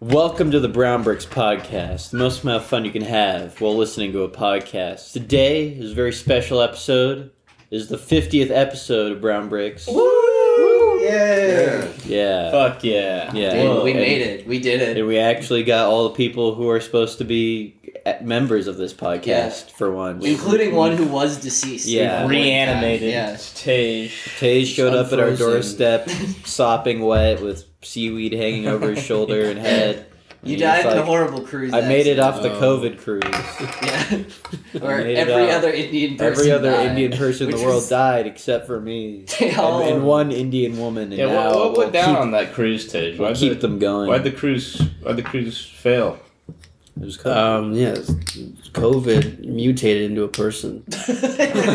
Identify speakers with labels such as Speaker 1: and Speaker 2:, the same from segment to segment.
Speaker 1: Welcome to the Brown Bricks Podcast, the most amount of fun you can have while listening to a podcast. Today is a very special episode. It is the 50th episode of Brown Bricks.
Speaker 2: Woo!
Speaker 3: Yeah.
Speaker 1: Yeah.
Speaker 2: Fuck yeah.
Speaker 1: Yeah.
Speaker 3: Dude,
Speaker 1: Whoa,
Speaker 3: we
Speaker 1: and-
Speaker 3: made it. We did it.
Speaker 1: And we actually got all the people who are supposed to be at- members of this podcast for once.
Speaker 3: Including one who was deceased.
Speaker 1: Yeah.
Speaker 2: Reanimated.
Speaker 3: Yeah.
Speaker 2: Tej.
Speaker 1: Tay showed up at our
Speaker 2: Unfrozen.
Speaker 1: doorstep, sopping wet with seaweed hanging over his shoulder and head. And
Speaker 3: You
Speaker 1: he's
Speaker 3: died in a
Speaker 1: like,
Speaker 3: horrible cruise.
Speaker 1: I made it
Speaker 3: accident.
Speaker 1: off the
Speaker 2: Oh.
Speaker 1: COVID cruise. I
Speaker 3: Yeah. or
Speaker 1: made it
Speaker 3: every
Speaker 1: up.
Speaker 3: other Indian person.
Speaker 1: Every other
Speaker 3: died.
Speaker 1: Indian person in
Speaker 3: Which
Speaker 1: the world
Speaker 3: is-
Speaker 1: died except for me.
Speaker 3: They all-
Speaker 1: and, and one Indian woman. And
Speaker 2: Yeah,
Speaker 1: now
Speaker 2: what, what
Speaker 1: we'll
Speaker 2: went down
Speaker 1: keep-
Speaker 2: on that cruise, Tej?
Speaker 1: We'll
Speaker 2: Why'd
Speaker 1: keep
Speaker 2: the,
Speaker 1: them going.
Speaker 2: why'd the cruise why'd the cruise fail?
Speaker 1: It was COVID.
Speaker 4: Um, yeah, it's- COVID mutated into a person.
Speaker 1: Yeah.
Speaker 3: Uh,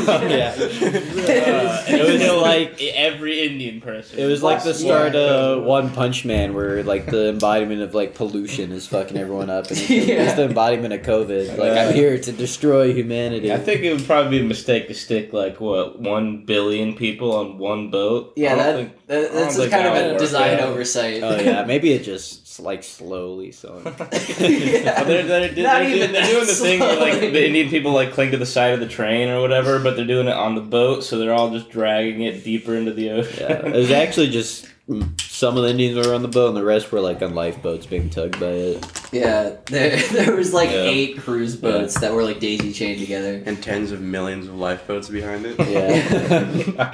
Speaker 1: it was like-
Speaker 2: every Indian person.
Speaker 1: it was like the
Speaker 3: last
Speaker 1: start
Speaker 3: year.
Speaker 1: of One Punch Man, where like the embodiment of like pollution is fucking everyone up, and it's,
Speaker 3: Yeah.
Speaker 1: it's the embodiment of COVID. Like
Speaker 2: Yeah.
Speaker 1: I'm here to destroy humanity.
Speaker 2: I think it would probably be a mistake to stick like what one billion people on one boat.
Speaker 3: yeah,
Speaker 2: I don't
Speaker 3: that,
Speaker 2: think-
Speaker 3: that,
Speaker 2: I don't
Speaker 3: that's
Speaker 2: think
Speaker 3: kind
Speaker 2: that would
Speaker 3: of a
Speaker 2: work,
Speaker 3: design
Speaker 2: yeah.
Speaker 3: oversight.
Speaker 1: oh yeah, maybe it just like slowly. So
Speaker 3: Yeah.
Speaker 2: But they're, they're, they're,
Speaker 3: Not
Speaker 2: they're doing-
Speaker 3: even
Speaker 2: they're
Speaker 3: that
Speaker 2: doing the thing where like
Speaker 3: slowly.
Speaker 2: the Indian people like cling to the side of the train or whatever, but they're doing it on the boat, so they're all just dragging it deeper into the ocean.
Speaker 1: yeah, it was actually just mm, some of the Indians were on the boat, and the rest were like on lifeboats being tugged by it.
Speaker 3: Yeah, there, there was like
Speaker 2: Yeah.
Speaker 3: eight cruise boats that were like daisy chained together.
Speaker 5: and tens of millions of lifeboats behind it.
Speaker 1: Yeah.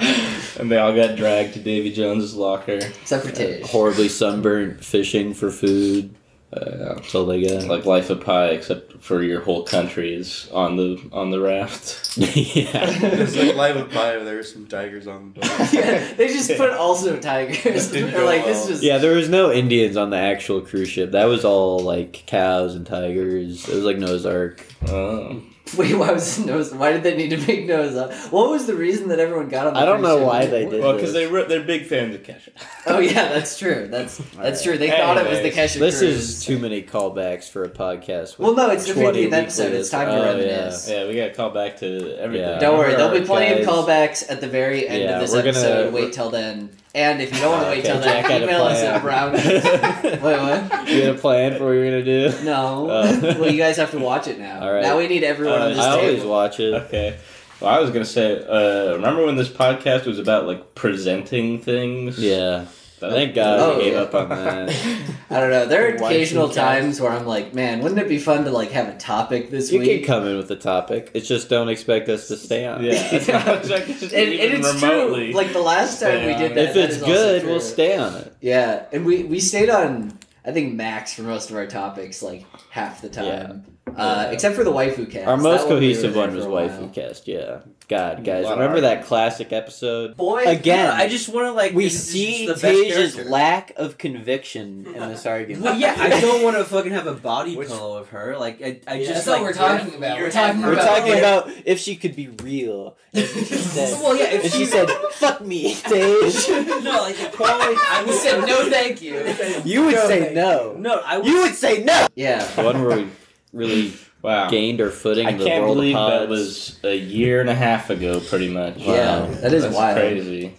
Speaker 2: and they all got dragged to Davy Jones's locker.
Speaker 3: Except for Tej.
Speaker 1: horribly sunburnt, fishing for food.
Speaker 2: Uh,
Speaker 1: That's all they got.
Speaker 2: like life of pie, except for your whole country is on the on the raft.
Speaker 1: yeah.
Speaker 5: It's like Live of Pi, there were some tigers on the boat.
Speaker 3: yeah, they just put also tigers.
Speaker 5: That didn't
Speaker 3: They're
Speaker 5: go
Speaker 3: like, this
Speaker 5: well.
Speaker 3: is
Speaker 1: Yeah, there was no Indians on the actual cruise ship. That was all like cows and tigers. It was like Noah's Ark.
Speaker 2: Oh.
Speaker 3: Wait, why was nose? Why did they need to make nose up? What was the reason that everyone got on? The
Speaker 1: I don't
Speaker 3: cruise
Speaker 1: know
Speaker 3: ship?
Speaker 1: why they did.
Speaker 2: Well, because they wrote, they're big fans of Kesha.
Speaker 3: Oh yeah, that's true. That's that's true. They thought it was the
Speaker 2: Anyways,
Speaker 3: Kesha
Speaker 1: This
Speaker 3: cruise.
Speaker 1: is too many callbacks for a podcast. with
Speaker 3: Well, no, it's the
Speaker 1: 20
Speaker 3: 50th episode.
Speaker 1: weekly-
Speaker 3: It's time to
Speaker 1: oh,
Speaker 3: reminisce.
Speaker 2: Yeah, we got to call back to everything.
Speaker 1: Yeah.
Speaker 3: Don't worry, there'll be
Speaker 1: Alright,
Speaker 3: plenty
Speaker 1: guys.
Speaker 3: of callbacks at the very end
Speaker 1: Yeah,
Speaker 3: of this
Speaker 1: we're gonna-
Speaker 3: episode. Wait till then. And if you don't want to
Speaker 1: Okay,
Speaker 3: wait till
Speaker 1: Jack
Speaker 3: then,
Speaker 1: had a
Speaker 3: email us
Speaker 1: plan.
Speaker 3: at brown. wait, what?
Speaker 1: You had a plan for what you were gonna do?
Speaker 3: No.
Speaker 1: Oh.
Speaker 3: well, you guys have to watch it now.
Speaker 1: Alright.
Speaker 3: Now we need everyone on
Speaker 2: Alright,
Speaker 3: this
Speaker 1: I always
Speaker 3: table.
Speaker 1: watch it.
Speaker 2: Okay. Well, I was gonna say, uh, remember when this podcast was about like presenting things?
Speaker 1: Yeah.
Speaker 2: That-
Speaker 1: Thank God
Speaker 3: Oh,
Speaker 1: we gave
Speaker 3: yeah.
Speaker 1: up on that.
Speaker 3: I don't know. There are
Speaker 2: Why
Speaker 3: occasional
Speaker 2: should we count?
Speaker 3: times where I'm like, man, wouldn't it be fun to like have a topic this
Speaker 1: you
Speaker 3: week?
Speaker 1: can come in with a topic. It's just don't expect us to stay on.
Speaker 2: yeah. That's what I was like, just
Speaker 3: and,
Speaker 2: even
Speaker 3: and it's
Speaker 2: remotely.
Speaker 3: true. Like the last time we
Speaker 2: Yeah.
Speaker 3: did that,
Speaker 1: If
Speaker 3: that
Speaker 1: it's
Speaker 3: is also
Speaker 1: good, we'll
Speaker 3: true.
Speaker 1: stay on it.
Speaker 3: Yeah, and we we stayed on I think max for most of our topics, like half the time, Uh,
Speaker 1: Yeah.
Speaker 3: except for the waifu cast.
Speaker 1: Our most
Speaker 3: That we
Speaker 1: cohesive
Speaker 3: were
Speaker 1: one
Speaker 3: there
Speaker 1: was
Speaker 3: for a while.
Speaker 1: Waifu Cast, yeah. God,
Speaker 2: A
Speaker 1: guys,
Speaker 2: lot of
Speaker 1: remember
Speaker 2: art.
Speaker 1: that classic episode?
Speaker 3: Boy,
Speaker 1: Again,
Speaker 3: yeah,
Speaker 4: I just want to like.
Speaker 1: We
Speaker 4: this is
Speaker 1: see
Speaker 4: just the best
Speaker 1: Tej's
Speaker 4: character.
Speaker 1: lack of conviction in this argument.
Speaker 4: Well, yeah, I don't want to fucking have a body pillow of her. Like, I, I
Speaker 3: Yeah, that's
Speaker 4: just
Speaker 3: not
Speaker 4: like.
Speaker 3: what we're talking about. We're talking
Speaker 1: We're
Speaker 3: about-
Speaker 1: talking about if she could be real.
Speaker 4: Well, yeah,
Speaker 1: And
Speaker 4: if
Speaker 1: she said, fuck me, Tej.
Speaker 4: no, like the quality. I
Speaker 3: You
Speaker 4: would
Speaker 3: said no, thank you.
Speaker 1: You would say no.
Speaker 4: No, I would.
Speaker 1: You would say no!
Speaker 3: yeah,
Speaker 1: The one where we really
Speaker 2: wow.
Speaker 1: gained our footing
Speaker 2: I
Speaker 1: in the
Speaker 2: can't
Speaker 1: world
Speaker 2: believe
Speaker 1: of pods.
Speaker 2: that was a year and a half ago, pretty much.
Speaker 3: yeah,
Speaker 1: Wow.
Speaker 3: that is
Speaker 2: That's
Speaker 3: wild.
Speaker 2: crazy.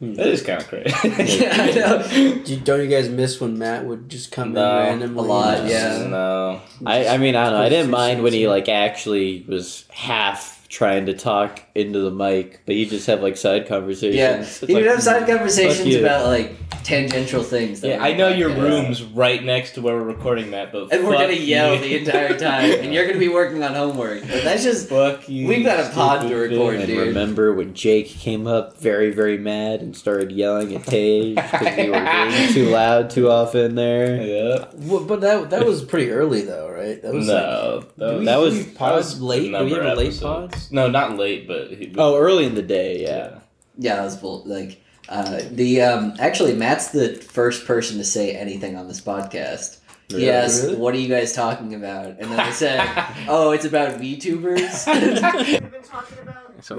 Speaker 4: Hmm.
Speaker 2: That is kind of crazy.
Speaker 3: yeah, I know.
Speaker 4: Do- Don't you guys miss when Matt would just come
Speaker 2: No,
Speaker 4: in randomly?
Speaker 3: a lot,
Speaker 4: and just-
Speaker 3: yeah.
Speaker 2: No.
Speaker 1: I, I mean, I don't know. I didn't
Speaker 4: Six
Speaker 1: mind when he
Speaker 4: cents.
Speaker 1: like actually was half trying to talk into the mic, but you just have like side conversations.
Speaker 3: Yeah,
Speaker 1: It's
Speaker 3: you
Speaker 1: like,
Speaker 3: would have side
Speaker 1: fuck
Speaker 3: conversations
Speaker 1: you.
Speaker 3: about like tangential things. That
Speaker 2: Yeah,
Speaker 3: we-
Speaker 2: I know your
Speaker 3: yeah.
Speaker 2: room's right next to where we're recording that, but
Speaker 3: and we're
Speaker 2: fuck
Speaker 3: gonna yell
Speaker 2: you.
Speaker 3: the entire time, and you're gonna be working on homework. But that's just
Speaker 2: Fuck you.
Speaker 3: We've got a pod to
Speaker 2: stupid
Speaker 3: record,
Speaker 2: bitch.
Speaker 1: And
Speaker 3: dude.
Speaker 1: remember when Jake came up very, very mad and started yelling at Tage because we were being too loud too often there?
Speaker 2: Yeah.
Speaker 4: Well, but that that was pretty early though, right? That was like,
Speaker 2: No.
Speaker 4: Do we-
Speaker 1: that
Speaker 4: do
Speaker 1: was-
Speaker 4: we
Speaker 1: that
Speaker 4: pod
Speaker 2: was
Speaker 4: late. Do we
Speaker 2: number
Speaker 4: have a late
Speaker 2: episodes.
Speaker 4: pod?
Speaker 2: No, not late, but he,
Speaker 1: Oh, early in the day, yeah.
Speaker 3: Yeah, that was bull. Like uh, the um, actually, Matt's the first person to say anything on this podcast. He
Speaker 1: Really?
Speaker 3: asked,
Speaker 4: Really?
Speaker 3: "What are you guys talking about?" And then I said, "Oh, it's about VTubers."
Speaker 6: We've been talking about
Speaker 5: So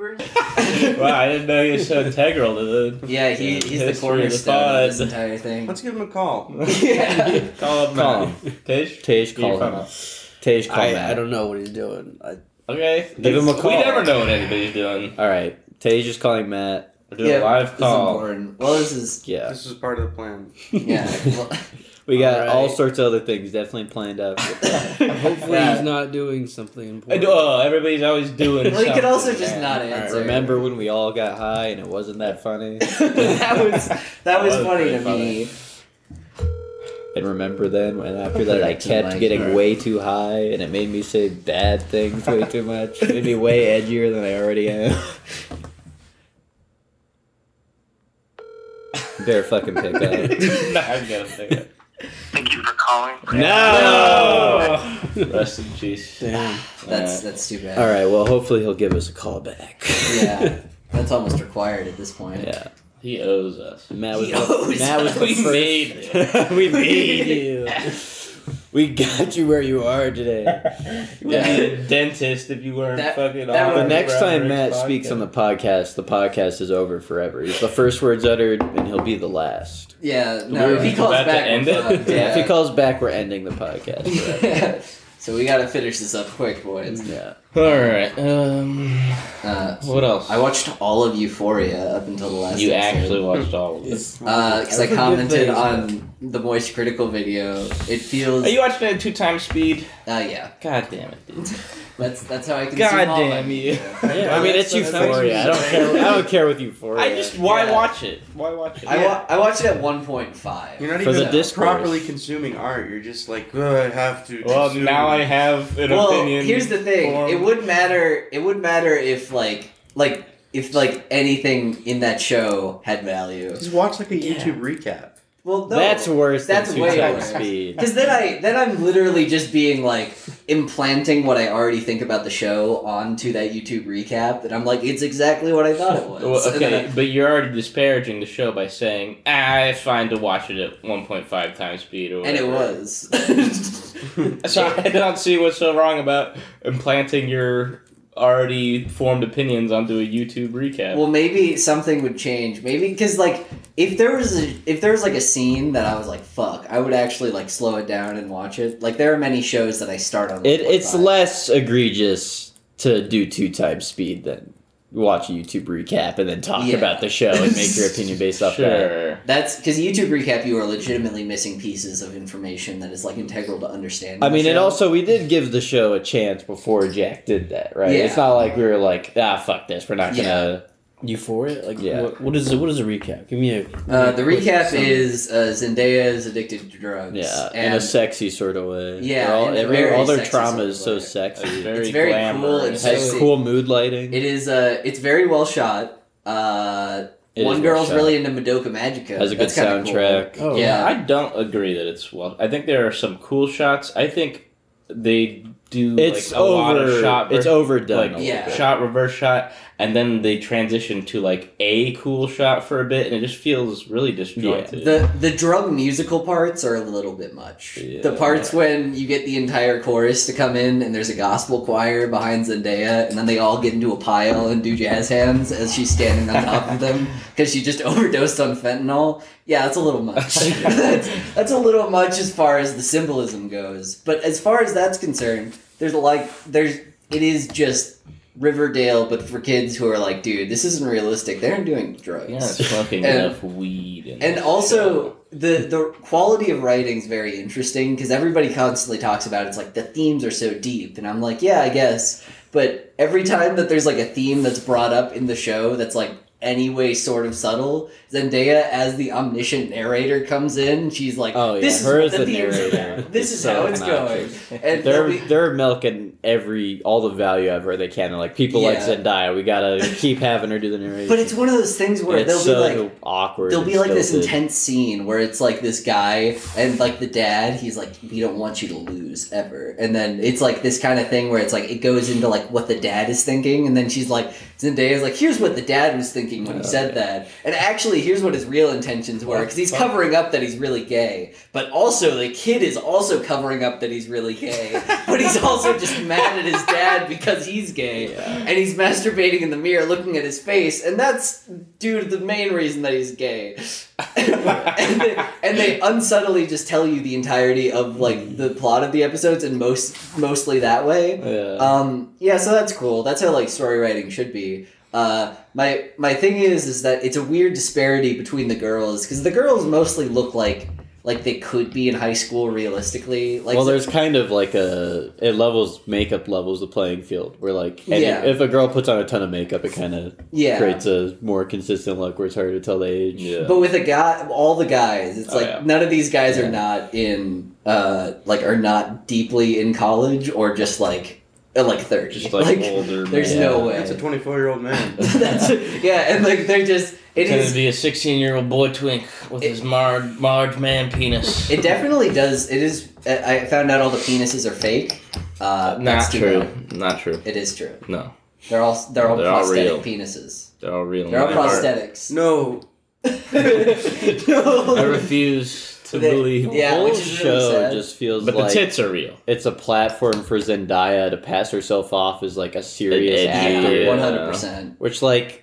Speaker 2: wow, I didn't know you were so integral to the.
Speaker 3: yeah, he, he's the
Speaker 2: History
Speaker 3: cornerstone
Speaker 2: pod.
Speaker 3: of this entire thing.
Speaker 5: Let's give him a call.
Speaker 3: yeah.
Speaker 2: Call up
Speaker 1: Call
Speaker 2: Matt. Tish?
Speaker 1: Tage
Speaker 2: Do your
Speaker 1: called him
Speaker 2: phone.
Speaker 1: up. Tage called him
Speaker 4: I, I don't know what he's doing. I,
Speaker 2: Okay.
Speaker 1: Give him a
Speaker 2: We
Speaker 1: call.
Speaker 2: never know what anybody's doing.
Speaker 1: All right, Tage is calling Matt.
Speaker 2: We're doing
Speaker 3: Yeah,
Speaker 2: a live
Speaker 3: This is
Speaker 2: call.
Speaker 3: important. Well, this is
Speaker 1: Yeah.
Speaker 5: This was part of the plan.
Speaker 3: yeah. well,
Speaker 2: We
Speaker 1: We got all
Speaker 4: Alright.
Speaker 1: sorts of other things definitely planned up.
Speaker 4: Hopefully
Speaker 2: Yeah.
Speaker 4: he's not doing something
Speaker 2: I
Speaker 4: important.
Speaker 2: do- oh, everybody's always doing.
Speaker 3: Well, you
Speaker 2: something,
Speaker 3: could also just
Speaker 2: man.
Speaker 3: not
Speaker 1: Alright,
Speaker 3: answer.
Speaker 1: remember when we all got high and it wasn't that funny?
Speaker 3: that was that
Speaker 2: That
Speaker 3: was
Speaker 2: was
Speaker 3: funny
Speaker 2: pretty
Speaker 3: to
Speaker 2: funny.
Speaker 3: me.
Speaker 1: And remember then, and after that, I
Speaker 3: Back to the
Speaker 1: kept
Speaker 3: mic.
Speaker 1: getting
Speaker 4: Alright.
Speaker 1: way too high, and it made me say bad things way too much. It made me way edgier than I already am. Better fucking pick up.
Speaker 2: no, I gotta think of it.
Speaker 6: Thank you for calling.
Speaker 2: No. Rest in peace.
Speaker 4: Damn.
Speaker 3: That's that's too bad.
Speaker 1: All right. Well, hopefully he'll give us a call back.
Speaker 3: Yeah, that's almost required at this point.
Speaker 1: Yeah.
Speaker 2: He owes us.
Speaker 1: Matt was.
Speaker 3: He owes
Speaker 1: Matt was
Speaker 3: us.
Speaker 1: the
Speaker 3: We
Speaker 1: first.
Speaker 2: made
Speaker 1: we made you. We got you where you are today.
Speaker 2: You wouldn't be a dentist if you weren't
Speaker 3: That-
Speaker 2: fucking.
Speaker 3: that
Speaker 2: on
Speaker 3: would-
Speaker 1: The next time
Speaker 2: Robert's
Speaker 1: Matt
Speaker 2: podcast.
Speaker 1: speaks on the podcast, the podcast is over forever. He's the first words uttered, and he'll be the last.
Speaker 3: Yeah, no.
Speaker 2: We're
Speaker 3: If he calls
Speaker 2: about to
Speaker 3: back,
Speaker 2: end
Speaker 3: we're
Speaker 2: it?
Speaker 3: fucked.
Speaker 1: Yeah. If he
Speaker 3: Yeah.
Speaker 1: calls back, we're ending the podcast.
Speaker 3: so we gotta finish this up quick, boys.
Speaker 1: Yeah.
Speaker 2: All right. Um.
Speaker 3: Uh,
Speaker 2: What else?
Speaker 3: I watched all of Euphoria up until the last.
Speaker 2: you
Speaker 3: episode.
Speaker 2: actually watched all of this.
Speaker 3: Because I
Speaker 4: Every good
Speaker 3: commented
Speaker 4: thing.
Speaker 3: on the Moist Critical video. It feels.
Speaker 2: Are you watching it at two times speed?
Speaker 3: uh, yeah.
Speaker 2: God damn it, dude.
Speaker 3: That's that's how I consume
Speaker 2: God
Speaker 3: all my
Speaker 2: damn
Speaker 3: media.
Speaker 2: you.
Speaker 1: Yeah, I mean it's
Speaker 3: That's- that's
Speaker 1: euphoria. I don't
Speaker 3: actually-
Speaker 1: care. I don't care with euphoria.
Speaker 2: I just why
Speaker 3: Yeah.
Speaker 2: watch it? Why watch it?
Speaker 3: I, wa- I watched it at 1.5.
Speaker 5: You're not
Speaker 1: For the
Speaker 5: even
Speaker 1: discourse.
Speaker 5: properly consuming art. You're just like, "Ugh, I have to.
Speaker 2: well,
Speaker 5: consume
Speaker 2: now I
Speaker 5: it."
Speaker 2: have an
Speaker 3: well,
Speaker 2: opinion.
Speaker 3: here's the thing.
Speaker 2: formed.
Speaker 3: It would matter. It would matter if like like if like anything in that show had value.
Speaker 5: Just watch like a
Speaker 2: Yeah.
Speaker 5: YouTube recap.
Speaker 3: Well, no.
Speaker 1: That's worse
Speaker 3: That's
Speaker 1: than two
Speaker 3: way
Speaker 1: times
Speaker 3: worse.
Speaker 1: speed.
Speaker 3: Because then I then I'm literally just being like implanting what I already think about the show onto that YouTube recap, and I'm like, it's exactly what I thought it was.
Speaker 2: Well,
Speaker 3: And then
Speaker 2: okay, but you're already disparaging the show by saying, ah, it's fine to watch it at 1.5 times speed or
Speaker 3: I- and it
Speaker 2: whatever."
Speaker 3: was.
Speaker 2: So I don't see what's so wrong about implanting your already formed opinions onto a YouTube recap.
Speaker 3: well, maybe something would change. Maybe because like if there was a, if there was like a scene that I was like, fuck, I would actually like slow it down and watch it. Like there are many shows that I start on.
Speaker 1: It, it's
Speaker 3: 1.5.
Speaker 1: less egregious to do two times speed than watch a YouTube recap and then talk
Speaker 3: Yeah.
Speaker 1: about the show and make your opinion based off that.
Speaker 2: sure.
Speaker 3: That's because YouTube recap, you are legitimately missing pieces of information that is like integral to understanding.
Speaker 1: I
Speaker 3: the
Speaker 1: mean, and
Speaker 3: show.
Speaker 1: also we did give the show a chance before Jack did that, right?
Speaker 3: Yeah.
Speaker 1: It's not like we were like, ah, fuck this, we're not
Speaker 3: Yeah.
Speaker 1: gonna.
Speaker 4: Euphoria? Like
Speaker 1: Yeah.
Speaker 4: what, what is it? What is a recap? Give me a.
Speaker 3: Uh, the
Speaker 4: quick
Speaker 3: recap
Speaker 4: summary.
Speaker 3: is uh, Zendaya is addicted to drugs.
Speaker 1: Yeah, in a
Speaker 3: and
Speaker 1: sexy sort of way.
Speaker 3: Yeah,
Speaker 1: They're all,
Speaker 3: in a
Speaker 1: every-
Speaker 3: very
Speaker 1: all their
Speaker 3: sexy
Speaker 1: trauma
Speaker 3: sort of
Speaker 1: is so
Speaker 3: way.
Speaker 1: sexy.
Speaker 2: That's
Speaker 1: It
Speaker 2: very,
Speaker 3: It's very cool
Speaker 2: glamorous.
Speaker 3: and
Speaker 1: has
Speaker 3: sexy.
Speaker 1: cool mood lighting.
Speaker 3: it is uh, it's very well shot. Uh,
Speaker 1: It
Speaker 3: one
Speaker 1: is
Speaker 3: girl's
Speaker 1: well shot.
Speaker 3: really into Madoka Magica.
Speaker 1: has a good
Speaker 3: That's kinda
Speaker 1: soundtrack.
Speaker 4: Oh,
Speaker 3: Yeah.
Speaker 2: I don't agree that it's well. I think there are some cool shots. I think they do
Speaker 1: It's
Speaker 2: like, a
Speaker 1: over.
Speaker 2: lot of shot.
Speaker 1: it's overdone.
Speaker 2: like
Speaker 1: a little
Speaker 3: yeah.
Speaker 1: bit.
Speaker 2: shot reverse shot and then they transition to like a cool shot for a bit and it just feels really disjointed
Speaker 3: Cool. The the drug musical parts are a little bit much. The
Speaker 1: Yeah.
Speaker 3: parts when you get the entire chorus to come in and there's a gospel choir behind Zendaya and then they all get into a pile and do jazz hands as she's standing on top of them because she just overdosed on fentanyl. Yeah, that's a little much. that's, that's a little much as far as the symbolism goes. But as far as that's concerned, there's like there's it is just Riverdale, but for kids who are like, dude, this isn't realistic. They're doing drugs.
Speaker 2: yeah it's smoking
Speaker 3: And-
Speaker 2: enough weed in
Speaker 3: And
Speaker 2: this
Speaker 3: also
Speaker 2: show.
Speaker 3: the the quality of writing is very interesting because everybody constantly talks about it's like the themes are so deep, and I'm like, yeah, I guess. But every time that there's like a theme that's brought up in the show that's like anyway sort of subtle, Zendaya as the omniscient narrator comes in, she's like,
Speaker 1: Oh, yeah.
Speaker 3: this is
Speaker 1: Her
Speaker 3: what
Speaker 1: as
Speaker 3: the
Speaker 1: the
Speaker 3: themes are
Speaker 1: narrator
Speaker 3: about. This
Speaker 1: is
Speaker 3: is
Speaker 1: so
Speaker 3: how it's going.
Speaker 1: obnoxious.
Speaker 3: And
Speaker 1: they're
Speaker 3: we-
Speaker 1: they're milking every all the value out of her they can. Like people like
Speaker 3: Yeah.
Speaker 1: Zendaya, we gotta keep having her do the narration.
Speaker 3: but it's one of those things where
Speaker 1: And
Speaker 3: they'll
Speaker 1: it's
Speaker 3: be like,
Speaker 1: so awkward.
Speaker 3: There'll be
Speaker 1: and
Speaker 3: like this
Speaker 1: stilted.
Speaker 3: intense scene where it's like this guy and like the dad, he's like, We don't want you to lose ever. And then it's like this kind of thing where it's like it goes into like what the dad is thinking, and then she's like Zendaya's like, here's what the dad was thinking when he said that. And actually here's what his real intentions were, because he's covering up that he's really gay. But also the kid is also covering up that he's really gay. but he's also just mad at his dad because he's gay. And he's masturbating in the mirror looking at his face, and that's due to the main reason that he's gay. and, they, and they unsubtly just tell you the entirety of like the plot of the episodes, and most mostly that way.
Speaker 1: Yeah.
Speaker 3: Um, yeah, so that's cool. That's how like story writing should be. Uh, my my thing is is that it's a weird disparity between the girls because the girls mostly look like like they could be in high school realistically. Like
Speaker 1: well, there's kind of like a it levels makeup levels the playing field where like any,
Speaker 3: Yeah.
Speaker 1: if a girl puts on a ton of makeup, it kind of
Speaker 3: yeah.
Speaker 1: creates a more consistent look where it's harder to tell the age.
Speaker 2: Yeah.
Speaker 3: But with a guy, all the guys, it's
Speaker 2: Oh,
Speaker 3: like
Speaker 2: yeah.
Speaker 3: none of these guys
Speaker 1: Yeah.
Speaker 3: are not in, uh, like are not deeply in college or just like, uh, like thirty.
Speaker 2: Just like, older.
Speaker 3: there's
Speaker 2: man.
Speaker 1: Yeah.
Speaker 3: no way.
Speaker 5: That's a 24 year old man.
Speaker 3: That's- yeah, and like they're just it
Speaker 2: Pretending
Speaker 3: is.
Speaker 2: to be a 16 year old boy twink with
Speaker 3: It-
Speaker 2: his marred, marred man penis.
Speaker 3: It definitely does. It is. I I found out all the penises are fake. Uh,
Speaker 2: Not
Speaker 3: that's
Speaker 2: true.
Speaker 3: bad.
Speaker 2: Not true.
Speaker 3: It is true.
Speaker 2: No.
Speaker 3: They're all they're all
Speaker 2: They're all
Speaker 3: prosthetic
Speaker 2: real.
Speaker 3: penises.
Speaker 2: They're all real.
Speaker 3: They're all
Speaker 2: in my heart.
Speaker 3: prosthetics.
Speaker 5: no.
Speaker 2: I
Speaker 3: no.
Speaker 2: refuse to
Speaker 3: They-
Speaker 2: believe.
Speaker 1: The
Speaker 3: yeah,
Speaker 1: whole
Speaker 3: which is really
Speaker 1: show
Speaker 3: sad.
Speaker 1: just feels
Speaker 2: But the
Speaker 1: like
Speaker 2: tits are real.
Speaker 1: it's a platform for Zendaya to pass herself off as like a serious
Speaker 2: edgy-
Speaker 1: actor,
Speaker 2: Yeah.
Speaker 3: One hundred percent.
Speaker 1: which like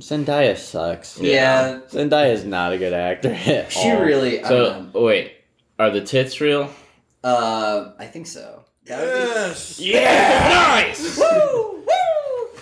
Speaker 1: Zendaya sucks.
Speaker 2: Yeah.
Speaker 3: Yeah,
Speaker 1: Zendaya is not a good actor. at
Speaker 3: she
Speaker 1: all.
Speaker 3: really. I don't
Speaker 2: So
Speaker 3: know.
Speaker 2: wait, are the tits real?
Speaker 3: Uh, I think so. That would be-
Speaker 5: Yes.
Speaker 2: Yeah. Nice.
Speaker 3: Woo! Oh, Woo!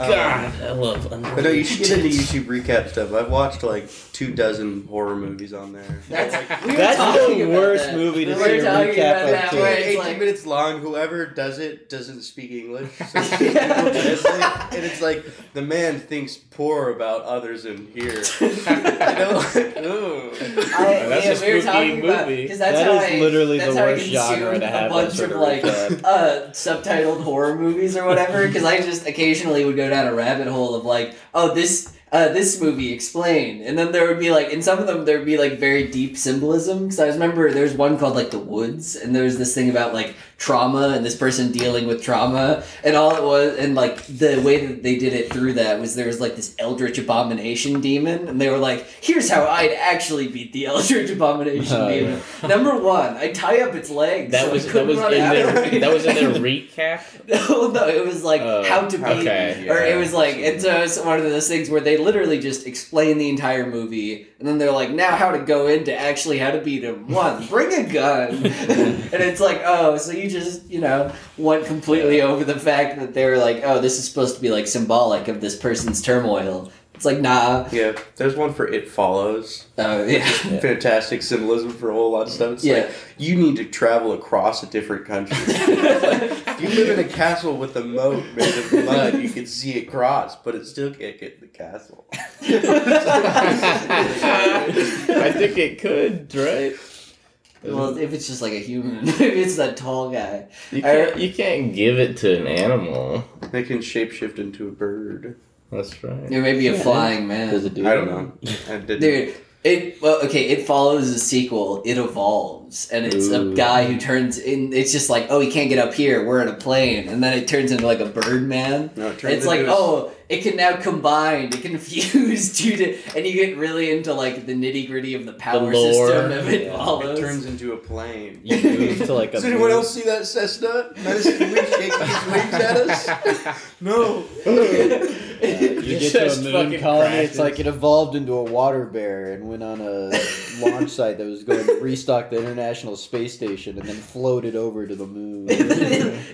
Speaker 5: Um,
Speaker 2: God, I love.
Speaker 5: but no, you should get into YouTube recap stuff. I've watched like two dozen horror movies on there.
Speaker 3: That's, we were
Speaker 1: That's
Speaker 3: talking
Speaker 1: the
Speaker 3: about
Speaker 1: worst
Speaker 3: that.
Speaker 1: movie to
Speaker 3: We
Speaker 1: see
Speaker 3: were
Speaker 1: a
Speaker 3: talking about
Speaker 1: recap
Speaker 3: that
Speaker 1: of. too.
Speaker 3: where
Speaker 5: Like,
Speaker 3: it's
Speaker 5: 18
Speaker 3: like-
Speaker 5: minutes long. Whoever does it doesn't speak English. So
Speaker 3: Yeah.
Speaker 5: people translate. and it's like the man thinks poor about others in here. I know. Ooh.
Speaker 3: I,
Speaker 2: That's a
Speaker 3: yeah, we were
Speaker 2: spooky
Speaker 3: talking about
Speaker 2: movie.
Speaker 3: because that's
Speaker 1: That
Speaker 3: how
Speaker 1: is
Speaker 3: I,
Speaker 1: literally the
Speaker 3: that's how I
Speaker 1: worst genre
Speaker 3: consumed
Speaker 1: to have
Speaker 3: a
Speaker 1: that
Speaker 3: bunch
Speaker 1: sort
Speaker 3: of
Speaker 1: of
Speaker 3: like
Speaker 1: recap.
Speaker 3: uh, subtitled horror movies or whatever. Because I just occasionally would go down a rabbit hole of like, oh this. Uh, this movie explain and then there would be like in some of them there'd be like very deep symbolism because i remember there's one called like the woods and there's this thing about like trauma and this person dealing with trauma and all it was and like the way that they did it through that was there was like this eldritch abomination demon and they were like here's how i'd actually beat the eldritch abomination
Speaker 1: Oh,
Speaker 3: demon number one i tie up its legs so
Speaker 2: That
Speaker 3: it
Speaker 2: was that
Speaker 3: couldn't
Speaker 2: was in
Speaker 3: run after me.
Speaker 2: their that was in their recap.
Speaker 3: no no it was like
Speaker 2: Oh,
Speaker 3: how to beat
Speaker 2: okay,
Speaker 3: or
Speaker 5: yeah.
Speaker 3: it was like and so it's one of those things where they literally just explain the entire movie and then they're like now how to go into actually how to beat him one bring a gun and it's like oh so you just you know went completely over the fact that they were like oh this is supposed to be like symbolic of this person's turmoil it's like nah
Speaker 5: Yeah, there's one for It Follows.
Speaker 3: oh yeah
Speaker 5: Fantastic symbolism for a whole lot of stuff. It's
Speaker 3: Yeah.
Speaker 5: like you need to travel across a different country. It's like, you live in a castle with a moat made of mud. You can see across, but it still can't get in the castle.
Speaker 2: I think it could, right?
Speaker 3: well if it's just like a human if it's that tall guy
Speaker 2: You can't, you can't give it to an animal.
Speaker 5: They can shapeshift into a bird.
Speaker 2: That's right.
Speaker 3: there may be a
Speaker 1: Yeah.
Speaker 3: flying man
Speaker 1: Does it do
Speaker 5: I
Speaker 1: that?
Speaker 5: don't know. I didn't.
Speaker 3: Dude, it well, okay. It follows a sequel. It evolves, and it's
Speaker 1: Ooh.
Speaker 3: a guy who turns in. It's just like, oh, he can't get up here. We're in a plane, and then it turns into like a bird man.
Speaker 5: No, it turns
Speaker 3: It's like,
Speaker 5: into a-
Speaker 3: oh, it can now combine, it can fuse two, di- and you get really into like the nitty gritty of the power
Speaker 2: lore.
Speaker 3: system of it
Speaker 1: Yeah.
Speaker 5: it
Speaker 3: follows.
Speaker 5: turns into a plane.
Speaker 1: You move to like a.
Speaker 5: Does anyone
Speaker 1: blue-
Speaker 5: else see that Cessna? Medicine wing shaking its wings at us? No.
Speaker 1: Yeah, you
Speaker 2: It
Speaker 1: get to a
Speaker 2: just
Speaker 1: moon
Speaker 2: fucking
Speaker 1: colony.
Speaker 2: crashes.
Speaker 1: It's like it evolved into a water bear and went on a launch site that was going to restock the International Space Station and then floated over to the moon. it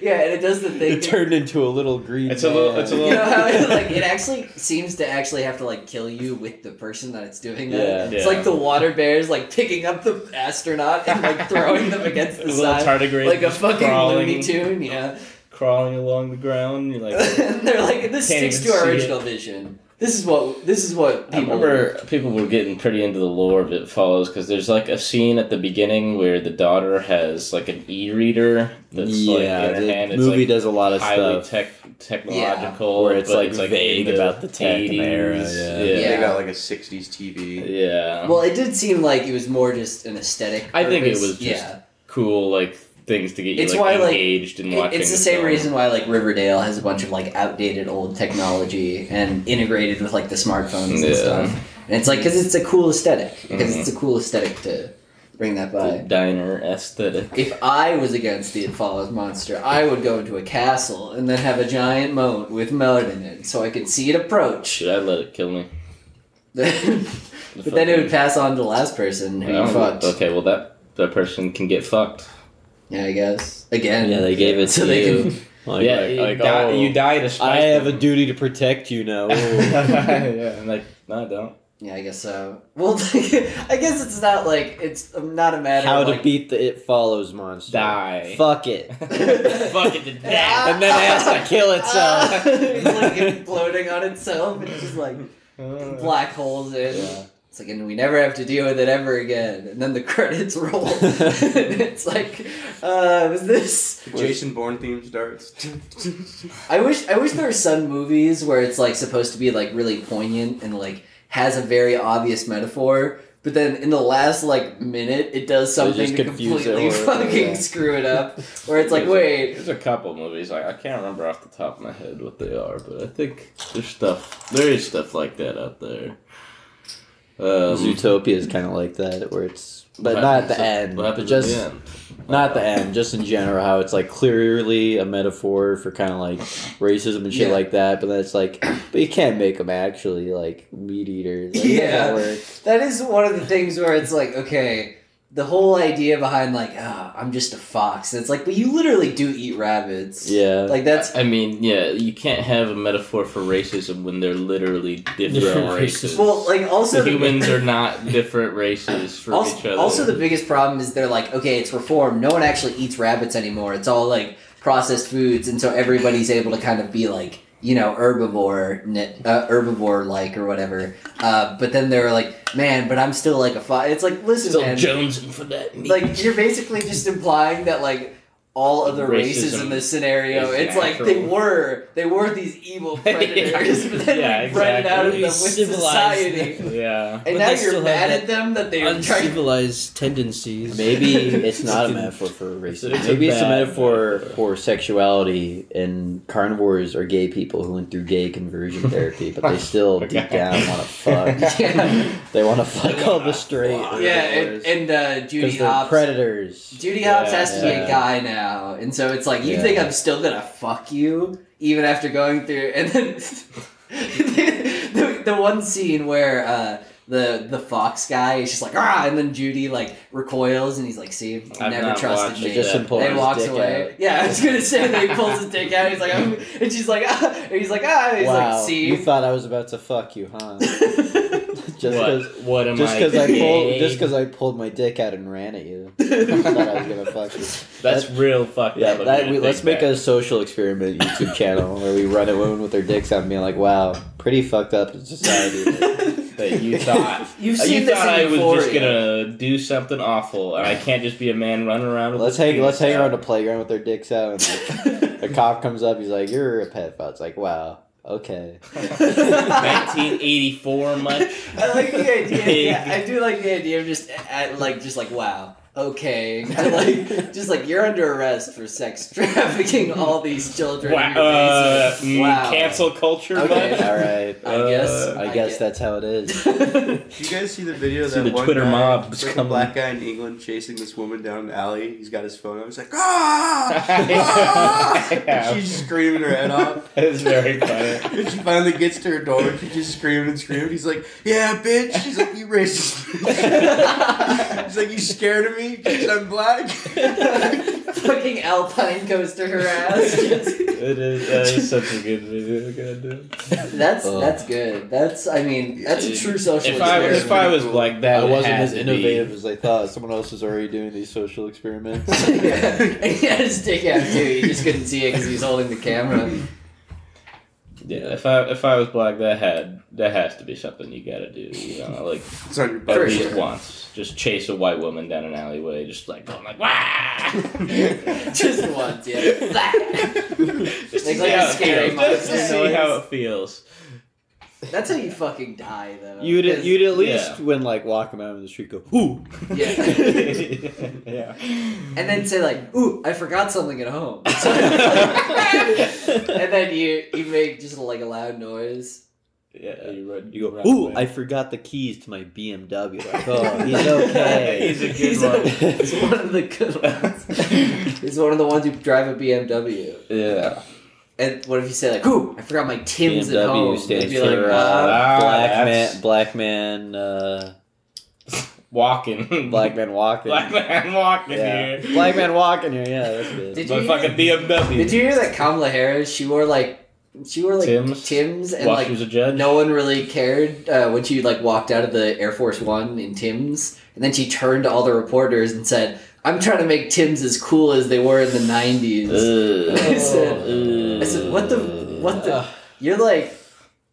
Speaker 3: yeah, and it does the thing.
Speaker 1: turned into a little green.
Speaker 2: It's a little- it's a
Speaker 1: man.
Speaker 3: you know how it, like it actually seems to actually have to like kill you with the person that it's doing that.
Speaker 1: Yeah.
Speaker 3: It's
Speaker 2: Yeah.
Speaker 3: like the water bears like picking up the astronaut and like throwing them against the
Speaker 2: a little
Speaker 3: side.
Speaker 2: tardigrade,
Speaker 3: Like a
Speaker 2: just
Speaker 3: fucking
Speaker 2: crawling,
Speaker 3: Looney Tune, yeah.
Speaker 2: crawling along the ground. You're like,
Speaker 3: And they're like, this
Speaker 2: Can't
Speaker 3: sticks
Speaker 2: even
Speaker 3: to our
Speaker 2: see it.
Speaker 3: original vision. This is what this is what
Speaker 2: I
Speaker 3: people
Speaker 2: remember people were getting pretty into the lore of It Follows because there's like a scene at the beginning where the daughter has like an e-reader that's
Speaker 1: yeah,
Speaker 2: like in her hand.
Speaker 1: the
Speaker 2: It's
Speaker 1: movie
Speaker 2: like
Speaker 1: does a lot of
Speaker 2: highly
Speaker 1: stuff.
Speaker 2: tech technological,
Speaker 1: Where it's,
Speaker 2: but
Speaker 1: like,
Speaker 2: in
Speaker 1: vague about the tech and the era,
Speaker 2: 80s.
Speaker 1: yeah.
Speaker 5: They
Speaker 3: Yeah.
Speaker 5: got like a 60s TV.
Speaker 2: Yeah.
Speaker 3: Well, it did seem like it was more just an aesthetic.
Speaker 2: um, I think it
Speaker 3: purpose.
Speaker 2: was just
Speaker 3: yeah.
Speaker 2: cool like things to get you
Speaker 3: It's
Speaker 2: like,
Speaker 3: why, like,
Speaker 2: engaged in
Speaker 3: It-
Speaker 2: watching.
Speaker 3: It's the same
Speaker 2: film.
Speaker 3: reason why like Riverdale has a bunch of like outdated old technology and integrated with like the smartphones
Speaker 2: Yeah.
Speaker 3: and stuff. And it's like because it's a cool aesthetic. Because
Speaker 2: Mhm.
Speaker 3: it's
Speaker 1: Mm-hmm.
Speaker 3: a cool aesthetic to bring that
Speaker 2: the
Speaker 3: by.
Speaker 2: diner aesthetic.
Speaker 3: If I was against the It Follows monster, I would go into a castle and then have a giant moat with mud in it, so I could see it approach.
Speaker 2: Should I let it kill me?
Speaker 3: but then it would pass on to the last person who you
Speaker 2: Well,
Speaker 3: fucked.
Speaker 2: Okay, well that that person can get fucked.
Speaker 3: Yeah, I guess again.
Speaker 1: Yeah, they gave it
Speaker 3: so
Speaker 1: to
Speaker 3: they
Speaker 1: you.
Speaker 3: can.
Speaker 1: Like,
Speaker 2: yeah,
Speaker 1: like-
Speaker 2: you,
Speaker 1: like,
Speaker 2: die,
Speaker 1: oh,
Speaker 2: you die to
Speaker 1: I
Speaker 2: spite
Speaker 1: have a
Speaker 2: them.
Speaker 1: duty to protect you now. Ooh.
Speaker 2: yeah, I'm like, no, I don't.
Speaker 3: Yeah, I guess so. Well, I guess it's not like it's um, not a matter
Speaker 1: How
Speaker 3: of
Speaker 1: to
Speaker 3: like,
Speaker 1: beat the It Follows monster.
Speaker 2: Die.
Speaker 1: Fuck it.
Speaker 2: Fuck it to death.
Speaker 1: And then it has to kill itself.
Speaker 3: Ah! it's like imploding on itself and it's just like black holes in.
Speaker 1: Yeah.
Speaker 3: It's like, and we never have to deal with it ever again. And then the credits roll. and it's like, uh, was this?
Speaker 5: Jason Bourne theme starts.
Speaker 3: I wish, I wish there were some movies where it's like supposed to be like really poignant and like has a very obvious metaphor, but then in the last like minute, it does
Speaker 1: They
Speaker 3: something
Speaker 1: just
Speaker 3: to
Speaker 1: confuse it
Speaker 3: completely
Speaker 1: or-
Speaker 3: fucking
Speaker 1: yeah.
Speaker 3: screw it up. Where it's like,
Speaker 2: There's a-
Speaker 3: wait,
Speaker 2: There's a couple movies. Like, I can't remember off the top of my head what they are, but I think there's stuff. There is stuff like that out there. Um,
Speaker 1: Uh, Zootopia is kind of like that, where it's but
Speaker 2: what
Speaker 1: not at the
Speaker 2: happens
Speaker 1: end,
Speaker 2: what
Speaker 1: but
Speaker 2: happens at
Speaker 1: just
Speaker 2: the end?
Speaker 1: not at the end, just in general, how it's like clearly a metaphor for kind of like racism and shit
Speaker 3: Yeah.
Speaker 1: like that. But then it's like, but you can't make them actually like meat eaters. Like,
Speaker 3: Yeah.
Speaker 1: that work.
Speaker 3: That is one of the things where it's like, okay, the whole idea behind like, ah, I'm just a fox. And it's like, but you literally do eat rabbits.
Speaker 1: yeah.
Speaker 3: Like that's
Speaker 2: I mean, yeah, you can't have a metaphor for racism when they're literally different
Speaker 1: Different
Speaker 2: races.
Speaker 1: races.
Speaker 3: well, like also
Speaker 2: the humans are not different races from
Speaker 3: also,
Speaker 2: each other.
Speaker 3: also the biggest problem is they're like, okay, it's reform. No one actually eats rabbits anymore. It's all like processed foods, and so everybody's able to kind of be like, you know, herbivore, ni- uh, herbivore like or whatever. Uh, but then they're like, man, but I'm still like a fox. It's like, listen,
Speaker 2: still
Speaker 3: man,
Speaker 2: jonesing for that meat.
Speaker 3: like you're basically just implying that like all other races
Speaker 2: Racism
Speaker 3: in this scenario
Speaker 2: is
Speaker 3: it's like they
Speaker 2: natural.
Speaker 3: were they were these evil predators but then
Speaker 2: Yeah,
Speaker 3: we bred it out of them
Speaker 2: exactly.
Speaker 3: with
Speaker 4: Civilized
Speaker 3: society
Speaker 4: them.
Speaker 2: yeah.
Speaker 3: and
Speaker 4: But
Speaker 3: now
Speaker 4: they still
Speaker 3: you're mad
Speaker 4: have that
Speaker 3: at them that they were trying
Speaker 4: Uncivilized tendencies.
Speaker 1: Maybe it's not a metaphor for racism.
Speaker 2: It's a
Speaker 1: Maybe it's a
Speaker 2: bad
Speaker 1: metaphor for
Speaker 2: metaphor.
Speaker 1: sexuality and carnivores are gay people who went through gay conversion therapy, but they still deep down want to fuck.
Speaker 3: yeah,
Speaker 1: They want to fuck all the straight.
Speaker 3: yeah and, and uh,
Speaker 1: because
Speaker 3: Judy
Speaker 1: they're
Speaker 3: Hopps
Speaker 1: predators.
Speaker 3: Judy
Speaker 2: Yeah,
Speaker 3: Hopps has to be a
Speaker 1: yeah.
Speaker 3: guy now and so it's like you
Speaker 1: Yeah.
Speaker 3: think I'm still gonna fuck you even after going through and then the, the one scene where uh the the fox guy is just like ah and then Judy like recoils and he's like see I
Speaker 2: I've
Speaker 3: never
Speaker 2: not
Speaker 3: trusted
Speaker 2: watched
Speaker 3: me
Speaker 1: They just
Speaker 2: Yeah.
Speaker 1: impulse
Speaker 3: and walks
Speaker 1: dick
Speaker 3: away yeah I was gonna say that he pulls his dick out he's like I'm, and she's like ah and he's like ah and
Speaker 1: Out.
Speaker 3: he's
Speaker 1: Wow,
Speaker 3: like
Speaker 1: you
Speaker 3: see
Speaker 1: thought I was about to fuck you, huh? just because.
Speaker 2: what, Oh what am
Speaker 1: Just
Speaker 2: I?
Speaker 1: because I, pulled,
Speaker 2: gay?
Speaker 1: just because I pulled my dick out and ran at you, I thought I was gonna fuck you.
Speaker 2: that's real fucked
Speaker 1: Yeah,
Speaker 2: up. of
Speaker 1: that,
Speaker 2: me to
Speaker 1: we, let's
Speaker 2: think
Speaker 1: make
Speaker 2: that.
Speaker 1: a social experiment YouTube channel where we run at women with their dicks out and being like, "Wow, pretty fucked up in society."
Speaker 2: that you thought.
Speaker 3: You've
Speaker 2: Uh,
Speaker 3: seen
Speaker 2: you
Speaker 3: this
Speaker 2: thought
Speaker 3: in
Speaker 2: I was just
Speaker 3: Euphoria.
Speaker 2: gonna do something awful, and I can't just be a man running around. With
Speaker 1: let's
Speaker 2: a
Speaker 1: hang,
Speaker 2: penis
Speaker 1: let's hang
Speaker 2: out.
Speaker 1: around a playground with their dicks out, and like, the cop comes up. He's like, "You're a pedophile." It's like, "Wow, okay."
Speaker 2: 1984 much.
Speaker 3: I like the idea. Yeah, I do like the idea of just at, like just like wow, okay, to, like just like you're under arrest for sex trafficking all these children.
Speaker 2: Wow,
Speaker 3: in your
Speaker 2: uh,
Speaker 3: basement.
Speaker 2: mm,
Speaker 3: wow.
Speaker 2: cancel culture.
Speaker 3: Okay.
Speaker 2: much?
Speaker 1: all right.
Speaker 3: I guess.
Speaker 2: Uh,
Speaker 1: I, guess that's how it is.
Speaker 3: that's.
Speaker 5: Do you guys see the video of
Speaker 2: See
Speaker 5: that
Speaker 2: the
Speaker 5: one
Speaker 2: Twitter
Speaker 5: guy,
Speaker 2: mob
Speaker 5: it's
Speaker 2: is
Speaker 5: like a
Speaker 2: coming.
Speaker 5: black guy in England chasing this woman down an alley? He's got his phone out. He's like, ah! ah!
Speaker 2: Yeah.
Speaker 5: She's screaming her head off.
Speaker 2: It's very funny.
Speaker 5: And she finally gets to her door and she just screamed and screamed. He's like, yeah, bitch. She's like, you racist. He's like, you scared of me because I'm black?
Speaker 3: Fucking Alpine goes to her ass.
Speaker 2: It is, that is such a good video. goddamn.
Speaker 3: That's
Speaker 1: Oh.
Speaker 3: that's good. That's I mean that's a true social
Speaker 2: Uh. If I
Speaker 3: experiment.
Speaker 2: if I was like that,
Speaker 1: I
Speaker 2: it
Speaker 1: wasn't
Speaker 2: had
Speaker 1: as
Speaker 2: to be.
Speaker 1: innovative as I thought. Someone else was already doing these social experiments.
Speaker 3: yeah, and he had his dick out too. You just couldn't see it because he was holding the camera.
Speaker 2: Yeah, if I if I was black, that had that has to be something you gotta do. You know, like
Speaker 5: It's on your
Speaker 2: at
Speaker 5: butt.
Speaker 2: least
Speaker 3: sure.
Speaker 2: once, just chase a white woman down an alleyway, just like going like wah.
Speaker 3: Just once, yeah.
Speaker 2: just
Speaker 3: Make like a
Speaker 2: how it
Speaker 3: scary
Speaker 2: feels, just to
Speaker 3: monster
Speaker 2: see
Speaker 3: noise.
Speaker 2: how it feels.
Speaker 3: That's how you fucking die, though.
Speaker 1: You'd
Speaker 3: Because-
Speaker 1: you'd at
Speaker 2: Yeah.
Speaker 1: least when like walking out in the street go ooh
Speaker 3: Yeah.
Speaker 2: yeah.
Speaker 3: and then say like, "Ooh, I forgot something at home," and then you you make just like a loud noise.
Speaker 2: Yeah, you run.
Speaker 1: you go
Speaker 2: run
Speaker 1: ooh
Speaker 2: away.
Speaker 1: I forgot the keys to my BMW like, oh he's okay
Speaker 2: He's a good
Speaker 3: He's
Speaker 2: one.
Speaker 3: He's one of the good ones. He's one of the ones who drive a BMW.
Speaker 2: yeah.
Speaker 3: And what if you say like, "Ooh, I forgot my Tim's at
Speaker 1: BMW
Speaker 3: home"? They'd
Speaker 1: stands
Speaker 3: be
Speaker 1: for
Speaker 3: like,
Speaker 1: uh,
Speaker 3: "Ah."
Speaker 2: ah,
Speaker 1: black
Speaker 2: that's-
Speaker 1: man black man uh,
Speaker 2: Walking.
Speaker 1: black man walking
Speaker 2: Black man walking
Speaker 1: yeah.
Speaker 2: here.
Speaker 1: black man walking here yeah that's good
Speaker 3: Did you
Speaker 2: Motherfucking BMW.
Speaker 3: Did you hear that Kamala Harris? She wore like She wore like
Speaker 2: Tim's?
Speaker 3: Tim's, and
Speaker 2: While
Speaker 3: like
Speaker 2: she was a judge?
Speaker 3: no one really cared uh, when she like walked out of the Air Force One in Tim's, and then she turned to all the reporters and said, "I'm trying to make Tim's as cool as they were in the '90s." I said, I said, "What the? What the? You're like,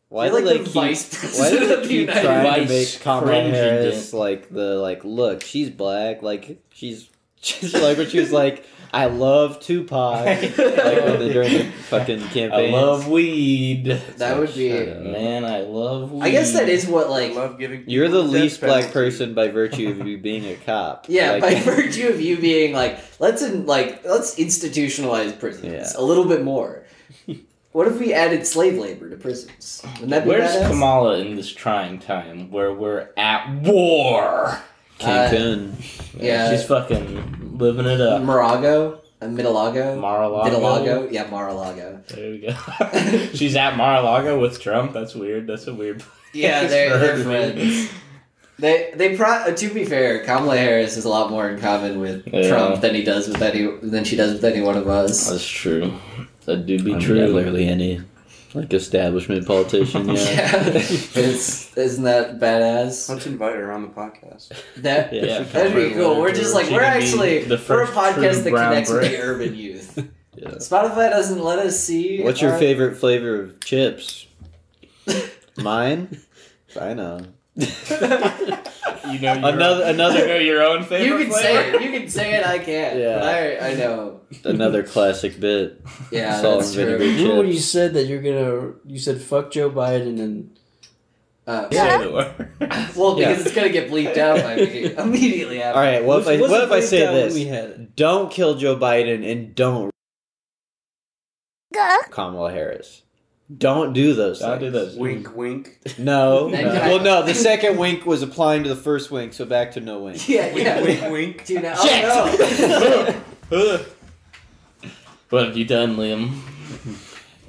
Speaker 1: Why
Speaker 3: you're
Speaker 1: do they
Speaker 3: like the
Speaker 1: keep?
Speaker 3: vice
Speaker 1: Why do
Speaker 3: president of
Speaker 1: they
Speaker 3: the
Speaker 1: keep
Speaker 3: United
Speaker 1: trying to
Speaker 2: Vice
Speaker 1: make Kamala
Speaker 2: cringing
Speaker 1: Harris like the like? Look, she's black. Like she's she's like when she was like, I love Tupac. like when they, during the fucking
Speaker 2: I
Speaker 1: campaign.
Speaker 2: love weed.
Speaker 3: That would be.
Speaker 2: Man, I love weed.
Speaker 3: I guess that is what
Speaker 5: I
Speaker 3: like.
Speaker 5: love giving.
Speaker 1: You're the
Speaker 5: people death
Speaker 1: least black
Speaker 5: penalty.
Speaker 1: person by virtue of you being a cop.
Speaker 3: Yeah,
Speaker 1: Like,
Speaker 3: by virtue of you being like, let's in, like let's institutionalize prisons
Speaker 1: Yeah.
Speaker 3: a little bit more. what if we added slave labor to prisons? Wouldn't that be
Speaker 2: Where's
Speaker 3: badass?
Speaker 2: Kamala in this trying time where we're at war?
Speaker 1: Cancun.
Speaker 3: Yeah.
Speaker 2: She's fucking living it up.
Speaker 3: Morago, uh, Middelago,
Speaker 2: Mar-a-Lago.
Speaker 3: Middelago, yeah, Mar-a-Lago.
Speaker 2: There we go. She's at Mar-a-Lago with Trump. That's weird. That's a weird.
Speaker 3: Yeah,
Speaker 2: place
Speaker 3: they're,
Speaker 2: for her to
Speaker 3: they're
Speaker 2: be.
Speaker 3: friends. They they pro- uh, to be fair, Kamala Harris has a lot more in common with
Speaker 2: Yeah.
Speaker 3: Trump than he does with any than she does with any one of us.
Speaker 2: That's true. That do be
Speaker 1: I mean,
Speaker 2: true.
Speaker 1: literally any like establishment politician.
Speaker 2: Oh,
Speaker 3: Yeah,
Speaker 1: Yeah.
Speaker 3: it's, isn't that badass?
Speaker 5: Let's invite her on the podcast.
Speaker 3: That
Speaker 1: Yeah.
Speaker 3: That'd be cool. We're just like
Speaker 2: She
Speaker 3: we're
Speaker 2: could be
Speaker 3: actually
Speaker 2: the
Speaker 3: we're a
Speaker 2: first true
Speaker 3: podcast that
Speaker 2: brown
Speaker 3: connects with
Speaker 2: brick.
Speaker 3: the urban youth.
Speaker 1: Yeah.
Speaker 3: Spotify doesn't let us see.
Speaker 1: What's your
Speaker 3: our-
Speaker 1: favorite flavor of chips? Mine? I know.
Speaker 2: You know your
Speaker 1: Another-
Speaker 2: own-
Speaker 1: another-
Speaker 2: You know your own favorite.
Speaker 3: You can
Speaker 2: flavor?
Speaker 3: say it. You can say it. I can't.
Speaker 1: Yeah.
Speaker 3: But I I know.
Speaker 1: Another classic bit.
Speaker 3: Yeah,
Speaker 1: Salt
Speaker 3: that's
Speaker 1: and
Speaker 3: true.
Speaker 1: vinegar.
Speaker 4: Remember when you
Speaker 1: Chips.
Speaker 4: said that you're gonna? You said fuck Joe Biden and
Speaker 3: Uh,
Speaker 2: Say the word.
Speaker 3: Well, because
Speaker 1: Yeah.
Speaker 3: it's gonna get bleeped out by me immediately
Speaker 1: All
Speaker 3: after.
Speaker 1: right, what if I, what if I say
Speaker 4: We
Speaker 1: this?
Speaker 4: had it.
Speaker 1: Don't kill Joe Biden and don't Kamala Harris. Don't do those.
Speaker 2: Don't do
Speaker 1: things.
Speaker 2: those.
Speaker 5: Wink, wink.
Speaker 1: No.
Speaker 3: Then
Speaker 2: can I-
Speaker 1: Well, no. The second wink was applying to the first wink, so back to no wink.
Speaker 3: Yeah,
Speaker 5: Wink,
Speaker 3: yeah.
Speaker 5: wink, wink.
Speaker 3: Dude, now, oh,
Speaker 2: what have you done, Liam?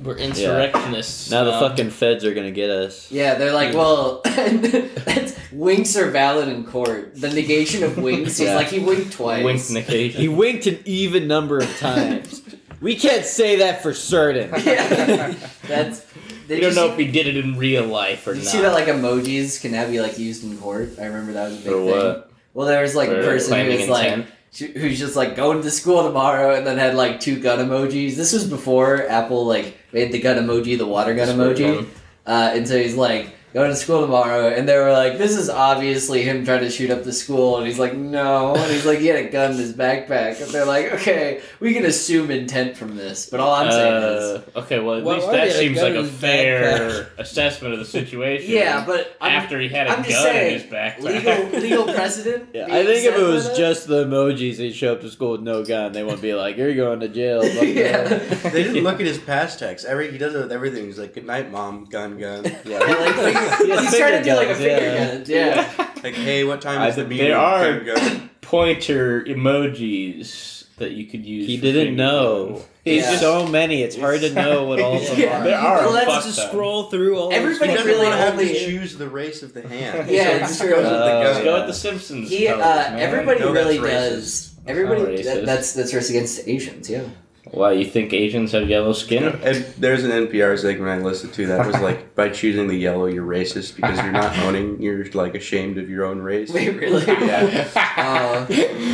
Speaker 2: We're insurrectionists.
Speaker 1: Now the
Speaker 2: Um,
Speaker 1: fucking feds are gonna get us.
Speaker 3: yeah, they're
Speaker 2: Hmm.
Speaker 3: like, well, that's, winks are valid in court. The negation of winks was
Speaker 1: Yeah.
Speaker 3: like he winked twice.
Speaker 2: wink negation.
Speaker 1: He winked an even number of times. we can't say that for certain.
Speaker 3: Yeah. That's. They
Speaker 2: We don't
Speaker 3: just-
Speaker 2: know if he did it in real life or
Speaker 3: Did you
Speaker 2: not.
Speaker 3: see that like emojis can now be like used in court? I remember that was a big
Speaker 2: or
Speaker 3: thing.
Speaker 2: what?
Speaker 3: Well, there was like
Speaker 2: For
Speaker 3: a person who
Speaker 2: claiming
Speaker 3: was like
Speaker 2: intent?
Speaker 3: she, who's just like going to school tomorrow, and then had like two gun emojis. This was before Apple like made the gun emoji the water gun
Speaker 2: Squirt
Speaker 3: emoji,
Speaker 2: gun.
Speaker 3: uh, and so he's like going to school tomorrow, and they were like, "This is obviously him trying to shoot up the school," and he's like, "No," and he's like, "He had a gun in his backpack," and they're like, "Okay, we can assume intent from this, but all I'm saying is."
Speaker 2: Uh, okay, well at
Speaker 4: Why-
Speaker 2: least
Speaker 4: why
Speaker 2: that
Speaker 4: did a
Speaker 2: seems
Speaker 4: gun
Speaker 2: like
Speaker 4: in
Speaker 2: a
Speaker 4: his
Speaker 2: fair assessment of the situation.
Speaker 3: Yeah, but I'm,
Speaker 2: after he had a
Speaker 3: I'm
Speaker 2: gun
Speaker 3: just saying,
Speaker 2: in his backpack.
Speaker 3: legal legal precedent.
Speaker 1: Yeah,
Speaker 3: being
Speaker 1: I think if
Speaker 3: set
Speaker 1: it
Speaker 3: by
Speaker 1: was
Speaker 3: that?
Speaker 1: just the emojis, he'd show up to school with no gun. They wouldn't be like, "You're going to jail." blah, blah,
Speaker 3: yeah,
Speaker 1: blah."
Speaker 5: They didn't look at his past text. Every he does it with everything. He's like, "Good night, mom. Gun, gun."
Speaker 1: Yeah.
Speaker 3: Like,
Speaker 1: Yeah,
Speaker 3: he's trying to do like a
Speaker 1: guns,
Speaker 3: finger
Speaker 1: yeah.
Speaker 3: gun. Yeah,
Speaker 5: Like, hey, what time
Speaker 2: I-
Speaker 5: is the
Speaker 2: there
Speaker 5: meeting?
Speaker 2: are-
Speaker 5: Gun, gun.
Speaker 2: pointer emojis that you could use.
Speaker 1: He
Speaker 2: for
Speaker 1: didn't
Speaker 2: finger
Speaker 1: know.
Speaker 2: guns.
Speaker 1: There's
Speaker 3: Yeah.
Speaker 1: so many; it's hard to know what all of them
Speaker 3: Yeah.
Speaker 1: are.
Speaker 2: There are.
Speaker 3: Well,
Speaker 2: a
Speaker 3: that's
Speaker 2: fuck
Speaker 4: Just
Speaker 2: ton.
Speaker 4: scroll through all.
Speaker 3: Every-
Speaker 4: those-
Speaker 5: He
Speaker 3: Everybody
Speaker 5: doesn't
Speaker 3: really
Speaker 5: want to have to
Speaker 3: only-
Speaker 5: choose the race of the hand.
Speaker 3: Yeah,
Speaker 5: so he
Speaker 3: it's
Speaker 5: just
Speaker 3: true.
Speaker 5: goes with
Speaker 1: Uh,
Speaker 5: the
Speaker 2: Let's go
Speaker 5: gun.
Speaker 2: with the Simpsons.
Speaker 3: he,
Speaker 2: colors,
Speaker 3: uh,
Speaker 2: man.
Speaker 3: everybody
Speaker 5: No, that's
Speaker 3: really
Speaker 5: racist.
Speaker 3: does. Everybody
Speaker 2: That's not
Speaker 3: that,
Speaker 2: racist.
Speaker 3: that's that's racist against Asians. Yeah,
Speaker 2: Why you think Asians have yellow skin?
Speaker 5: And there's an NPR segment I listened to that was like, by choosing the yellow, you're racist because you're not owning, you're like ashamed of your own race.
Speaker 3: wait, really?
Speaker 5: Yeah.
Speaker 3: Uh,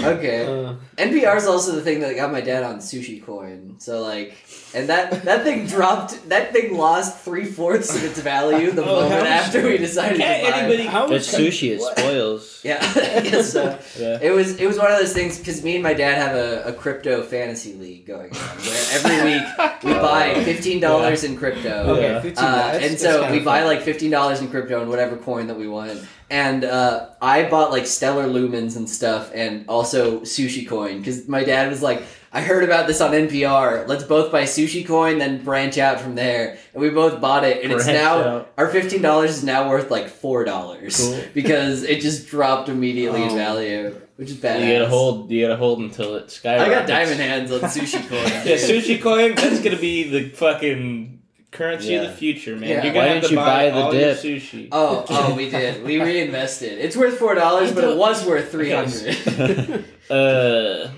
Speaker 3: okay.
Speaker 4: Uh,
Speaker 3: NPR is also the thing that got my dad on Sushi Coin. So like, and that that thing dropped. That thing lost three fourths of its value the
Speaker 4: Oh,
Speaker 3: moment
Speaker 4: how-
Speaker 3: after we decided
Speaker 4: can't
Speaker 3: to buy. it.
Speaker 4: anybody? How
Speaker 1: But
Speaker 4: much
Speaker 1: sushi, it spoils.
Speaker 3: Yeah, I guess so.
Speaker 2: Yeah.
Speaker 3: It was it was one of those things because me and my dad have a, a crypto fantasy league going on where every week we buy fifteen dollars in crypto.
Speaker 4: Okay,
Speaker 2: Yeah.
Speaker 4: 15,
Speaker 3: Uh,
Speaker 4: that's-
Speaker 3: and
Speaker 4: that's
Speaker 3: so we
Speaker 4: kinda
Speaker 3: buy
Speaker 4: fun.
Speaker 3: like fifteen dollars in crypto and whatever coin that we want. And uh, I bought like Stellar Lumens and stuff, and also Sushi Coin because my dad was like, "I heard about this on NPR. Let's both buy Sushi Coin, then branch out from there." And we both bought it, and it's
Speaker 2: Branch
Speaker 3: now
Speaker 2: out.
Speaker 3: our fifteen dollars is now worth like four dollars
Speaker 2: Cool.
Speaker 3: because it just dropped immediately in
Speaker 4: Oh.
Speaker 3: value, which is
Speaker 2: You
Speaker 3: bad.
Speaker 2: gotta hold. You gotta hold until it
Speaker 3: I
Speaker 2: skyrockets.
Speaker 3: got diamond hands on Sushi Coin.
Speaker 2: Yeah,
Speaker 3: dude.
Speaker 2: sushi coin. That's gonna be the fucking currency of
Speaker 1: Yeah.
Speaker 2: the future, man.
Speaker 3: Yeah.
Speaker 1: Why
Speaker 2: You're gonna have
Speaker 1: didn't
Speaker 2: to
Speaker 1: you buy
Speaker 2: buy,
Speaker 1: the
Speaker 2: all your
Speaker 1: dip?
Speaker 2: sushi.
Speaker 3: Oh, oh, we did. We reinvested. It's worth four dollars, but it was worth three hundred.
Speaker 1: Yeah.
Speaker 2: Uh,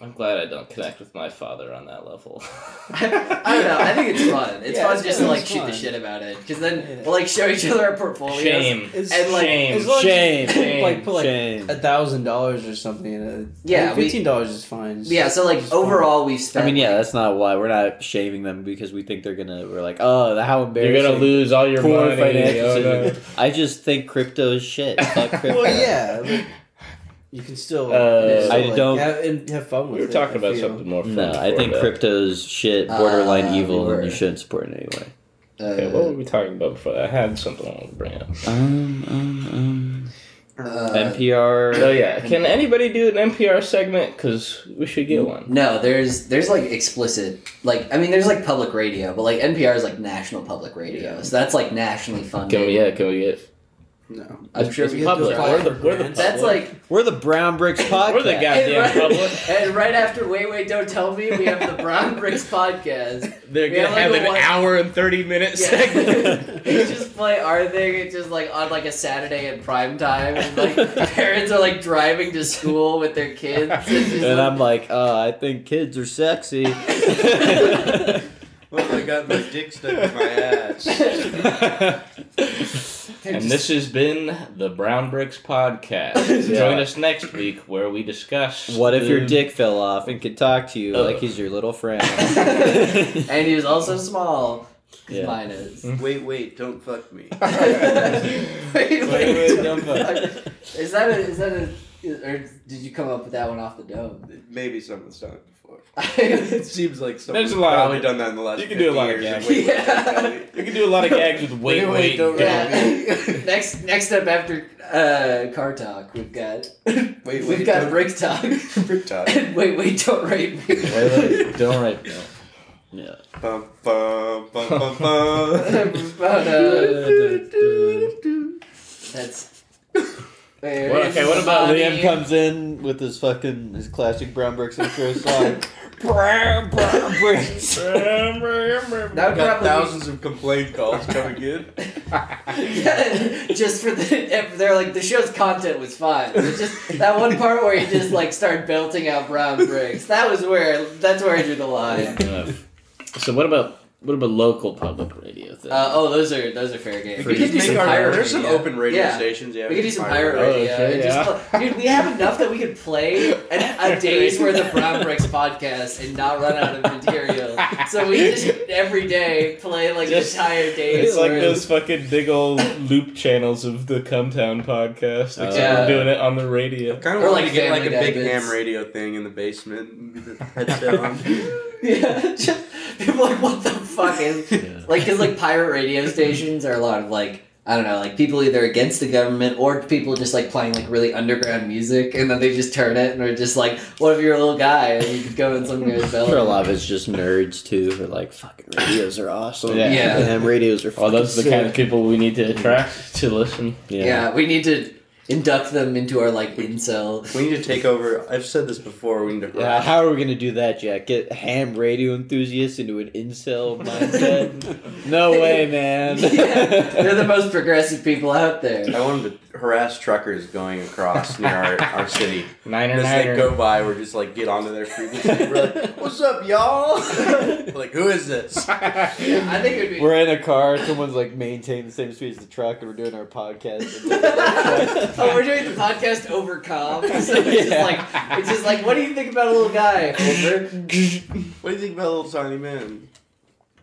Speaker 2: I'm glad I don't connect with my father on that level.
Speaker 3: I don't know. I think it's fun. It's
Speaker 4: Yeah,
Speaker 3: fun
Speaker 4: it's
Speaker 3: just to
Speaker 4: fun,
Speaker 3: like
Speaker 4: it's
Speaker 3: shoot the
Speaker 4: fun.
Speaker 3: shit about it, because then
Speaker 4: Yeah.
Speaker 3: we'll like show each other our portfolios.
Speaker 2: Shame.
Speaker 4: It's-
Speaker 3: And, like,
Speaker 2: shame.
Speaker 4: as long as you-
Speaker 1: Shame.
Speaker 2: Shame.
Speaker 4: like, put, like,
Speaker 1: Shame.
Speaker 4: a thousand dollars or something. and, uh,
Speaker 3: Yeah, we-
Speaker 4: fifteen dollars is fine.
Speaker 3: Yeah. So like
Speaker 4: It's fine.
Speaker 3: overall, we've
Speaker 1: I
Speaker 3: spent.
Speaker 1: mean, yeah,
Speaker 3: like,
Speaker 1: that's not why we're not shaming them because we think they're gonna. We're like, oh, how embarrassing.
Speaker 2: You're gonna lose all your
Speaker 1: Poor
Speaker 2: money.
Speaker 1: financial
Speaker 2: oh, no.
Speaker 1: decision. I just think crypto is shit. Fuck crypto.
Speaker 4: well, yeah. like, you can still. like,
Speaker 2: Uh,
Speaker 4: it is still,
Speaker 1: I
Speaker 4: like,
Speaker 1: don't-
Speaker 4: have, and have fun
Speaker 2: We
Speaker 4: with.
Speaker 2: were
Speaker 4: it,
Speaker 2: talking
Speaker 4: I
Speaker 2: about
Speaker 4: feel.
Speaker 2: something more. Fun
Speaker 1: No, I
Speaker 2: before
Speaker 1: think
Speaker 2: that.
Speaker 1: crypto's shit, borderline
Speaker 3: Uh,
Speaker 1: evil,
Speaker 3: we were-
Speaker 1: and you shouldn't support it anyway.
Speaker 3: uh,
Speaker 2: Okay, what were we talking about before? that? I had something I wanted to bring up.
Speaker 1: Um, um, um.
Speaker 3: uh,
Speaker 1: NPR.
Speaker 2: Oh yeah, can anybody do an NPR segment? Cause we should get one.
Speaker 3: No, there's there's like explicit like I mean there's like public radio, but like NPR is like national public radio, so that's like nationally funded.
Speaker 2: Can we? Yeah, can we get?
Speaker 4: No.
Speaker 3: I'm sure
Speaker 2: it's
Speaker 3: we
Speaker 2: public.
Speaker 3: We're
Speaker 2: We're
Speaker 3: the,
Speaker 2: the, we're the
Speaker 3: that's
Speaker 2: public.
Speaker 3: like
Speaker 1: We're the Brown Bricks Podcast.
Speaker 2: we're the
Speaker 3: and
Speaker 2: goddamn public.
Speaker 3: right, and right after Wait Wait Don't Tell Me, we have the Brown Bricks podcast.
Speaker 2: They're
Speaker 3: We have,
Speaker 2: gonna have
Speaker 3: like, a
Speaker 2: an
Speaker 3: one-
Speaker 2: hour and thirty minute
Speaker 3: Yeah.
Speaker 2: segment.
Speaker 3: They just play our thing. It's just like on like a Saturday at prime time, and like parents are like driving to school with their kids. It's just,
Speaker 1: And
Speaker 3: like-
Speaker 1: I'm like, oh, I think kids are sexy.
Speaker 5: Well, I got my dick stuck in my ass.
Speaker 2: and this has been the Brown Bricks Podcast.
Speaker 1: Yeah.
Speaker 2: Join us next week where we discuss
Speaker 1: what if your
Speaker 2: the-
Speaker 1: dick fell off and could talk to you
Speaker 2: Ugh.
Speaker 1: like he's your little friend?
Speaker 3: and he was also small. 'cause
Speaker 1: Yeah.
Speaker 3: Mine is.
Speaker 5: Wait, wait, don't fuck me.
Speaker 3: wait,
Speaker 2: wait,
Speaker 3: wait,
Speaker 2: don't fuck.
Speaker 3: Is that a, is that a, or did you come up with that one off the dome?
Speaker 5: Maybe someone's done it before. It
Speaker 3: I
Speaker 5: seems like someone's
Speaker 2: a lot of-
Speaker 5: probably done that in the last.
Speaker 2: you can do a lot of
Speaker 5: 50
Speaker 2: gags.
Speaker 5: years. Wait, wait,
Speaker 3: Yeah.
Speaker 5: don't tell me.
Speaker 2: You can do a lot of gags with wait,
Speaker 5: Wait, wait,
Speaker 2: wait, don't.
Speaker 5: don't-
Speaker 3: yeah. next next up after uh, car talk, we've got
Speaker 5: Wait,
Speaker 3: we've
Speaker 5: wait,
Speaker 3: got
Speaker 5: don't-
Speaker 3: brick talk.
Speaker 5: Brick talk.
Speaker 3: And wait, wait, don't rape me.
Speaker 2: Wait, wait, don't write no.
Speaker 1: yeah.
Speaker 5: Bum, bum, bum, bum, bum.
Speaker 3: But, uh, that's.
Speaker 2: Well, okay, what about
Speaker 1: Liam comes in with his fucking his classic Brown Bricks intro song. Brown, Brown Bricks.
Speaker 3: That
Speaker 5: I've
Speaker 3: would
Speaker 5: got
Speaker 3: probably
Speaker 5: thousands of complaint calls coming in.
Speaker 3: just for the they're like the show's content was fine. It's just that one part where he just like started belting out brown bricks. That was where that's where I drew the line.
Speaker 2: Uh, so what about what about local public radio thing?
Speaker 3: Uh, oh, those are those are fair games.
Speaker 2: We could do
Speaker 3: could
Speaker 2: some
Speaker 3: pirate
Speaker 5: There's some
Speaker 3: radio.
Speaker 5: open radio
Speaker 3: Yeah.
Speaker 5: stations. Yeah,
Speaker 3: We could do some pirate
Speaker 2: radio.
Speaker 3: radio.
Speaker 2: Oh, okay,
Speaker 3: and just
Speaker 2: yeah.
Speaker 3: play- dude, we have enough that we could play a, a day's worth of Brown Bricks podcast and not run out of material. So we just every day play like
Speaker 2: Just-
Speaker 3: an entire day.
Speaker 2: It's like
Speaker 3: worth.
Speaker 2: those fucking big old loop channels of the Cumtown podcast, except
Speaker 3: Yeah.
Speaker 2: we're doing it on the radio.
Speaker 5: Kind
Speaker 3: Or
Speaker 5: of want
Speaker 3: like
Speaker 5: to get like a
Speaker 3: Family
Speaker 5: big
Speaker 3: Guy bits.
Speaker 5: ham radio thing in the basement. and get the Headset on.
Speaker 3: Yeah, just, people are like what the fuck is like because like pirate radio stations are a lot of like I don't know like people either against the government or people just like playing like really underground music and then they just turn it and are just like what if you're a little guy and you could go in some guy's
Speaker 1: I'm sure a
Speaker 3: belly.
Speaker 1: lot of it's just nerds too. Who are like, fucking radios are awesome.
Speaker 2: Yeah.
Speaker 3: Yeah.
Speaker 1: Damn, radios are. Fucking
Speaker 2: Oh, those are the
Speaker 1: sick.
Speaker 2: kind of people we need to attract to listen.
Speaker 3: Yeah. we need to induct them into our like incel.
Speaker 5: We need to take over. I've said this before. We need to.
Speaker 1: Yeah, how are we gonna do that, Jack? Get ham radio enthusiasts into an incel mindset? no way, man.
Speaker 3: Yeah, they're the most progressive people out there.
Speaker 5: I wanted to harass truckers going across near our, our city.
Speaker 2: Niner
Speaker 5: And as they
Speaker 2: Niner.
Speaker 5: go by, we're just like, get onto their frequency. We're like, what's up, y'all? like, who is this?
Speaker 3: Yeah, I think it would be.
Speaker 1: We're in a car. Someone's like maintaining the same speed as the truck, and we're doing our podcast.
Speaker 3: oh, we're doing the podcast over com. So it's
Speaker 1: Yeah.
Speaker 3: just like it's just like what do you think about a little guy over
Speaker 5: What do you think about little tiny man?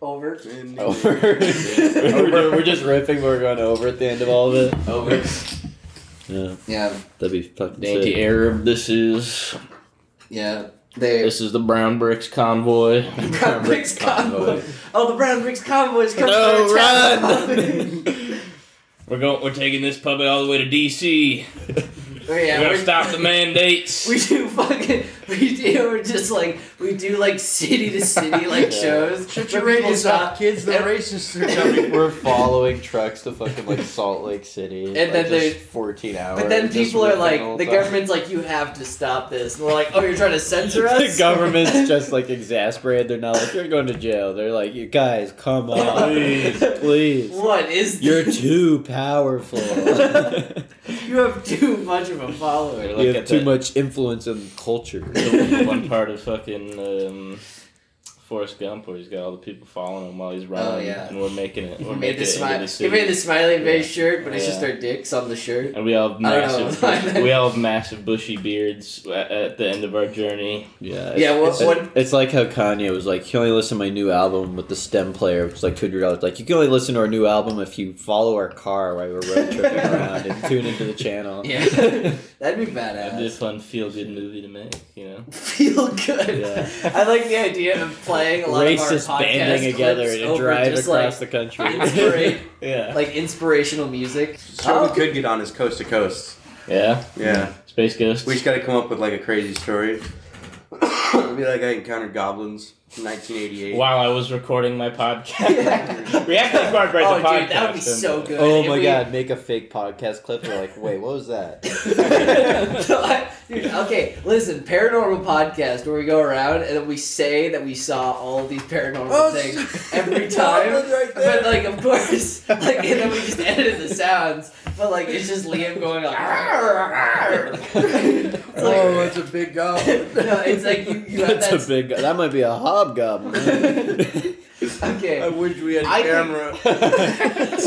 Speaker 3: over
Speaker 5: And-
Speaker 1: over. we're, doing- we're just riffing. But we're going over at the end of all of it.
Speaker 3: over?
Speaker 1: Yeah,
Speaker 3: Yeah,
Speaker 1: that'd be fucking
Speaker 2: Dainty Arab, this is
Speaker 3: yeah. They
Speaker 2: this is the Brown Bricks Convoy.
Speaker 3: Brown Bricks convoy. Oh, the Brown Bricks convoy is coming.
Speaker 1: No,
Speaker 3: to our
Speaker 1: run!
Speaker 3: town.
Speaker 2: We're going. We're taking this puppet all the way to DC.
Speaker 3: Oh,
Speaker 2: we're
Speaker 3: yeah,
Speaker 2: gonna
Speaker 3: we're-
Speaker 2: stop the mandates.
Speaker 3: We do fucking. We do. We're just like we do like city to city like shows.
Speaker 5: Shut
Speaker 3: where people
Speaker 5: your radios
Speaker 3: stop-
Speaker 5: up, kids. The
Speaker 3: and-
Speaker 5: racists are coming.
Speaker 1: We're following trucks to fucking like Salt Lake City, and
Speaker 3: then they-
Speaker 1: fourteen hours.
Speaker 3: But then
Speaker 1: just
Speaker 3: people are
Speaker 1: riffing
Speaker 3: like,
Speaker 1: all
Speaker 3: the
Speaker 1: time.
Speaker 3: government's like, you have to stop this. And we're like, oh, you're trying to censor us?
Speaker 1: the government's just like exasperated. They're not like you're going to jail. They're like, you guys, come on, please, please.
Speaker 3: What is
Speaker 1: You're
Speaker 3: this?
Speaker 1: too powerful.
Speaker 4: You have too much of a follower.
Speaker 2: They're
Speaker 1: You
Speaker 2: like
Speaker 1: have
Speaker 2: at
Speaker 1: too
Speaker 2: that-
Speaker 1: much influence in culture.
Speaker 2: the one part of fucking um, Forrest Gump where he's got all the people following him while he's running,
Speaker 3: Oh, yeah.
Speaker 2: and we're making it. We're
Speaker 3: He
Speaker 2: making
Speaker 3: made the
Speaker 2: it into
Speaker 3: smile.
Speaker 2: the
Speaker 3: He
Speaker 2: city.
Speaker 3: made the smiley face
Speaker 2: Yeah.
Speaker 3: shirt, but it's
Speaker 2: Yeah.
Speaker 3: just our dicks on the shirt.
Speaker 2: and we all have
Speaker 3: I don't know.
Speaker 2: massive, we all have massive bushy beards at, at the end of our journey.
Speaker 1: Yeah.
Speaker 3: Yeah,
Speaker 1: it's-
Speaker 3: what-
Speaker 1: it's,
Speaker 3: what-
Speaker 1: it's like how Kanye was like, you only listen to my new album with the stem player, which is like two hundred dollars. Like you can only listen to our new album if you follow our car while we're road tripping around and tune into the channel.
Speaker 3: Yeah, that'd be
Speaker 2: That'd
Speaker 3: badass.
Speaker 2: be a fun feel good movie to make, you know.
Speaker 3: Feel good.
Speaker 1: Yeah.
Speaker 3: I like the idea of playing a lot
Speaker 1: Racist
Speaker 3: of our podcast
Speaker 1: banding together
Speaker 3: clips
Speaker 1: to
Speaker 3: over
Speaker 1: drive
Speaker 3: just,
Speaker 1: across
Speaker 3: like,
Speaker 1: the country.
Speaker 3: inspira-
Speaker 1: yeah.
Speaker 3: like inspirational music.
Speaker 5: So
Speaker 3: Oh.
Speaker 5: we could get on is coast to coast.
Speaker 2: Yeah.
Speaker 5: Yeah.
Speaker 2: Space Ghost.
Speaker 5: We just got to come up with like a crazy story. be like I encountered goblins in 1988.
Speaker 2: While I was recording my
Speaker 3: Yeah.
Speaker 2: podcast, we actually incorporate
Speaker 3: oh,
Speaker 2: the podcast.
Speaker 3: dude, that would be so
Speaker 2: into it.
Speaker 3: good.
Speaker 1: Oh
Speaker 3: if
Speaker 1: my
Speaker 3: we-
Speaker 1: god, make a fake podcast clip. They're like, wait, what was that?
Speaker 3: So I- Dude, okay, listen, paranormal podcast where we go around and then we say that we saw all of these paranormal
Speaker 2: Oh,
Speaker 3: things every time.
Speaker 5: Right
Speaker 3: But
Speaker 5: there.
Speaker 3: like, of course, like, and then we just edited the sounds. But like, it's just Liam going like, "Arr, arr." It's like-
Speaker 5: oh, it's a big goblin.
Speaker 3: no, it's like you, you have
Speaker 1: That's
Speaker 3: that.
Speaker 1: a big. That might be a hobgoblin.
Speaker 5: I
Speaker 3: okay.
Speaker 5: wish we had
Speaker 3: I think-
Speaker 5: camera.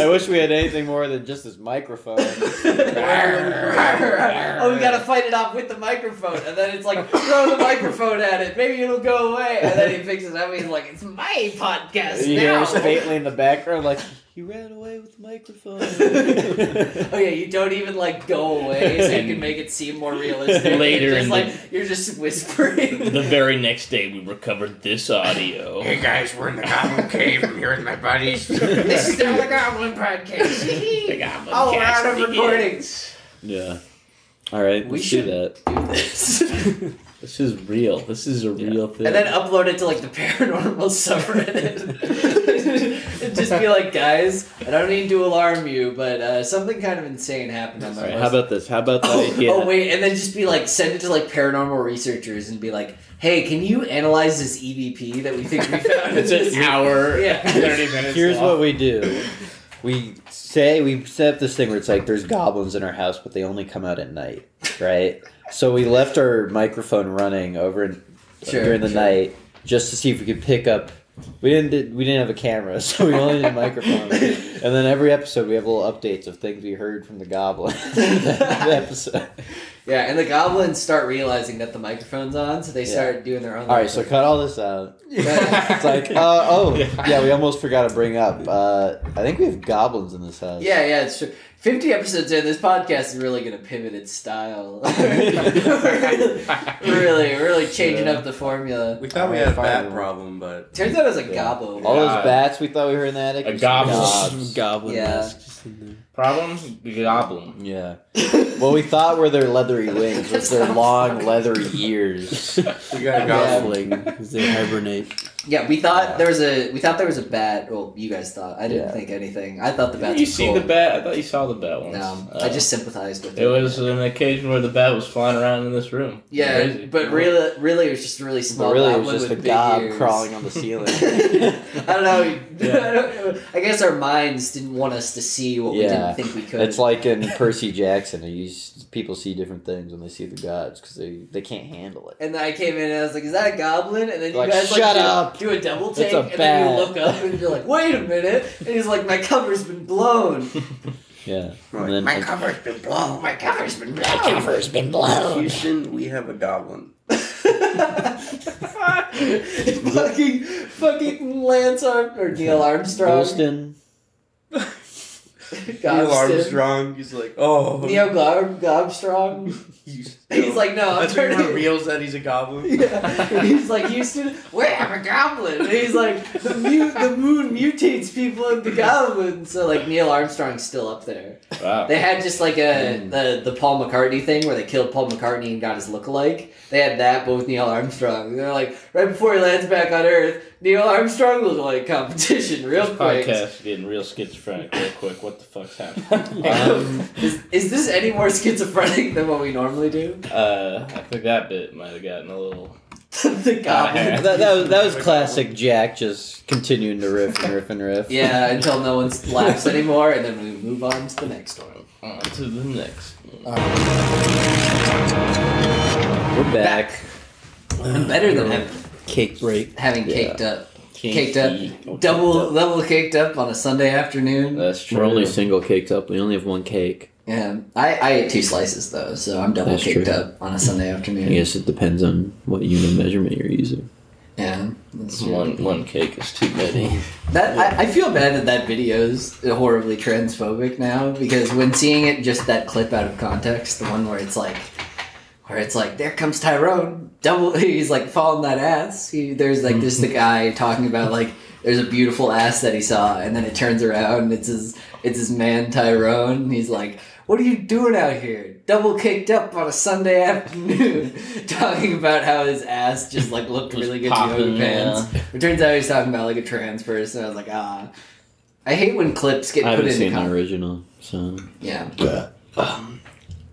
Speaker 1: I wish we had anything more than just this microphone.
Speaker 3: oh, we gotta fight it off with the microphone, and then it's like throw the microphone at it. Maybe it'll go away, and then he picks it up. And he's like, "It's my podcast
Speaker 1: you hear
Speaker 3: now."
Speaker 1: us faintly in the background, like he ran away with the microphone.
Speaker 3: Oh yeah, you don't even like go away, so you can make it seem more realistic.
Speaker 2: Later
Speaker 3: it's just,
Speaker 2: in
Speaker 3: like
Speaker 2: the-
Speaker 3: you're just whispering.
Speaker 2: The very next day, we recovered this audio.
Speaker 5: Hey guys, we're in the goblin cave. I'm here with my buddies.
Speaker 3: this is now the Goblin Podcast.
Speaker 2: The goblin
Speaker 3: Oh, we're
Speaker 2: cast
Speaker 3: out of
Speaker 2: begins.
Speaker 3: recordings.
Speaker 1: yeah. All right,
Speaker 3: We
Speaker 1: let's
Speaker 3: should-
Speaker 1: do that.
Speaker 3: Do this, and
Speaker 2: This is real. This is a real thing.
Speaker 3: then upload it to like the paranormal subreddit, and just be like, guys, I don't mean to alarm you, but uh, something kind of insane happened on
Speaker 1: All
Speaker 3: my.
Speaker 1: right,
Speaker 3: website.
Speaker 1: how about uh, this? How about that
Speaker 3: Oh,
Speaker 1: idea?
Speaker 3: oh, wait, and then just be like, send it to like paranormal researchers and be like, hey, can you analyze this EVP that we think we found?
Speaker 2: it's an hour.
Speaker 3: Yeah.
Speaker 2: Thirty minutes.
Speaker 1: Here's
Speaker 2: long.
Speaker 1: what we do. We say we set up this thing where it's like there's goblins in our house, but they only come out at night, right? So we left our microphone running over in,
Speaker 3: Sure,
Speaker 1: during the
Speaker 3: sure.
Speaker 1: night just to see if we could pick up. We didn't. We didn't have a camera, so we only did a microphone. And then every episode we have little updates of things we heard from the goblin. the episode.
Speaker 3: yeah, and the goblins start realizing that the microphone's on, so they
Speaker 1: Yeah.
Speaker 3: start doing their own.
Speaker 1: All right, so cut all this out. It's
Speaker 3: it's
Speaker 1: like, uh, oh yeah, we almost forgot to bring up. Uh, I think we have goblins in this house.
Speaker 3: yeah, yeah, it's true. Fifty episodes in, this podcast is really gonna pivot its style. really, really changing up the formula.
Speaker 5: We thought we had a bat problem, but
Speaker 3: Turns out it was a
Speaker 1: Yeah.
Speaker 3: gobble.
Speaker 1: All those
Speaker 2: God.
Speaker 1: bats we thought we were in the attic.
Speaker 2: A
Speaker 1: are just
Speaker 2: goblin.
Speaker 1: gobs.
Speaker 4: Goblin
Speaker 3: Yeah.
Speaker 4: mask just in there.
Speaker 2: problem? The goblin.
Speaker 1: Yeah. Well, we thought were their leathery wings, was their
Speaker 3: Sounds
Speaker 1: long
Speaker 3: funny.
Speaker 1: leathery ears.
Speaker 5: we got a goblin.
Speaker 4: Gobbling, 'cause they hibernate.
Speaker 3: Yeah, we thought there was a we thought there was a bat. Well, you guys thought. I didn't
Speaker 1: Yeah.
Speaker 3: think anything. I thought the
Speaker 2: Did
Speaker 3: bats.
Speaker 2: you
Speaker 3: were
Speaker 2: see
Speaker 3: cool.
Speaker 2: the bat? I thought you saw the bat once.
Speaker 3: No,
Speaker 2: Uh,
Speaker 3: I just sympathized with it.
Speaker 2: It was an occasion where the bat was flying around in this room.
Speaker 3: yeah,
Speaker 2: Crazy.
Speaker 3: but really, really, it was just a really small.
Speaker 1: But really, it
Speaker 3: goblin
Speaker 1: was just a
Speaker 3: with big
Speaker 1: gob
Speaker 3: ears.
Speaker 1: crawling on the ceiling.
Speaker 3: I don't know.
Speaker 2: Yeah.
Speaker 3: I, don't, I guess our minds didn't want us to see what we
Speaker 1: Yeah.
Speaker 3: didn't think we could.
Speaker 1: It's like in Percy Jackson. You s- people see different things when they see the gods because they, they can't handle it.
Speaker 3: and then I came in and I was like, "Is that a goblin?" And then you
Speaker 1: Like,
Speaker 3: guys
Speaker 1: "Shut
Speaker 3: like do-
Speaker 1: up.
Speaker 3: do, a double
Speaker 1: It's
Speaker 3: take,
Speaker 1: a
Speaker 3: and then
Speaker 1: bat."
Speaker 3: you look up and you're like, "Wait a minute!" And he's like, "My cover's been blown.
Speaker 1: Yeah.
Speaker 5: Right.
Speaker 1: And then
Speaker 5: my cover's been blown.
Speaker 3: My cover's been blown."
Speaker 1: cover's been blown.
Speaker 5: Houston, we have a goblin.
Speaker 3: fucking, fucking Lance Arm or Neil Armstrong.
Speaker 1: Golston.
Speaker 5: Neil
Speaker 3: Gobston.
Speaker 5: Armstrong. He's like, oh,
Speaker 3: Neo Gob Gobstrong.
Speaker 5: he's,
Speaker 3: He's like, no, I'm
Speaker 5: that's when he
Speaker 3: turning.
Speaker 5: reveals that he's a goblin.
Speaker 3: Yeah. He's like, Houston, we have a goblin. And he's like, the, mu- the moon mutates people into goblins. So like Neil Armstrong's still up there.
Speaker 2: Wow.
Speaker 3: They had just like
Speaker 2: Hmm.
Speaker 3: a the, the Paul McCartney thing where they killed Paul McCartney and got his lookalike. They had that, but with Neil Armstrong. They're like, right before he lands back on Earth, Neil Armstrong lookalike competition, real
Speaker 2: This
Speaker 3: quick.
Speaker 2: podcast getting real schizophrenic real quick. What the fuck's happening?
Speaker 1: Um,
Speaker 3: Is, is this any more schizophrenic than what we normally do?
Speaker 2: uh, I think that bit might have gotten a little
Speaker 3: the goblin.
Speaker 1: that, that was, that was classic Jack just continuing to riff and riff and riff.
Speaker 3: Yeah, until no one laughs anymore, and then we move on to the next one.
Speaker 2: On to the next one.
Speaker 1: We're back.
Speaker 3: I'm better than having,
Speaker 4: Cake break.
Speaker 3: having
Speaker 1: Yeah.
Speaker 3: caked up.
Speaker 1: Kinky.
Speaker 3: Caked up. Double
Speaker 1: up. Uh.
Speaker 3: double caked up on a Sunday afternoon.
Speaker 2: That's true.
Speaker 1: We're only single caked up. We only have one cake.
Speaker 3: Yeah. I, I ate two slices though, so I'm double
Speaker 1: That's
Speaker 3: caked
Speaker 1: true.
Speaker 3: up on a Sunday
Speaker 1: I
Speaker 3: afternoon.
Speaker 1: guess it depends on what unit measurement you're using.
Speaker 3: Yeah. That's true.
Speaker 2: one one cake is too many.
Speaker 3: That I, I feel bad that that video's horribly transphobic now because when seeing it just that clip out of context, the one where it's like, where it's like, there comes Tyrone, double, he's like falling that ass. He, there's like just the guy talking about like there's a beautiful ass that he saw, and then it turns around and it's his it's his man Tyrone. and He's like. What are you doing out here? Double kicked up on a Sunday afternoon, talking about how his ass just like looked
Speaker 2: Just
Speaker 3: really good
Speaker 2: popping,
Speaker 3: yoga pants.
Speaker 2: yeah.
Speaker 3: It turns out he's talking about like a trans person. I was like, ah. I hate when clips get
Speaker 1: I
Speaker 3: put
Speaker 1: haven't seen
Speaker 3: in.
Speaker 1: the original, so
Speaker 3: yeah.
Speaker 2: Um,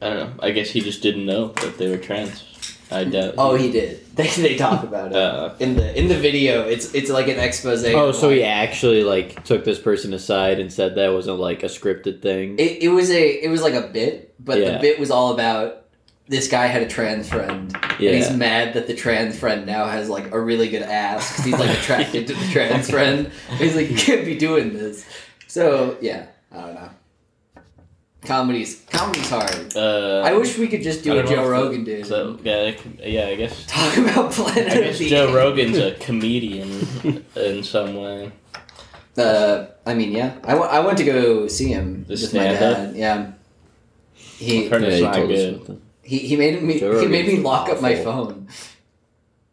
Speaker 2: I don't know. I guess he just didn't know that they were trans. I doubt.
Speaker 3: Oh, he did. They, they talk about it
Speaker 2: Uh,
Speaker 3: in the in the video. It's it's like an expose.
Speaker 1: Oh,
Speaker 3: of,
Speaker 1: so
Speaker 3: like-
Speaker 1: he actually like took this person aside and said that wasn't like a scripted thing.
Speaker 3: It, it was a it was like a bit, but the
Speaker 1: Yeah.
Speaker 3: bit was all about this guy had a trans friend, and he's
Speaker 1: yeah,
Speaker 3: mad that the trans friend now has like a really good ass 'cause he's like attracted to the trans friend. He's like, you can't be doing this. So yeah, I don't know. Comedy's comedy's hard.
Speaker 2: uh,
Speaker 3: I wish we could just do
Speaker 2: I
Speaker 3: what
Speaker 2: don't know
Speaker 3: Joe
Speaker 2: if the-
Speaker 3: Rogan did.
Speaker 2: So yeah, I c- yeah. I guess.
Speaker 3: Talk about Planet
Speaker 2: I
Speaker 3: of
Speaker 2: guess
Speaker 3: the
Speaker 2: Joe
Speaker 3: Apes.
Speaker 2: Rogan's a comedian in some way.
Speaker 3: Uh, I mean, yeah. I wa- I went to go see him
Speaker 2: The
Speaker 3: with my
Speaker 2: stand-up?
Speaker 3: dad. Yeah. He,
Speaker 2: Heard
Speaker 1: yeah,
Speaker 2: it's
Speaker 1: he
Speaker 2: not
Speaker 1: told us
Speaker 2: good.
Speaker 1: about that.
Speaker 3: he, he made me
Speaker 1: Joe
Speaker 3: he made
Speaker 1: Rogan's
Speaker 3: me lock up my
Speaker 1: awful.
Speaker 3: phone.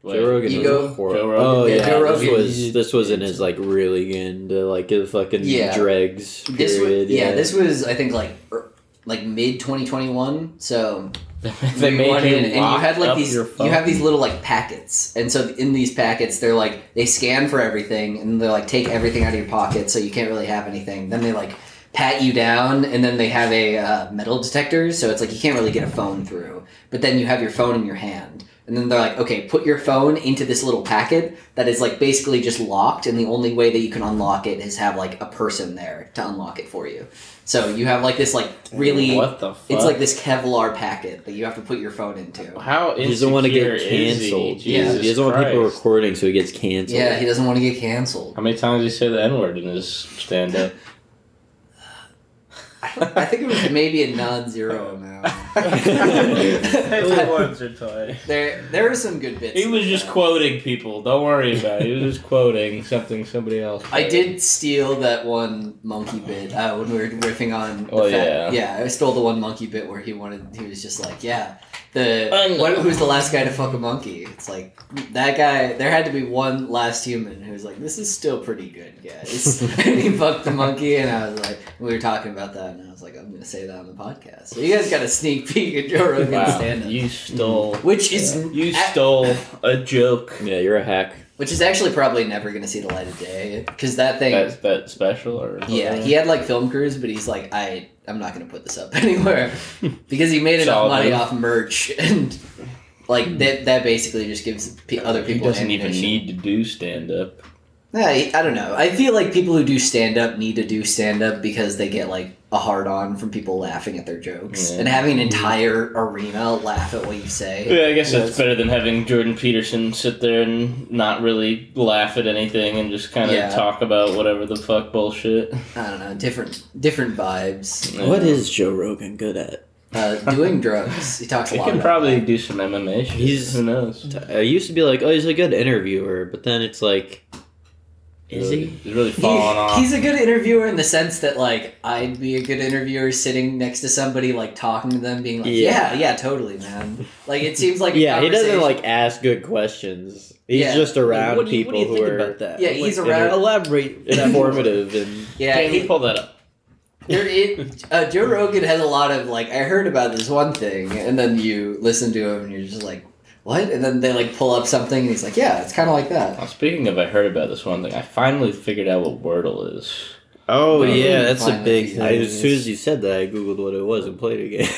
Speaker 2: Wait,
Speaker 1: Joe Rogan
Speaker 3: You
Speaker 1: was
Speaker 3: go-
Speaker 1: horrible.
Speaker 2: Joe Rogan?
Speaker 1: Oh
Speaker 3: Yeah,
Speaker 1: yeah,
Speaker 3: Joe
Speaker 1: this
Speaker 3: Rogan.
Speaker 1: was this was in his like really into like his fucking
Speaker 3: Yeah.
Speaker 1: dregs
Speaker 3: This was,
Speaker 1: period.
Speaker 3: yeah. this was I think like er, like mid 2021. So
Speaker 2: they
Speaker 3: you
Speaker 2: made
Speaker 3: went
Speaker 2: you
Speaker 3: in and you
Speaker 2: lock
Speaker 3: had like
Speaker 2: up
Speaker 3: these
Speaker 2: your phone.
Speaker 3: you have these little like packets, and so in these packets they're like they scan for everything, and they're like take everything out of your pocket, so you can't really have anything. Then they like pat you down, and then they have a uh, metal detector, so it's like you can't really get a phone through. But then you have your phone in your hand, and then they're like, okay, put your phone into this little packet that is like basically just locked, and the only way that you can unlock it is have like a person there to unlock it for you. So you have like this like really.
Speaker 2: What the fuck?
Speaker 3: It's like this Kevlar packet that you have to put your phone into.
Speaker 2: How insecure
Speaker 1: He doesn't want to get
Speaker 2: is he?
Speaker 1: canceled.
Speaker 2: Jesus
Speaker 1: Yeah, he doesn't want people
Speaker 2: Christ.
Speaker 1: recording, so he gets canceled.
Speaker 3: Yeah, he doesn't want to get canceled.
Speaker 2: How many times did he say the N word in his stand up?
Speaker 3: I think it was maybe a non-zero amount.
Speaker 1: Maybe
Speaker 2: once or twice.
Speaker 3: there, there are some good bits.
Speaker 2: He was
Speaker 3: in
Speaker 2: just
Speaker 3: there.
Speaker 2: quoting people. Don't worry about it. He was just quoting something somebody else.
Speaker 3: I
Speaker 2: said.
Speaker 3: did steal that one monkey bit uh, when we were riffing on. the
Speaker 2: Oh,
Speaker 3: fact-
Speaker 2: yeah.
Speaker 3: yeah. I stole the one monkey bit where he wanted. He was just like, yeah,
Speaker 2: I
Speaker 3: the
Speaker 2: know.
Speaker 3: what, who's the last guy to fuck a monkey? It's like that guy. There had to be one last human who was like, this is still pretty good, guys. and he fucked the monkey, and I was like, we were talking about that, and I was like, I'm gonna say that on the podcast. So you guys got a sneak peek at Joe Rogan's
Speaker 2: Wow, Mm-hmm.
Speaker 3: stand-up,
Speaker 2: you stole.
Speaker 3: which is
Speaker 2: You
Speaker 3: a-
Speaker 2: stole a joke.
Speaker 1: Yeah, you're a hack.
Speaker 3: which is actually probably never gonna see the light of day because that thing.
Speaker 2: That's that special or
Speaker 3: Yeah, he had like film crews, but he's like, I I'm not gonna put this up anywhere because he made enough
Speaker 2: Solid.
Speaker 3: money off merch and like that that basically just gives pe other
Speaker 2: He
Speaker 3: people.
Speaker 2: doesn't even
Speaker 3: ammunition.
Speaker 2: need to do stand up.
Speaker 3: Yeah, I, I don't know. I feel like people who do stand up need to do stand up because they get like a hard on from people laughing at their jokes
Speaker 2: Yeah.
Speaker 3: and having an entire arena laugh at what you say.
Speaker 2: Yeah, I guess
Speaker 1: Yeah,
Speaker 2: that's better than having Jordan Peterson sit there and not really laugh at anything and just kind of
Speaker 3: Yeah.
Speaker 2: talk about whatever the fuck bullshit.
Speaker 3: I don't know, different different vibes.
Speaker 2: Yeah.
Speaker 4: What is Joe Rogan good at?
Speaker 3: Uh, doing drugs. He talks a
Speaker 2: He
Speaker 3: lot.
Speaker 2: can
Speaker 3: about
Speaker 2: probably do some MMA shit.
Speaker 1: He's-
Speaker 2: Who knows?
Speaker 1: I used to be like, oh, he's a good interviewer, but then it's like, is
Speaker 2: really,
Speaker 1: he?
Speaker 2: He's really
Speaker 3: He-
Speaker 2: falling off.
Speaker 3: He's a good interviewer in the sense that like I'd be a good interviewer sitting next to somebody like talking to them, being like,
Speaker 1: Yeah.
Speaker 3: yeah, yeah, totally, man. Like it seems like a
Speaker 1: Yeah, he doesn't
Speaker 3: conversation-
Speaker 1: like ask good questions. He's
Speaker 3: Yeah.
Speaker 1: just around
Speaker 4: what do you,
Speaker 1: people
Speaker 4: what do you
Speaker 1: who
Speaker 4: think
Speaker 1: are
Speaker 4: about that?
Speaker 3: Yeah, he's
Speaker 4: Like,
Speaker 3: around-
Speaker 4: Elaborate. that more.
Speaker 1: informative and
Speaker 3: yeah.
Speaker 2: Can you
Speaker 3: He,
Speaker 2: pull that up?
Speaker 3: there is, uh, Joe Rogan has a lot of like I heard about this one thing, and then you listen to him and you're just like, what? And then they like pull up something, and he's like, yeah, it's kind of like that.
Speaker 2: Well, speaking of, I heard about this one thing. I finally figured out what Wordle is.
Speaker 1: Oh
Speaker 2: Well,
Speaker 1: yeah, that's a
Speaker 3: finally
Speaker 1: big
Speaker 3: figured
Speaker 1: thing.
Speaker 3: it
Speaker 1: As soon
Speaker 3: is.
Speaker 1: as you said that, I googled what it was and played it again.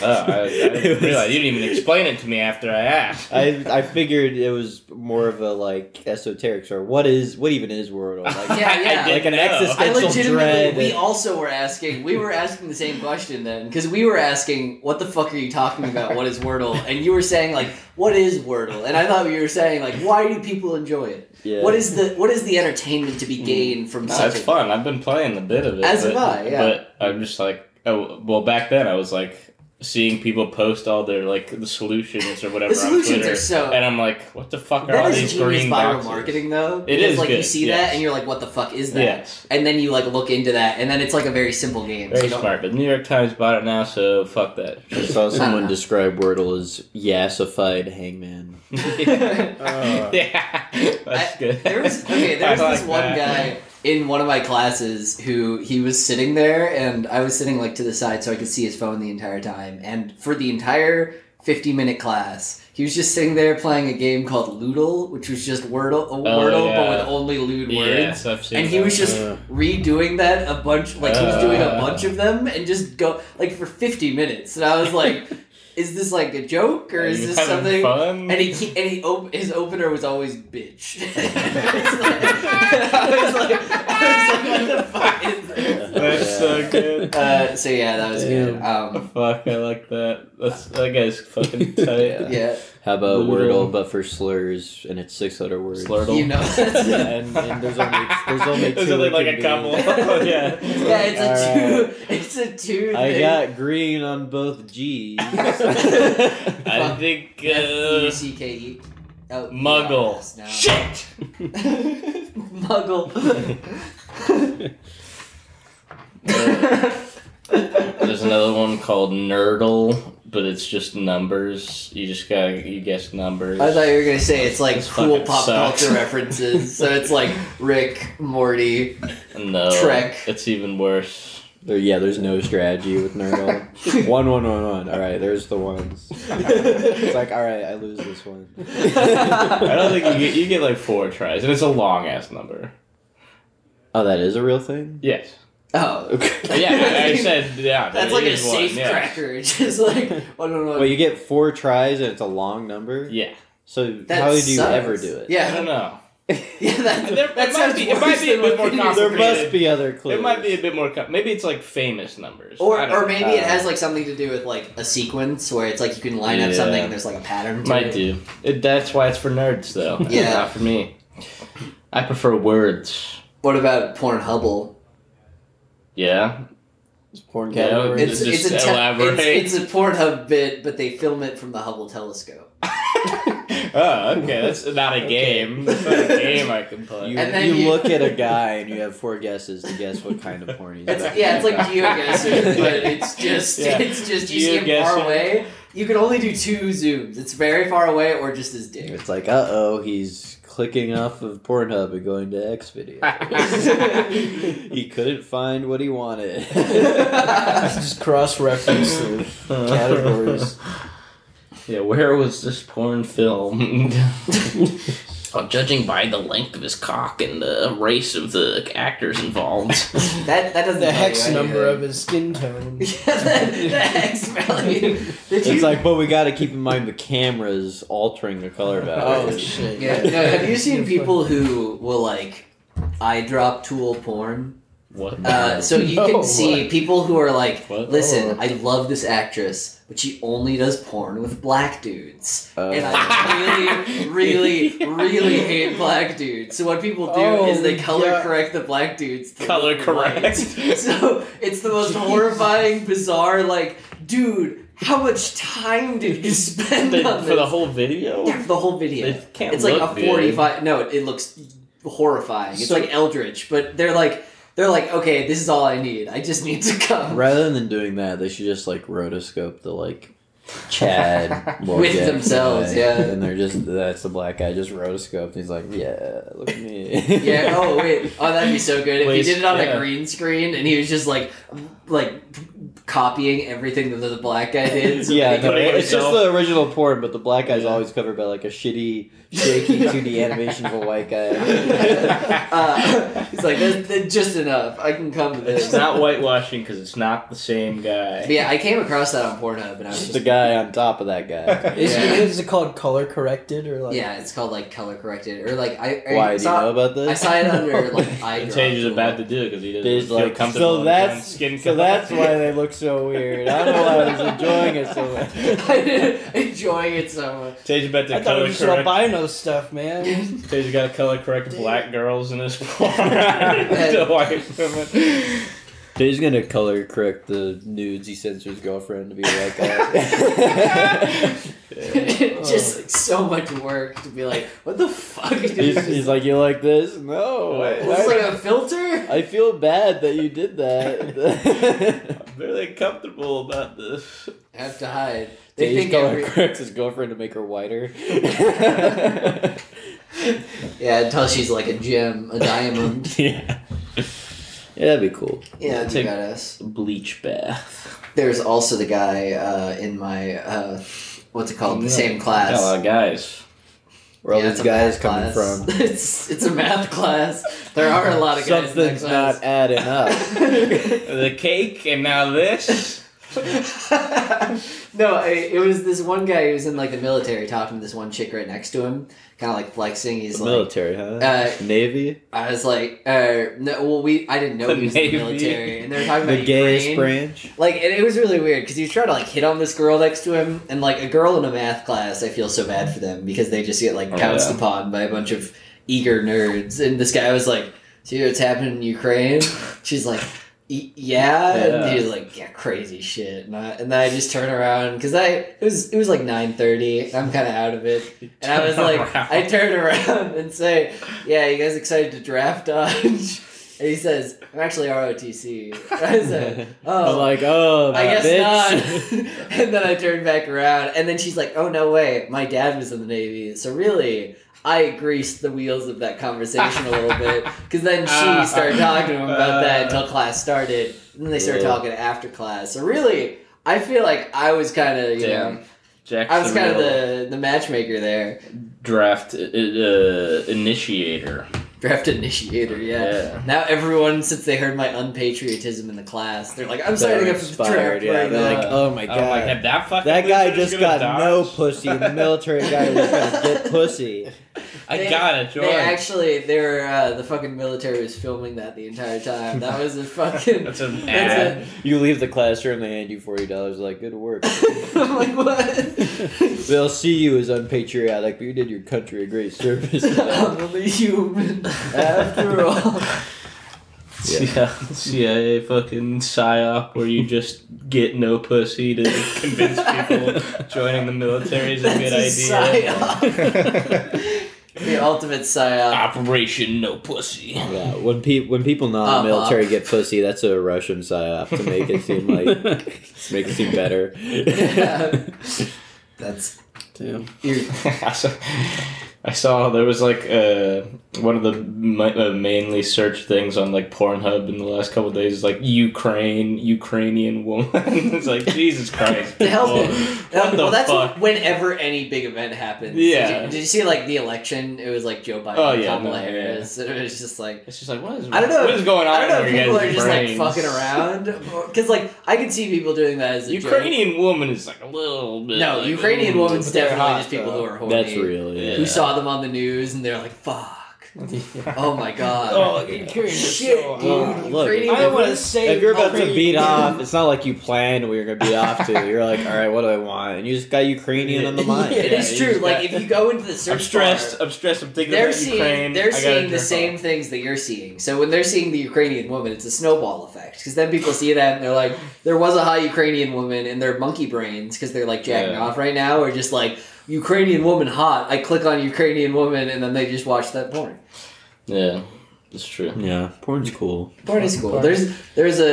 Speaker 2: Oh, I, I
Speaker 1: It
Speaker 2: didn't
Speaker 1: was-
Speaker 2: realize you didn't even explain it to me after I asked.
Speaker 1: I I figured it was more of a like esoteric story. What is what even is Weirdo? Like,
Speaker 3: Yeah, yeah.
Speaker 1: like an existential
Speaker 2: exorcist.
Speaker 3: I legitimately,
Speaker 1: dread.
Speaker 3: we also were asking, we were asking the same question then, because we were asking, what the fuck are you talking about? What is Wordle? And you were saying like, what is Wordle? And I thought you were saying like, why do people enjoy it?
Speaker 1: yeah.
Speaker 3: What is the what is the entertainment to be gained from
Speaker 2: No,
Speaker 3: such
Speaker 2: Mm. it's
Speaker 3: a
Speaker 2: fun. I've been playing a bit of it.
Speaker 3: Ah, As
Speaker 2: but,
Speaker 3: have I, yeah.
Speaker 2: But I'm just like, oh, well, back then I was like seeing people post all their like the solutions or whatever
Speaker 3: the solutions
Speaker 2: on Twitter,
Speaker 3: are so
Speaker 2: and I'm like, what the fuck are all
Speaker 3: that is
Speaker 2: these
Speaker 3: genius
Speaker 2: green
Speaker 3: viral
Speaker 2: boxes?
Speaker 3: marketing though.
Speaker 2: It
Speaker 3: because,
Speaker 2: is
Speaker 3: like you
Speaker 2: good,
Speaker 3: see
Speaker 2: yes.
Speaker 3: that and you're like, what the fuck is that?
Speaker 2: Yes,
Speaker 3: And then you like look into that and then it's like a very simple game. so
Speaker 2: very
Speaker 3: you don't-
Speaker 2: smart. But New York Times bought it now, so fuck that.
Speaker 1: I saw someone
Speaker 3: know.
Speaker 1: describe Wordle as yassified hangman.
Speaker 2: yeah, Uh, that's
Speaker 3: I-
Speaker 2: good.
Speaker 3: There was okay. There was
Speaker 2: I
Speaker 3: this
Speaker 2: like
Speaker 3: one
Speaker 2: that.
Speaker 3: guy in one of my classes who he was sitting there, and I was sitting like to the side so I could see his phone the entire time. And for the entire fifty-minute class, he was just sitting there playing a game called Loodle, which was just Wordle, uh, Wordle,
Speaker 2: Oh, yeah.
Speaker 3: but with only lewd words.
Speaker 2: Yes, I've seen
Speaker 3: And he
Speaker 2: that.
Speaker 3: was just
Speaker 4: Yeah.
Speaker 3: redoing that a bunch, like he was doing a
Speaker 2: Uh.
Speaker 3: bunch of them, and just go like for fifty minutes. And I was like, "Is this like a joke or
Speaker 2: Are
Speaker 3: is
Speaker 2: you
Speaker 3: this
Speaker 2: having
Speaker 3: something?"
Speaker 2: Fun?
Speaker 3: And he, he and he op- his opener was always bitch. I was like, I was like, what the fuck is this?
Speaker 2: That's so
Speaker 1: Yeah.
Speaker 2: good.
Speaker 3: Uh, so yeah, that was good.
Speaker 4: Damn.
Speaker 3: Um,
Speaker 2: Oh, Fuck, I like that. That's that guy's fucking tight.
Speaker 1: Yeah.
Speaker 3: yeah,
Speaker 1: How about
Speaker 2: Wordle.
Speaker 1: Wordle but for slurs and it's six letter words?
Speaker 2: Slurtle.
Speaker 3: you know.
Speaker 1: Yeah, and, and there's only there's only
Speaker 2: There's
Speaker 1: two
Speaker 2: only
Speaker 1: it
Speaker 2: like
Speaker 1: can
Speaker 2: a
Speaker 1: be.
Speaker 2: couple. yeah.
Speaker 3: yeah, it's a two.
Speaker 1: Alright.
Speaker 3: It's a two.
Speaker 1: I
Speaker 3: thing.
Speaker 1: got green on both G's.
Speaker 2: I think
Speaker 3: E
Speaker 2: uh,
Speaker 3: F-U-C-K-E. Oh,
Speaker 2: Muggle.
Speaker 3: yes, no.
Speaker 2: Shit.
Speaker 3: Muggle.
Speaker 2: There's another one called Nerdle, but it's just numbers. You just gotta you guess numbers.
Speaker 3: I thought you were gonna say it's like
Speaker 2: This
Speaker 3: cool
Speaker 2: fucking
Speaker 3: pop
Speaker 2: sucks.
Speaker 3: culture references. So it's like Rick, Morty.
Speaker 2: no.
Speaker 3: Trek.
Speaker 2: It's even worse.
Speaker 1: There- yeah, there's no strategy with Nerdle. one one one one. All right, there's the ones. It's like all right, I lose this one.
Speaker 2: I don't think you get you get like four tries, and it's a long ass number.
Speaker 1: Oh, that is a real thing.
Speaker 2: Yes.
Speaker 3: Oh.
Speaker 2: Yeah, I, I said yeah.
Speaker 3: That's
Speaker 2: there
Speaker 3: like a
Speaker 2: is one,
Speaker 3: safe
Speaker 2: yeah.
Speaker 3: cracker. It's just like one one one.
Speaker 1: Well, you get four tries and it's a long number.
Speaker 2: Yeah.
Speaker 1: So
Speaker 3: That
Speaker 1: how did you
Speaker 3: sucks.
Speaker 1: ever do it?
Speaker 2: I don't
Speaker 3: Yeah,
Speaker 2: know.
Speaker 3: yeah. That,
Speaker 2: There-
Speaker 3: that
Speaker 2: it might
Speaker 3: sounds
Speaker 2: be-
Speaker 3: worse
Speaker 2: it might be a
Speaker 3: than
Speaker 2: bit
Speaker 3: what
Speaker 2: more
Speaker 3: it is.
Speaker 2: complicated.
Speaker 1: There must be other clues.
Speaker 2: It might be a bit more. Com- maybe it's like famous numbers.
Speaker 3: Or,
Speaker 2: I don't
Speaker 3: or
Speaker 2: know.
Speaker 3: maybe it
Speaker 1: Uh,
Speaker 3: has like something to do with like a sequence where it's like you can line up
Speaker 2: Yeah.
Speaker 3: something and there's like a pattern. To
Speaker 2: might
Speaker 3: it.
Speaker 2: do. It, that's why it's for nerds, though.
Speaker 3: Yeah.
Speaker 2: not for me. I prefer words.
Speaker 3: What about porn hubble?
Speaker 2: Yeah,
Speaker 1: porn
Speaker 2: Yeah,
Speaker 1: category.
Speaker 3: It's
Speaker 2: Just
Speaker 3: it's a te-
Speaker 2: elaborate.
Speaker 3: it's, it's a Pornhub bit, but they film it from the Hubble telescope.
Speaker 2: Oh, okay. That's not a game. That's not a game I can play.
Speaker 1: You,
Speaker 3: And then
Speaker 1: you
Speaker 3: you-
Speaker 1: look at a guy and you have four guesses to guess what kind of porn he's
Speaker 3: It's,
Speaker 1: about.
Speaker 3: yeah, it's like geoguessing, but
Speaker 2: Yeah.
Speaker 3: it's just
Speaker 2: Yeah.
Speaker 3: it's just you see him far
Speaker 2: Geoguessing.
Speaker 3: away. You can only do two zooms. It's very far away or just his dick.
Speaker 1: It's like, uh oh, he's clicking off of Pornhub and going to X video. he couldn't find what he wanted. Just cross reference the categories.
Speaker 2: Yeah, where was this porn filmed? well, judging by the length of his cock and the race of the actors involved.
Speaker 3: That that doesn't
Speaker 4: The
Speaker 3: tell you
Speaker 4: hex number
Speaker 3: anything.
Speaker 4: of his skin tone.
Speaker 3: yeah, that, that hex value. Did you,
Speaker 1: It's like, but we got to keep in mind the camera's altering the color
Speaker 4: Oh
Speaker 1: values.
Speaker 4: shit!
Speaker 3: yeah, no, have you seen people who will like eye drop tool porn?
Speaker 2: what?
Speaker 3: Uh, so you
Speaker 4: No,
Speaker 3: can see
Speaker 4: what?
Speaker 3: people who are like,
Speaker 2: What?
Speaker 1: Oh.
Speaker 3: listen, I love this actress, but she only does porn with black dudes,
Speaker 1: Oh.
Speaker 3: and I really, really, really hate black dudes. So what people do
Speaker 4: Oh,
Speaker 3: is they color
Speaker 4: yeah.
Speaker 3: correct the black dudes. to
Speaker 2: Color
Speaker 3: look white.
Speaker 2: correct.
Speaker 3: so it's the most horrifying, bizarre. Like, dude, how much time did you spend
Speaker 2: They-
Speaker 3: on
Speaker 2: for the
Speaker 3: this?
Speaker 2: whole video?
Speaker 3: Yeah, for the whole video.
Speaker 2: It can't
Speaker 3: it's like
Speaker 2: look
Speaker 3: a
Speaker 2: good.
Speaker 3: forty-five. No, it, it looks horrifying. It's
Speaker 4: So-
Speaker 3: like Eldritch, but they're like they're like, okay, this is all I need. I just need to come
Speaker 1: Rather than doing that, they should just like rotoscope the like Chad
Speaker 3: With
Speaker 1: Wojcik
Speaker 3: themselves,
Speaker 1: guy.
Speaker 3: yeah.
Speaker 1: and they're just that's the black guy just rotoscoped. He's like, yeah, look at me.
Speaker 3: Yeah. Oh wait. Oh, that'd be so good if
Speaker 2: Please,
Speaker 3: he did it on
Speaker 2: yeah.
Speaker 3: a green screen and he was just like, like copying everything that the black guy did. So
Speaker 1: yeah,
Speaker 3: they
Speaker 1: no,
Speaker 3: could-
Speaker 2: put it
Speaker 1: it's just
Speaker 2: himself.
Speaker 1: the original porn, but the black guy's
Speaker 4: Yeah.
Speaker 1: always covered by like a shitty, shaky 2D animation of a white guy.
Speaker 3: uh, he's like, "That's- that's just enough. I can come to
Speaker 2: It's
Speaker 3: this.
Speaker 2: not whitewashing because it's not the same guy.
Speaker 3: But yeah, I came across that on Pornhub, and I
Speaker 1: It's
Speaker 3: was
Speaker 1: just a
Speaker 3: just
Speaker 1: guy on top of that guy.
Speaker 4: Is,
Speaker 3: Yeah.
Speaker 4: is it called color corrected or like?
Speaker 3: yeah, it's called like color corrected or like I, I
Speaker 1: Why do you
Speaker 3: saw
Speaker 1: know about this?
Speaker 3: I saw it under like eye.
Speaker 2: And
Speaker 3: drop
Speaker 2: Tage is
Speaker 3: tool.
Speaker 2: about to do it because he doesn't
Speaker 1: Dave's
Speaker 2: feel
Speaker 1: like,
Speaker 2: comfortable.
Speaker 1: so
Speaker 2: in his own
Speaker 1: that's
Speaker 2: skin
Speaker 1: so
Speaker 2: color."
Speaker 1: that's why they look so weird. I don't know why I was enjoying it so much.
Speaker 3: I didn't enjoy it so much.
Speaker 2: Tage is about to
Speaker 4: I thought it
Speaker 2: color
Speaker 4: was just
Speaker 2: correct.
Speaker 4: albino stuff, man.
Speaker 2: Tage has got to color correct black girls in his porn.
Speaker 3: And-
Speaker 2: to white women.
Speaker 1: Dave's gonna color correct the nudes he sends to his girlfriend to be a white guy.
Speaker 3: just like so much work to be like, what the fuck is
Speaker 1: he's,
Speaker 3: this?
Speaker 1: he's like, you like this? No. I-
Speaker 3: Was this
Speaker 1: I-
Speaker 3: like a filter?
Speaker 1: I feel bad that you did that.
Speaker 2: I'm really comfortable about this.
Speaker 3: I have to hide. They
Speaker 1: Dave's
Speaker 3: think
Speaker 1: color
Speaker 3: every-
Speaker 1: corrects his girlfriend to make her whiter.
Speaker 3: yeah, until she's like a gem, a diamond.
Speaker 2: Yeah.
Speaker 1: yeah, that'd be cool.
Speaker 3: yeah, that'd be
Speaker 2: Take-
Speaker 3: badass.
Speaker 2: Bleach bath.
Speaker 3: There's also the guy uh, in my uh, what's it called? The same class.
Speaker 2: Got a lot of guys.
Speaker 1: Where all
Speaker 3: Yeah,
Speaker 1: these
Speaker 3: it's a
Speaker 1: guys
Speaker 3: math
Speaker 1: coming
Speaker 3: class.
Speaker 1: from.
Speaker 3: it's it's a math class. There are a lot of guys in that
Speaker 1: Something's
Speaker 3: class.
Speaker 1: not adding up.
Speaker 2: The cake and now this.
Speaker 3: no, I, it was this one guy who was in like the military talking to this one chick right next to him, kind of like flexing. He's
Speaker 1: The
Speaker 3: like,
Speaker 1: military, huh?
Speaker 3: Uh,
Speaker 1: Navy?
Speaker 3: I was like, uh, no, well, we, I didn't know
Speaker 2: The
Speaker 3: he was in
Speaker 2: Navy.
Speaker 3: the military, and they were talking
Speaker 1: The
Speaker 3: about
Speaker 1: gayest
Speaker 3: Ukraine.
Speaker 1: branch?
Speaker 3: Like, and it was really weird because he was trying to like hit on this girl next to him, and like a girl in a math class. I feel so bad for them because they just get like
Speaker 2: Oh,
Speaker 3: pounced
Speaker 2: yeah.
Speaker 3: upon by a bunch of eager nerds, and this guy was like, "See what's happening in Ukraine?" She's like. "Y- Yeah,
Speaker 2: Yeah.
Speaker 3: and he was like, yeah, crazy shit, and, I, and then I just turn around because I it was it was like nine thirty. I'm kind of out of it, and I was like,
Speaker 2: Around.
Speaker 3: I turn around and say, "Yeah, you guys excited to draft Dodge?" And he says, "I'm actually ROTC." I said,
Speaker 1: I'm
Speaker 3: "Oh,
Speaker 1: like, oh,
Speaker 3: I guess
Speaker 1: bitch.
Speaker 3: not." and then I turn back around, and then she's like, "Oh no way! My dad was in the Navy, so really." I greased the wheels of that conversation a little bit because then
Speaker 1: Uh,
Speaker 2: Ah.
Speaker 3: she started talking to him about that
Speaker 2: Uh.
Speaker 3: until class started. And then they started
Speaker 1: Yeah.
Speaker 3: talking after class. So really, I feel like I was kind of you
Speaker 2: Damn.
Speaker 3: know
Speaker 2: Jack's
Speaker 3: I was
Speaker 2: the
Speaker 3: kind of
Speaker 2: real
Speaker 3: the the matchmaker there,
Speaker 2: draft uh, uh, initiator.
Speaker 3: draft initiator. yeah. Now everyone, since they heard my unpatriotism in the class, they're like, "I'm starting
Speaker 1: They're
Speaker 3: up a
Speaker 1: inspired,
Speaker 3: draft
Speaker 1: yeah.
Speaker 3: right
Speaker 1: They're
Speaker 3: now."
Speaker 1: like, oh my
Speaker 2: Oh
Speaker 1: god.
Speaker 2: my god, that fucking
Speaker 1: That guy
Speaker 2: loser is
Speaker 1: just
Speaker 2: gonna
Speaker 1: got no
Speaker 2: dodge?
Speaker 1: pussy. The military guy was gonna get pussy.
Speaker 2: I
Speaker 3: They-
Speaker 2: got it, Jordan.
Speaker 3: They actually, they were uh, the fucking military was filming that the entire time. That was a fucking.
Speaker 2: That's an ad.
Speaker 3: That's
Speaker 1: You leave the classroom, they hand you forty dollars. Like, good work.
Speaker 3: it. I'm like, what?
Speaker 1: They'll see you as unpatriotic, but you did your country a great service.
Speaker 3: I'm only human after all.
Speaker 2: CIA, CIA fucking psyop where you just get no pussy to convince people joining the military is a
Speaker 3: That's
Speaker 2: good
Speaker 3: a
Speaker 2: idea.
Speaker 3: psyop. the ultimate
Speaker 2: Ah.
Speaker 3: psyop.
Speaker 2: Operation No Pussy.
Speaker 1: yeah, when people when people not in the
Speaker 3: Uh-huh.
Speaker 1: military get pussy, that's a Russian psyop to make it seem like make it seem better.
Speaker 3: Yeah. That's
Speaker 4: Damn.
Speaker 3: you're
Speaker 2: I saw- I saw there was like uh, one of the mi- uh, mainly searched things on like Pornhub in the last couple of days is like Ukraine Ukrainian woman. it's like Jesus Christ.
Speaker 3: The hell's
Speaker 2: people. What the
Speaker 3: well, that's
Speaker 2: fuck?
Speaker 3: whenever any big event happens. Did
Speaker 2: Yeah.
Speaker 3: you, did you see like the election? It was like Joe Biden,
Speaker 2: Oh, yeah, no,
Speaker 3: Kamala
Speaker 2: yeah.
Speaker 3: Harris. and It was just like
Speaker 2: It's just like what is
Speaker 3: I don't know
Speaker 2: what is going on?
Speaker 3: I don't know
Speaker 2: in
Speaker 3: if
Speaker 2: your
Speaker 3: people
Speaker 2: guys'
Speaker 3: are just
Speaker 2: brains?
Speaker 3: like fucking around because like I can see people doing that as a joke.
Speaker 2: Ukrainian woman is like a little bit.
Speaker 3: No,
Speaker 2: like,
Speaker 3: Ukrainian
Speaker 2: ooh,
Speaker 3: woman's
Speaker 2: but they're
Speaker 3: definitely
Speaker 2: hot,
Speaker 3: just people who are horny.
Speaker 1: That's real. Yeah.
Speaker 3: Who saw them on the news and they're like, "Fuck, oh my god."
Speaker 2: Oh, Ukrainian is
Speaker 3: Shit,
Speaker 2: so uh,
Speaker 3: dude,
Speaker 2: hot.
Speaker 1: look,
Speaker 3: Ukrainian
Speaker 4: I want
Speaker 3: women-
Speaker 4: to say
Speaker 1: If you're about to beat
Speaker 4: Ukraine.
Speaker 1: off, it's not like you planned what you're gonna beat off to. You're like, all right, what do I want? And you just got Ukrainian on the mind.
Speaker 3: it
Speaker 2: Yeah,
Speaker 3: is
Speaker 2: you
Speaker 3: true.
Speaker 2: just
Speaker 3: Like
Speaker 2: got-
Speaker 3: if you go into the search
Speaker 2: I'm stressed.
Speaker 3: bar,
Speaker 2: I'm stressed. I'm thinking
Speaker 3: they're
Speaker 2: about
Speaker 3: seeing
Speaker 2: Ukraine. I
Speaker 3: they're
Speaker 2: gotta
Speaker 3: seeing the
Speaker 2: jerk
Speaker 3: same
Speaker 2: off.
Speaker 3: things that you're seeing. So when they're seeing the Ukrainian woman, it's a snowball effect because then people see that and they're like, "There was a hot Ukrainian woman," and their monkey brains because they're like jacking
Speaker 2: Yeah.
Speaker 3: off right now or just like Ukrainian woman hot. I click on Ukrainian woman and then they just watch that porn.
Speaker 2: Yeah, that's true.
Speaker 1: Yeah, porn's cool.
Speaker 3: Porn is cool.
Speaker 2: Porn.
Speaker 3: There's there's a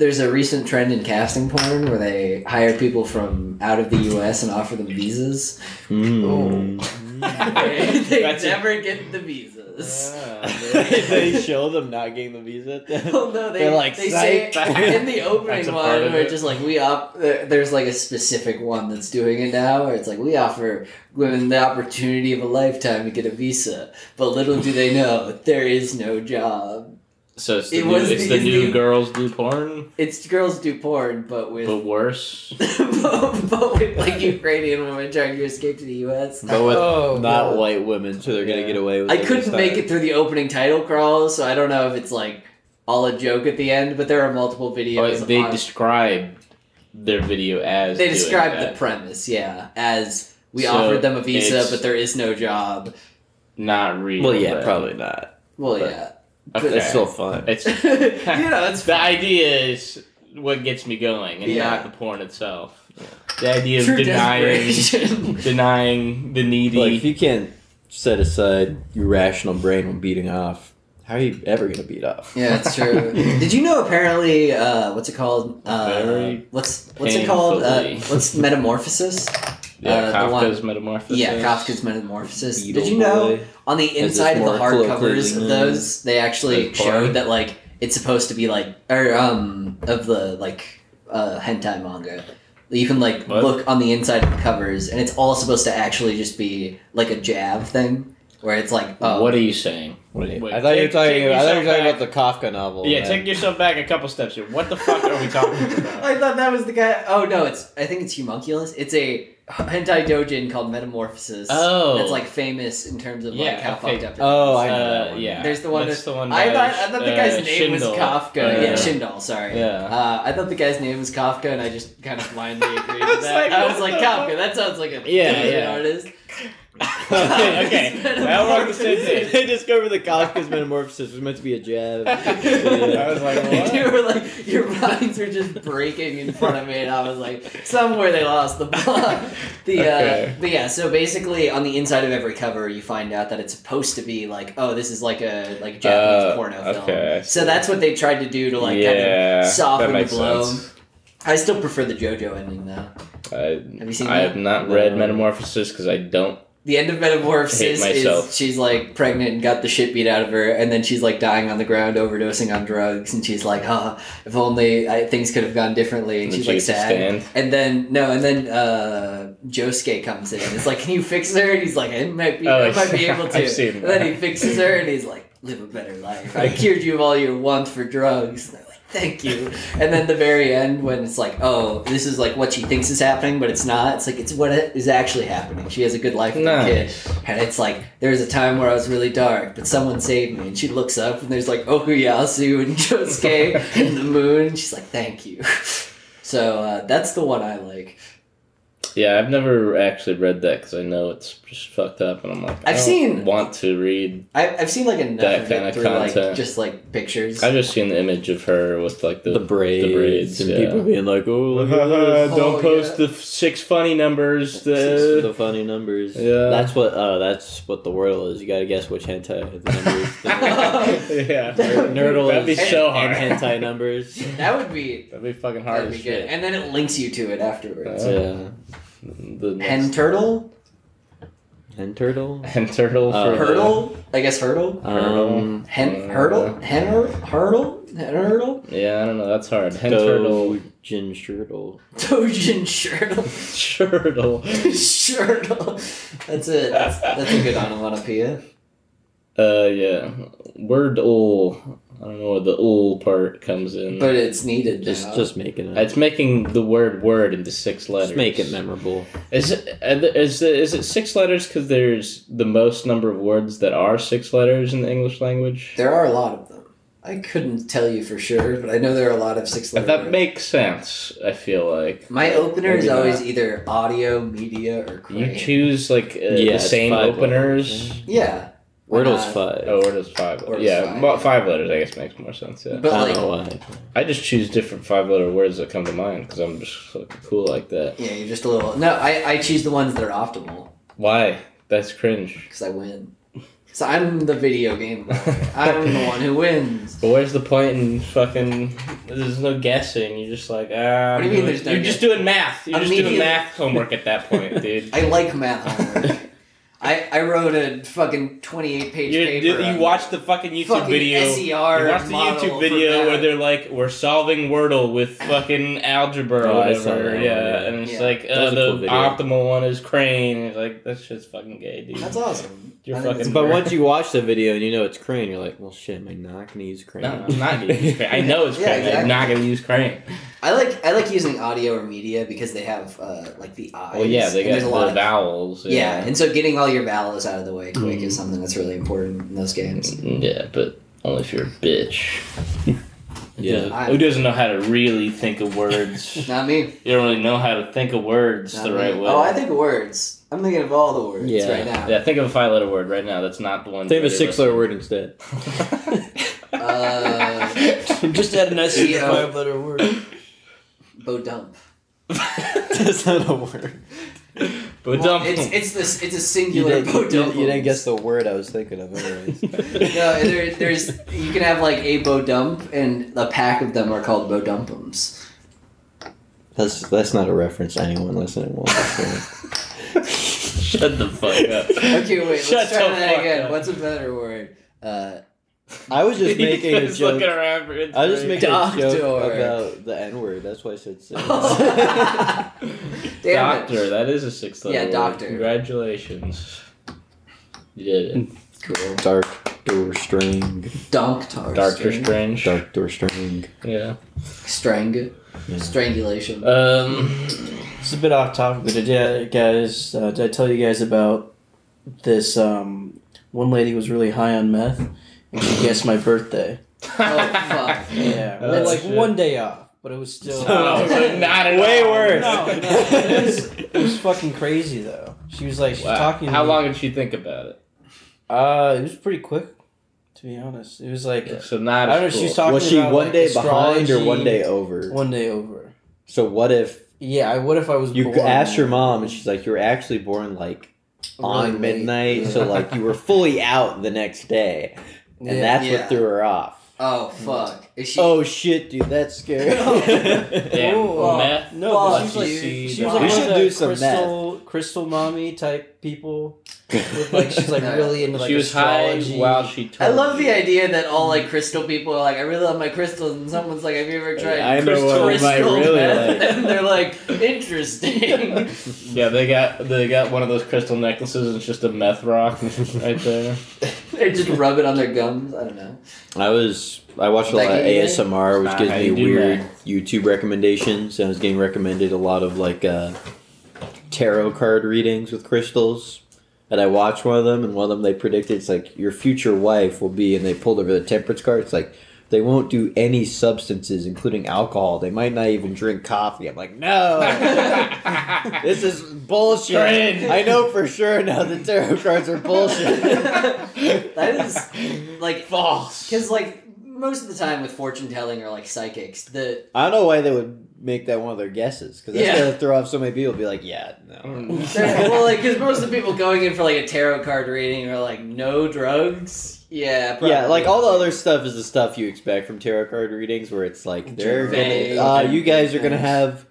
Speaker 3: there's a recent trend in casting porn where they hire people from out of the U.S. and offer them visas.
Speaker 1: Mm.
Speaker 3: they
Speaker 2: That's a-
Speaker 3: never get the visas.
Speaker 1: they show them not getting the visa.
Speaker 3: Oh no, they
Speaker 1: They're like,
Speaker 3: they say
Speaker 1: "Psych."
Speaker 3: in the
Speaker 2: That's
Speaker 3: opening
Speaker 2: a part
Speaker 3: one
Speaker 2: of
Speaker 3: where
Speaker 2: it.
Speaker 3: just like we op there- there's like a specific one that's doing it now where it's like we offer women the opportunity of a lifetime to get a visa, but little do they know there is no job.
Speaker 2: so it's the
Speaker 3: It
Speaker 2: new,
Speaker 3: was
Speaker 2: it's
Speaker 3: the-
Speaker 2: the
Speaker 3: it's
Speaker 2: new
Speaker 3: the-
Speaker 2: girls do porn,
Speaker 3: It's girls do porn, but with
Speaker 2: but worse.
Speaker 3: but, but with like Ukrainian women trying to escape to the U.S.
Speaker 1: But with
Speaker 4: Oh,
Speaker 1: not
Speaker 4: God.
Speaker 1: white women, so they're
Speaker 2: Yeah.
Speaker 1: gonna get away with.
Speaker 3: I
Speaker 1: it
Speaker 3: couldn't
Speaker 1: this
Speaker 3: make
Speaker 1: time.
Speaker 3: it through the opening title crawl, so I don't know if it's like all a joke at the end. But there are multiple videos.
Speaker 2: Oh, they
Speaker 3: on-
Speaker 2: described their video as
Speaker 3: they
Speaker 2: doing
Speaker 3: described
Speaker 2: that.
Speaker 3: the premise, yeah, as we
Speaker 2: So,
Speaker 3: offered them a visa,
Speaker 2: it's-
Speaker 3: but there is no job.
Speaker 2: not real.
Speaker 1: Well, yeah,
Speaker 2: but-
Speaker 1: probably not.
Speaker 3: Well,
Speaker 1: But-
Speaker 3: yeah,
Speaker 2: Okay.
Speaker 1: It's still fun.
Speaker 2: It's
Speaker 3: you know, it's
Speaker 2: the idea is what gets me going, and
Speaker 3: Yeah.
Speaker 2: not the porn itself. The idea of
Speaker 3: true
Speaker 2: denying
Speaker 3: desperation.
Speaker 2: denying the needy. uh,
Speaker 1: Like if you can't set aside your rational brain when beating off, how are you ever gonna beat off?
Speaker 3: yeah, it's true. Did you know? Apparently, uh, what's it called? Uh,
Speaker 2: Very
Speaker 3: what's what's it called? Uh,
Speaker 2: painfully.
Speaker 3: what's metamorphosis?
Speaker 2: yeah,
Speaker 3: uh, the one-
Speaker 2: Kafka's metamorphosis.
Speaker 3: Yeah, Kafka's Metamorphosis.
Speaker 1: Beetle
Speaker 3: Did you know
Speaker 1: boy.
Speaker 3: on the
Speaker 1: As it's
Speaker 3: inside of the
Speaker 1: more
Speaker 3: hard
Speaker 1: colloquially
Speaker 3: covers of
Speaker 1: known.
Speaker 3: those, they actually
Speaker 2: As porn.
Speaker 3: showed that like it's supposed to be like or um of the like uh hentai manga. You can like
Speaker 2: What?
Speaker 3: look on the inside of the covers, and it's all supposed to actually just be like a jab thing, where it's like, oh,
Speaker 2: What are you saying?
Speaker 1: um, What are you-
Speaker 2: Wait,
Speaker 1: I thought you were
Speaker 2: take- take
Speaker 1: talking. I thought you were
Speaker 2: yourself
Speaker 1: talking about the Kafka novel.
Speaker 2: Yeah,
Speaker 1: man.
Speaker 2: take yourself back a couple steps here. What the fuck are we talking about?
Speaker 3: I thought that was the guy. Oh no, it's I think it's Humunculus. It's a hentai dojin called Metamorphosis.
Speaker 2: Oh.
Speaker 3: that's like famous in terms of like
Speaker 2: Yeah,
Speaker 3: how
Speaker 2: okay.
Speaker 3: fucked up. it
Speaker 1: Oh,
Speaker 3: is.
Speaker 1: I know.
Speaker 2: Uh,
Speaker 1: that one.
Speaker 2: yeah,
Speaker 3: There's the one
Speaker 2: That's the one.
Speaker 3: I
Speaker 2: by,
Speaker 3: thought, I thought the
Speaker 2: uh,
Speaker 3: guy's name
Speaker 2: Shindle.
Speaker 3: was Kafka.
Speaker 2: Uh,
Speaker 3: yeah, Shindal, sorry.
Speaker 2: Yeah.
Speaker 3: Uh, I thought the guy's name was Kafka, and I just kind of blindly agreed
Speaker 2: I
Speaker 3: with
Speaker 2: was
Speaker 3: that.
Speaker 2: like,
Speaker 3: I
Speaker 2: what
Speaker 3: was like,
Speaker 2: the
Speaker 3: Kafka,
Speaker 2: fuck?
Speaker 3: that sounds like a
Speaker 2: Yeah,
Speaker 3: Belgian
Speaker 2: yeah.
Speaker 3: artist.
Speaker 2: okay, now we're on the same page.
Speaker 1: they discover the Kafka's metamorphosis was meant to be a jab.
Speaker 2: I was like, what?
Speaker 3: you were like, your minds were just breaking in front of me, and I was like, somewhere they lost the plot. The
Speaker 2: Okay.
Speaker 3: uh, but yeah, so basically, on the inside of every cover, you find out that it's supposed to be like, oh, this is like a like Japanese
Speaker 2: Uh,
Speaker 3: porno film.
Speaker 2: okay, I
Speaker 3: so
Speaker 2: see.
Speaker 3: that's what they tried to do to like kind of
Speaker 2: yeah,
Speaker 3: soften
Speaker 2: that
Speaker 3: the
Speaker 2: makes
Speaker 3: blow.
Speaker 2: sense.
Speaker 3: I still prefer the JoJo ending though.
Speaker 2: I,
Speaker 3: Have you seen
Speaker 2: I
Speaker 3: that?
Speaker 2: have not read
Speaker 1: No.
Speaker 2: Metamorphosis because I don't.
Speaker 3: The end of Metamorphosis
Speaker 2: I hate myself.
Speaker 3: is she's like pregnant and got the shit beat out of her, and then she's like dying on the ground, overdosing on drugs, and she's like, "Ah, if only I, things could have gone differently." And
Speaker 2: Did
Speaker 3: she's
Speaker 2: you get
Speaker 3: like
Speaker 2: to
Speaker 3: sad.
Speaker 2: stand?
Speaker 3: And then no, and then uh, Josuke comes in. and It's like, "Can you fix her?" And he's like, "I might be,
Speaker 2: Oh,
Speaker 3: I might be able
Speaker 2: I've
Speaker 3: to."
Speaker 2: seen
Speaker 3: and then
Speaker 2: that.
Speaker 3: he fixes her, and he's like, "Live a better life. I cured you of all your wants for drugs." And they're like, Thank you. And then the very end, when it's like, oh, this is like what she thinks is happening, but it's not. It's like it's what is actually happening. She has a good life with her kid,
Speaker 2: Nice.
Speaker 3: and it's like there was a time where I was really dark, but someone saved me. And she looks up, and there's like Okuyasu and Josuke and the moon. And she's like, thank you. So uh, that's the one I like.
Speaker 2: Yeah, I've never actually read that because I know it's just fucked up, and I'm like, I
Speaker 3: I've
Speaker 2: don't
Speaker 3: seen-
Speaker 2: want to read.
Speaker 3: I, I've seen like enough
Speaker 2: That
Speaker 3: of
Speaker 2: kinda
Speaker 3: it through like
Speaker 2: content.
Speaker 3: just like pictures.
Speaker 2: I've just seen the image of her with like the,
Speaker 1: the braids,
Speaker 2: braids,
Speaker 1: and
Speaker 2: yeah.
Speaker 1: people being like, "Oh, look at this."
Speaker 2: don't
Speaker 3: Oh,
Speaker 2: post
Speaker 3: yeah.
Speaker 2: the f- six funny numbers.
Speaker 1: Six
Speaker 2: The
Speaker 1: the funny numbers.
Speaker 2: Yeah.
Speaker 1: that's what. Uh, that's what the world is. You got to guess which hentai the numbers.
Speaker 2: yeah,
Speaker 1: Nerdle
Speaker 2: That'd be
Speaker 1: is-
Speaker 2: so hard.
Speaker 1: and hentai numbers.
Speaker 3: that would be
Speaker 2: That'd be fucking hard
Speaker 3: that'd be
Speaker 2: as
Speaker 3: good.
Speaker 2: shit.
Speaker 3: And then it links you to it afterwards.
Speaker 2: Uh,
Speaker 1: yeah,
Speaker 2: The
Speaker 3: Hen
Speaker 2: next-
Speaker 3: turtle,
Speaker 1: hen turtle.
Speaker 2: and turtle
Speaker 1: Uh,
Speaker 2: for the-
Speaker 3: hurdle. I guess hurdle.
Speaker 1: Um,
Speaker 3: Hen
Speaker 2: Uh,
Speaker 3: hurdle. Hen hurdle. Hen hurdle.
Speaker 2: Yeah, I don't know. That's hard. Hen turtle.
Speaker 1: Dojin shirtle.
Speaker 3: Tojin shirtle.
Speaker 2: Turtle.
Speaker 3: Shirtle. That's it. That's, that's a good onomatopoeia.
Speaker 2: Uh, yeah. Word ul. I don't know where the ul part comes in.
Speaker 3: But it's needed.
Speaker 1: Just,
Speaker 3: Now.
Speaker 1: just making it.
Speaker 2: it's making the word word into six letters.
Speaker 1: Just make it memorable.
Speaker 2: Is it, is it, is it six letters because there's the most number of words that are six letters in the English language?
Speaker 3: There are a lot of them. I couldn't tell you for sure, but I know there are a lot of six
Speaker 2: But
Speaker 3: letter
Speaker 2: that
Speaker 3: words.
Speaker 2: makes sense, I feel like.
Speaker 3: My opener is
Speaker 2: Maybe
Speaker 3: always
Speaker 2: not.
Speaker 3: either audio, media, or
Speaker 2: You
Speaker 3: crane.
Speaker 2: choose, like,
Speaker 1: Yeah,
Speaker 2: uh, the
Speaker 1: it's
Speaker 2: same
Speaker 1: five
Speaker 2: openers.
Speaker 1: letters,
Speaker 3: Yeah. Why
Speaker 1: Wordle's
Speaker 3: not?
Speaker 1: five.
Speaker 2: Oh, or does five?
Speaker 3: Or
Speaker 2: yeah,
Speaker 3: five.
Speaker 2: well, five letters, I guess, makes more sense, yeah.
Speaker 3: But
Speaker 1: I
Speaker 3: like,
Speaker 1: don't know why.
Speaker 2: I just choose different five letter words that come to mind because I'm just fucking cool like that.
Speaker 3: yeah, you're just a little. No, I, I choose the ones that are optimal
Speaker 2: Why? That's cringe.
Speaker 3: because I win. So I'm the video game guy. I'm the one who wins.
Speaker 2: But where's the point in fucking? There's no guessing. You're just like, ah.
Speaker 3: What do you mean there's no
Speaker 2: You're just doing math. You're just doing
Speaker 3: Immediately-
Speaker 2: math homework at that point, dude.
Speaker 3: I like math homework. I, I wrote a fucking 28 page
Speaker 2: You,
Speaker 3: paper.
Speaker 2: did- you
Speaker 3: on
Speaker 2: watched the fucking YouTube
Speaker 3: fucking
Speaker 2: video.
Speaker 3: SER
Speaker 2: you watched the
Speaker 3: model
Speaker 2: YouTube
Speaker 3: for
Speaker 2: video where
Speaker 3: that.
Speaker 2: they're like, "We're solving Wordle with fucking algebra,
Speaker 1: Oh,
Speaker 2: or
Speaker 1: I saw that
Speaker 2: whatever."
Speaker 1: one,
Speaker 2: yeah,
Speaker 1: yeah.
Speaker 2: and it's
Speaker 3: Yeah.
Speaker 2: like
Speaker 1: That
Speaker 2: uh,
Speaker 1: was a cool
Speaker 2: the
Speaker 1: video.
Speaker 2: optimal one is crane. It's like that shit's fucking gay, dude.
Speaker 3: That's awesome.
Speaker 2: You're
Speaker 3: I think
Speaker 2: fucking-
Speaker 3: that's
Speaker 1: But
Speaker 3: great.
Speaker 1: once you watch the video and you know it's crane, you're like, well, shit, am I not gonna use crane?
Speaker 2: no, I'm not gonna use crane. I know it's
Speaker 3: Yeah,
Speaker 2: crane.
Speaker 3: exactly.
Speaker 2: I'm not gonna use crane.
Speaker 3: I like I like using audio or media because they have uh, like the eyes.
Speaker 2: Well, yeah, they
Speaker 3: and
Speaker 2: got
Speaker 3: there's
Speaker 2: the
Speaker 3: a lot of-
Speaker 2: vowels.
Speaker 3: yeah. and so getting all your vowels out of the way quick
Speaker 2: Mm.
Speaker 3: is something that's really important in those games.
Speaker 1: Mm,
Speaker 2: Yeah, but only if you're a bitch.
Speaker 1: Yeah.
Speaker 3: I-
Speaker 2: Who doesn't know how to really think of words?
Speaker 3: Not me.
Speaker 2: you don't really know how to think of words
Speaker 3: Not
Speaker 2: the
Speaker 3: me.
Speaker 2: right way.
Speaker 3: Oh, I think of words. I'm thinking of all the words
Speaker 1: Yeah.
Speaker 3: right now.
Speaker 2: Yeah, think of a five letter word right now. That's not the one.
Speaker 1: Think of a
Speaker 2: that
Speaker 1: six letter word instead.
Speaker 2: you're
Speaker 3: Uh,
Speaker 4: Just add an S to the
Speaker 3: Yeah.
Speaker 4: five letter word.
Speaker 3: Bo dump.
Speaker 1: That's not a word.
Speaker 2: but
Speaker 3: Well,
Speaker 2: dump.
Speaker 3: It's it's this it's a
Speaker 1: You
Speaker 3: singular
Speaker 1: didn't,
Speaker 3: Bo
Speaker 1: you,
Speaker 3: dump.
Speaker 1: you didn't guess the word I was thinking of, anyways.
Speaker 3: No, there, there's you can have like a Bo dump and a pack of them are called Bo dumpums.
Speaker 1: that's that's not a reference anyone listening will understand.
Speaker 2: Shut the fuck up.
Speaker 3: Okay, wait. Let's
Speaker 2: Shut
Speaker 3: try
Speaker 2: the
Speaker 3: that
Speaker 2: fuck
Speaker 3: again.
Speaker 2: up.
Speaker 3: What's a better word? Uh,
Speaker 1: I was just
Speaker 2: He's
Speaker 1: making a
Speaker 2: just looking
Speaker 1: joke.
Speaker 2: around for inspiration.
Speaker 1: I was just making
Speaker 3: Doctor.
Speaker 1: a joke about the N word. That's why I said six.
Speaker 3: Damn
Speaker 2: doctor.
Speaker 3: It.
Speaker 2: That is a six letter.
Speaker 3: Yeah,
Speaker 2: word.
Speaker 3: doctor.
Speaker 2: Congratulations. You did it.
Speaker 3: Cool.
Speaker 1: Dark door string.
Speaker 3: Donk tar.
Speaker 2: Doctor Strange.
Speaker 1: Dark door string.
Speaker 2: Yeah.
Speaker 3: Strang.
Speaker 1: Yeah.
Speaker 3: Strangulation.
Speaker 2: Um.
Speaker 4: It's a bit off topic, but did you guys, uh, did I tell you guys about this? Um, one lady was really high on meth, and she guessed my birthday.
Speaker 3: Oh, fuck.
Speaker 4: Yeah,
Speaker 2: Oh,
Speaker 4: well, like
Speaker 2: shit.
Speaker 4: one day off, but it was still.
Speaker 2: Oh, so not at
Speaker 1: Way
Speaker 2: all.
Speaker 1: worse.
Speaker 4: No, no, it, was, it was fucking crazy though. She was like, she was
Speaker 2: Wow.
Speaker 4: talking. to
Speaker 2: How
Speaker 4: me.
Speaker 2: long did she think about it?
Speaker 4: Uh, it was pretty quick, to be honest. It was like
Speaker 2: So not.
Speaker 4: I don't know.
Speaker 2: as
Speaker 4: She was
Speaker 2: cool.
Speaker 4: talking.
Speaker 1: Was she
Speaker 4: about,
Speaker 1: one
Speaker 4: like,
Speaker 1: day behind or one
Speaker 4: astrology,
Speaker 1: day over?
Speaker 4: One day over.
Speaker 1: So what if
Speaker 4: Yeah, I, what if I was
Speaker 1: you
Speaker 4: born?
Speaker 1: asked your mom and she's like, "You were actually born like
Speaker 3: Really
Speaker 1: on
Speaker 3: late.
Speaker 1: midnight, so like you were fully out the next day, and
Speaker 4: Yeah.
Speaker 1: that's
Speaker 3: Yeah.
Speaker 1: what threw her off."
Speaker 3: Oh fuck. Is she?
Speaker 1: Oh shit, dude, that's scary.
Speaker 2: Damn,
Speaker 4: Oh,
Speaker 2: meth.
Speaker 4: No,
Speaker 3: Fuck
Speaker 4: but
Speaker 2: Lucky
Speaker 4: she's like,
Speaker 3: you.
Speaker 2: seed.
Speaker 4: she was
Speaker 1: We
Speaker 4: like
Speaker 1: should
Speaker 4: one of
Speaker 1: do
Speaker 4: the
Speaker 1: some meth.
Speaker 4: crystal, crystal mommy type people. With like she's like
Speaker 3: Yeah.
Speaker 4: really into like
Speaker 2: she was high
Speaker 4: astrology.
Speaker 2: while she
Speaker 3: I
Speaker 2: turned.
Speaker 3: love the idea that all like crystal people are like, I really love my crystals, and someone's like, Have you ever tried
Speaker 1: I know
Speaker 3: crystal,
Speaker 1: what I really
Speaker 3: meth?"
Speaker 1: like.
Speaker 3: And they're like, interesting.
Speaker 2: Yeah, they got they got one of those crystal necklaces and it's just a meth rock right there.
Speaker 3: they just rub it on their gums. I don't know.
Speaker 1: I was I watched a lot
Speaker 3: Like,
Speaker 1: of
Speaker 3: yeah.
Speaker 1: ASMR, which
Speaker 2: Nah,
Speaker 1: gives
Speaker 2: how you
Speaker 1: me
Speaker 2: do
Speaker 1: weird YouTube recommendations. And I was getting recommended a lot of like uh, tarot card readings with crystals. And I watched one of them, and one of them they predicted it's like your future wife will be, and they pulled over the temperance card. It's like they won't do any substances, including alcohol. They might not even drink coffee. I'm like, no, this is bullshit.
Speaker 2: Cringe.
Speaker 1: I know for sure now the tarot cards are bullshit.
Speaker 3: That is like
Speaker 2: False.
Speaker 3: Because like most of the time with fortune telling or like psychics, the
Speaker 1: I don't know why they would make that one of their guesses because that's
Speaker 3: Yeah.
Speaker 1: gonna throw off so many people. Be like, yeah, no.
Speaker 3: they're- well, like because most of the people going in for like a tarot card reading are like no drugs. Yeah, probably.
Speaker 1: Yeah, like all the other stuff is the stuff you expect from tarot card readings, where it's like they're
Speaker 3: Vague.
Speaker 1: gonna, uh, you guys are gonna
Speaker 3: Things.
Speaker 1: have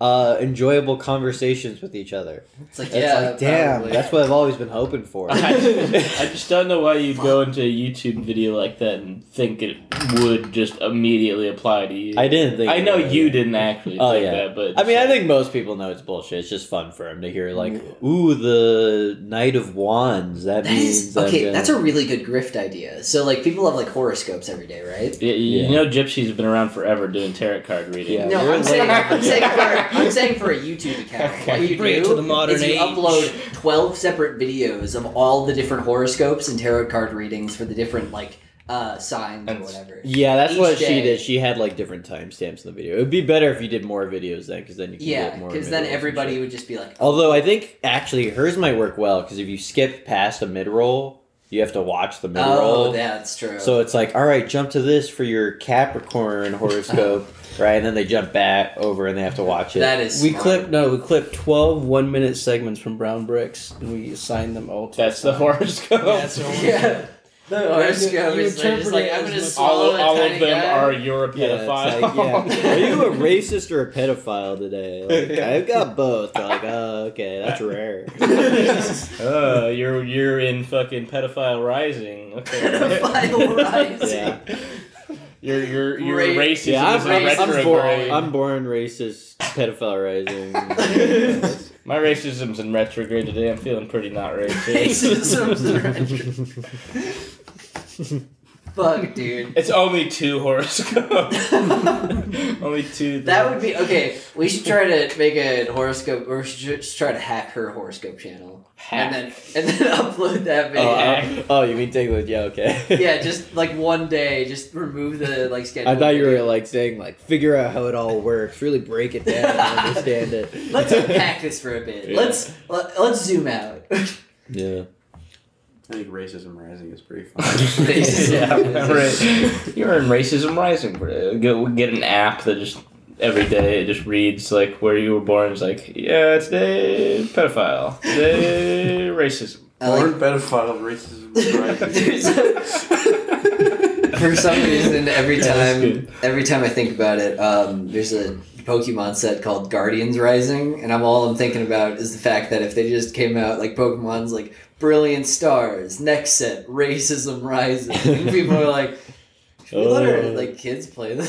Speaker 1: uh, enjoyable conversations with each other.
Speaker 3: It's like
Speaker 1: It's
Speaker 3: yeah,
Speaker 1: like, damn,
Speaker 3: probably.
Speaker 1: that's what I've always been hoping for.
Speaker 2: I just, I just don't know why you'd go into a YouTube video like that and think it would just immediately apply to you.
Speaker 1: I didn't think.
Speaker 2: I know
Speaker 1: about
Speaker 2: you
Speaker 1: it.
Speaker 2: didn't actually
Speaker 1: Oh,
Speaker 2: think
Speaker 1: yeah.
Speaker 2: that, but
Speaker 1: I mean, I think most people know it's bullshit. It's just fun for them to hear, like, "Ooh, the Knight of Wands." That,
Speaker 3: Mm-hmm. That
Speaker 1: means
Speaker 3: is
Speaker 1: I'm
Speaker 3: okay.
Speaker 1: gonna-
Speaker 3: That's a really good grift idea. So like people have like horoscopes every day, right?
Speaker 2: Yeah, you
Speaker 1: Yeah.
Speaker 2: know, gypsies have been around forever doing tarot card reading.
Speaker 1: Yeah,
Speaker 3: No,
Speaker 1: you're
Speaker 3: I'm
Speaker 1: a
Speaker 3: saying,
Speaker 1: lady.
Speaker 3: I'm saying for I'm saying for a YouTube account.
Speaker 2: Okay.
Speaker 3: What you
Speaker 4: Bring it
Speaker 3: do
Speaker 4: to the modern
Speaker 3: is you
Speaker 4: age.
Speaker 3: upload twelve separate videos of all the different horoscopes and tarot card readings for the different like uh signs or
Speaker 2: And-
Speaker 3: whatever.
Speaker 1: Yeah, that's
Speaker 3: Each
Speaker 1: what
Speaker 3: day.
Speaker 1: she did. She had like different timestamps in the video. It would be better if you did more videos then, because then you can
Speaker 3: Yeah,
Speaker 1: get more.
Speaker 3: because then
Speaker 1: mid-rolls and
Speaker 3: everybody
Speaker 1: shit.
Speaker 3: would just be like,
Speaker 1: Although I think actually hers might work well because if you skip past a mid roll, you have to watch the mid
Speaker 3: "Oh,
Speaker 1: roll.
Speaker 3: that's true."
Speaker 1: so it's like, all right, jump to this for your Capricorn horoscope, right? And then they jump back over and they have to watch it.
Speaker 3: that is
Speaker 4: We
Speaker 3: smart.
Speaker 4: clipped no, we clipped 12 one minute segments from Brown Bricks, and we assigned them all to.
Speaker 2: That's the horoscope.
Speaker 4: Yeah, that's the
Speaker 3: Yeah. The
Speaker 4: Or you-
Speaker 3: horoscope
Speaker 4: you
Speaker 3: is they're just
Speaker 4: interpret
Speaker 3: like,
Speaker 4: it
Speaker 3: I'm
Speaker 4: as
Speaker 3: gonna
Speaker 4: much-
Speaker 2: all
Speaker 3: swallow a
Speaker 2: all
Speaker 3: tiny
Speaker 2: of them
Speaker 3: guy.
Speaker 2: are you're a
Speaker 1: Yeah, it's
Speaker 2: pedophile.
Speaker 1: like, yeah. Are you a racist or a pedophile today? Like, I've got both. They're like, oh, okay, that's rare.
Speaker 2: Uh, you're you're in fucking pedophile rising. Okay.
Speaker 3: Pedophile rising.
Speaker 1: Yeah.
Speaker 2: You're you're you're
Speaker 3: Ra-
Speaker 2: racist.
Speaker 1: Yeah, I'm,
Speaker 3: a
Speaker 1: I'm, I'm, born,
Speaker 2: retrograde.
Speaker 1: I'm born racist, pedophile rising.
Speaker 2: My racism's in retrograde today. I'm feeling pretty not racist.
Speaker 3: Racism's the right- Fuck, dude.
Speaker 2: it's only two horoscopes. only two.
Speaker 3: That would be okay. We should try to make a horoscope, or we should just try to hack her horoscope channel,
Speaker 2: Hack.
Speaker 3: and then and then upload that video.
Speaker 1: Oh,
Speaker 2: Yeah.
Speaker 1: I- oh, you mean take with? Yeah, okay.
Speaker 3: yeah, just like one day, just remove the like schedule.
Speaker 1: I thought you were like saying like figure out how it all works, really break it down, and understand it.
Speaker 3: Let's unpack this for a bit.
Speaker 2: Yeah.
Speaker 3: Let's let, let's zoom out.
Speaker 1: Yeah.
Speaker 5: I think racism rising is pretty fun.
Speaker 3: Racism.
Speaker 2: yeah, right. You're in racism rising. bro. Go get an app that just every day it just reads like where you were born. It's like yeah, today pedophile, today racism.
Speaker 3: I like-
Speaker 5: Born pedophile, racism
Speaker 3: There's a- for some reason, every
Speaker 2: Yeah, that's
Speaker 3: time
Speaker 2: good.
Speaker 3: every time I think about it, um, there's a Pokemon set called Guardians Rising, and I'm all I'm thinking about is the fact that if they just came out like Pokemon's like Brilliant Stars, next set, Racism Rising, and people are like. Should we let our
Speaker 1: Oh.
Speaker 3: like kids play this?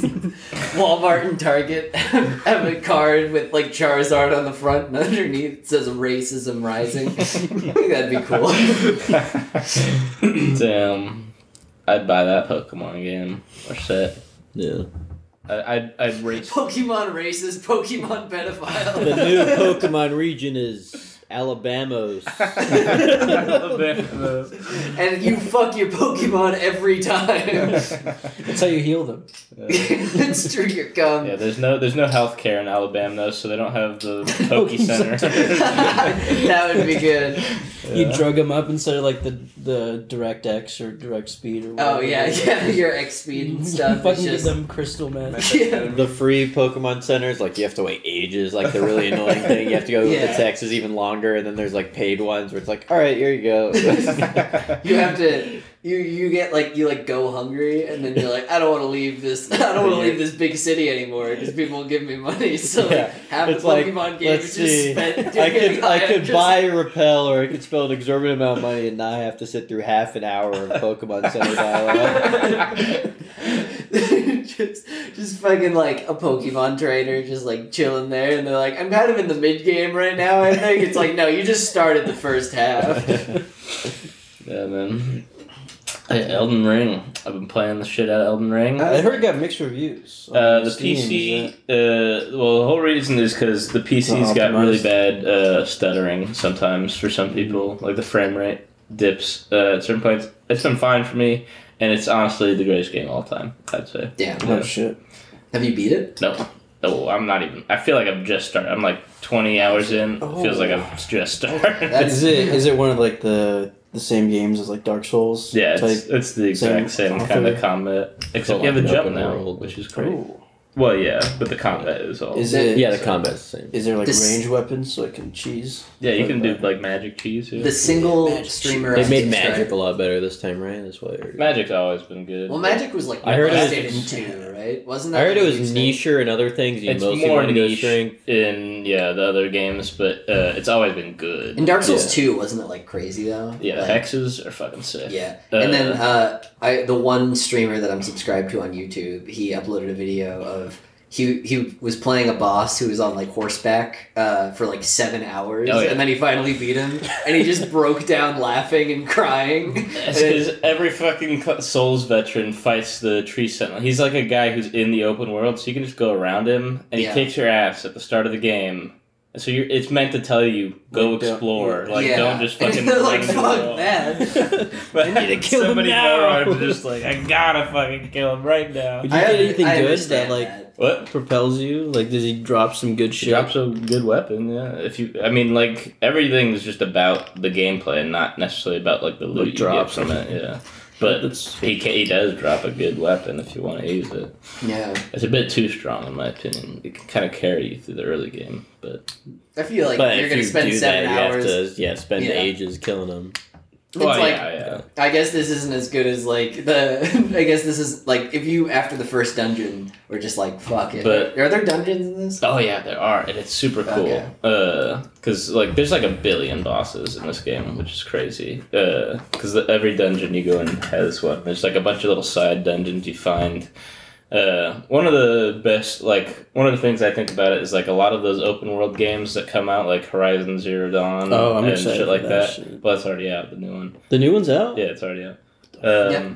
Speaker 3: Walmart and Target have a card with like Charizard on the front and underneath it says racism rising. I think that'd be cool.
Speaker 2: Damn, I'd buy that Pokemon game or set.
Speaker 1: Yeah.
Speaker 2: I, I'd I'd race.
Speaker 3: Pokemon racist, Pokemon pedophile.
Speaker 1: The new Pokemon region is Alabamos.
Speaker 3: and you fuck your Pokemon every time.
Speaker 4: That's how you heal them.
Speaker 3: it's true, your cum.
Speaker 2: Yeah, there's no there's no health care in Alabama though, so they don't have the Poke
Speaker 4: Poke
Speaker 2: Center.
Speaker 3: that would be good.
Speaker 4: You
Speaker 2: Yeah.
Speaker 4: drug them up instead of like the the direct X or direct speed or whatever.
Speaker 3: Oh yeah, yeah, your X speed
Speaker 4: You
Speaker 3: and stuff. It's
Speaker 4: fucking get
Speaker 3: just
Speaker 4: them crystal meth.
Speaker 1: the free Pokemon centers, like you have to wait ages, like the really annoying thing. You have to go
Speaker 3: Yeah.
Speaker 1: the text is even longer, and then there's like paid ones where it's like, all right, here you go.
Speaker 3: you have to you you get like you like go hungry and then you're like I don't want to leave this I don't want to leave this big city anymore because people will give me money so
Speaker 1: Yeah.
Speaker 3: like, half
Speaker 1: It's
Speaker 3: the
Speaker 1: like,
Speaker 3: Pokemon game
Speaker 1: let's
Speaker 3: is just
Speaker 1: see.
Speaker 3: spent
Speaker 1: I
Speaker 3: getting
Speaker 1: could I
Speaker 3: high
Speaker 1: could
Speaker 3: just-
Speaker 1: buy a repel, or I could spend an exorbitant amount of money and not have to sit through half an hour of Pokemon Center dialogue.
Speaker 3: just, just fucking like a Pokemon trainer, just like chilling there, and they're like, "I'm kind of in the mid game right now." I think it's like, no, you just started the first half.
Speaker 2: yeah, man. Hey, Elden Ring. I've been playing the shit out of Elden Ring.
Speaker 4: I heard it got mixed reviews. on
Speaker 2: Uh, the
Speaker 4: Steam, is
Speaker 2: PC,
Speaker 4: that-
Speaker 2: uh, well, the whole reason is because the PC's got
Speaker 4: optimized.
Speaker 2: really bad uh, stuttering sometimes for some people. Like the frame rate dips uh, at certain points. It's been fine for me, and it's honestly the greatest game of all time, I'd say.
Speaker 3: Damn,
Speaker 4: Oh shit!
Speaker 3: have you beat it?
Speaker 2: No. No, I'm not even. I feel like I've just started. I'm like 20 hours in. It feels like I've just started.
Speaker 3: That's-
Speaker 4: Is it is it one of like the the same games as like Dark Souls?
Speaker 2: yeah,
Speaker 4: type?
Speaker 2: it's, it's the exact same,
Speaker 4: Same
Speaker 2: kind
Speaker 4: author.
Speaker 2: of combat. Except
Speaker 1: like
Speaker 2: you have
Speaker 1: an
Speaker 2: a jump
Speaker 1: open
Speaker 2: now,
Speaker 1: world.
Speaker 2: which is great.
Speaker 4: Ooh.
Speaker 2: Well, yeah, but the combat is all.
Speaker 4: Is it?
Speaker 1: Yeah, the combat's the same.
Speaker 4: Is there like
Speaker 3: This-
Speaker 4: range weapons so I can cheese?
Speaker 2: yeah, you can do like magic cheese. Yeah.
Speaker 3: The single
Speaker 4: Magic.
Speaker 3: streamer
Speaker 1: They
Speaker 3: I
Speaker 1: made
Speaker 3: subscribe-
Speaker 1: Magic a lot better this time, right? That's why. I heard.
Speaker 2: Magic's always been good.
Speaker 3: Well, Magic was like
Speaker 1: I heard it was-
Speaker 3: updated in two, right? Wasn't
Speaker 1: I
Speaker 3: that
Speaker 1: heard it
Speaker 3: like
Speaker 1: was
Speaker 3: huge thing?
Speaker 1: nicher and other things. You
Speaker 2: it's
Speaker 1: mostly
Speaker 2: more
Speaker 1: wanted to go
Speaker 2: niche
Speaker 1: string.
Speaker 2: in yeah the other games, but uh, it's always been good.
Speaker 3: In Dark Souls
Speaker 1: Yeah.
Speaker 3: two, wasn't it like crazy though?
Speaker 2: yeah,
Speaker 3: Like-
Speaker 2: hexes are fucking sick.
Speaker 3: uh, Yeah,
Speaker 2: Uh,
Speaker 3: and then uh, I the one streamer that I'm subscribed to on YouTube, he uploaded a video of he he was playing a boss who was on like horseback uh, for like seven hours,
Speaker 2: Oh, yeah.
Speaker 3: and then he finally beat him, and he just broke down laughing and crying. And
Speaker 2: It's 'cause every fucking cl- Souls veteran fights the tree sentinel. He's like a guy who's in the open world, so you can just go around him, and
Speaker 3: Yeah.
Speaker 2: he kicks your ass at the start of the game. And So you're, it's meant to tell you go
Speaker 4: Like, don't-
Speaker 2: explore, like
Speaker 3: yeah.
Speaker 2: don't just fucking.
Speaker 3: And they're like
Speaker 2: linger
Speaker 3: fuck
Speaker 2: around."
Speaker 3: that.
Speaker 2: But
Speaker 1: I need to kill
Speaker 2: so
Speaker 1: him
Speaker 2: many
Speaker 1: now.
Speaker 2: Morons are just like I gotta fucking kill him right now.
Speaker 1: Would you
Speaker 3: I
Speaker 1: get
Speaker 3: under-
Speaker 1: anything
Speaker 3: I
Speaker 1: good that
Speaker 3: understand
Speaker 1: like
Speaker 2: What?
Speaker 1: propels you? Like, does he drop some good
Speaker 2: She
Speaker 1: shit?
Speaker 2: drops a good weapon, yeah. If you, I mean, like everything is just about the gameplay and not necessarily about like the loot
Speaker 1: Like
Speaker 2: you
Speaker 1: drops.
Speaker 2: get from it. Yeah, but
Speaker 1: That's-
Speaker 2: he ca he does drop a good weapon if you want to use it.
Speaker 3: yeah,
Speaker 2: It's a bit too strong in my opinion. It can kind of carry you through the early game, but
Speaker 3: I feel like
Speaker 1: but
Speaker 3: you're
Speaker 1: if
Speaker 3: gonna
Speaker 1: you
Speaker 3: spend
Speaker 1: do
Speaker 3: seven
Speaker 1: that,
Speaker 3: hours.
Speaker 1: you have to yeah spend
Speaker 3: Yeah.
Speaker 1: ages killing him.
Speaker 3: It's
Speaker 2: Well,
Speaker 3: like
Speaker 2: yeah, yeah.
Speaker 3: I guess this isn't as good as like the. I guess this is like if you after the first dungeon were just like fuck it.
Speaker 2: But-
Speaker 3: are there dungeons in this?
Speaker 2: Oh yeah, there are, and it's super cool.
Speaker 3: Okay.
Speaker 2: Uh 'cause cause like there's like a billion bosses in this game, which is crazy. Uh, cause the, every dungeon you go in has one. There's like a bunch of little side dungeons you find. Uh, one of the best, like one of the things I think about it is like a lot of those open world games that come out, like Horizon Zero Dawn
Speaker 4: Oh, I'm
Speaker 2: and
Speaker 4: excited
Speaker 2: shit
Speaker 4: for
Speaker 2: like
Speaker 4: that
Speaker 2: that.
Speaker 4: shit.
Speaker 2: Well, it's already out, the new one.
Speaker 4: The new one's out.
Speaker 2: Yeah, it's already out. Um,
Speaker 3: Yeah.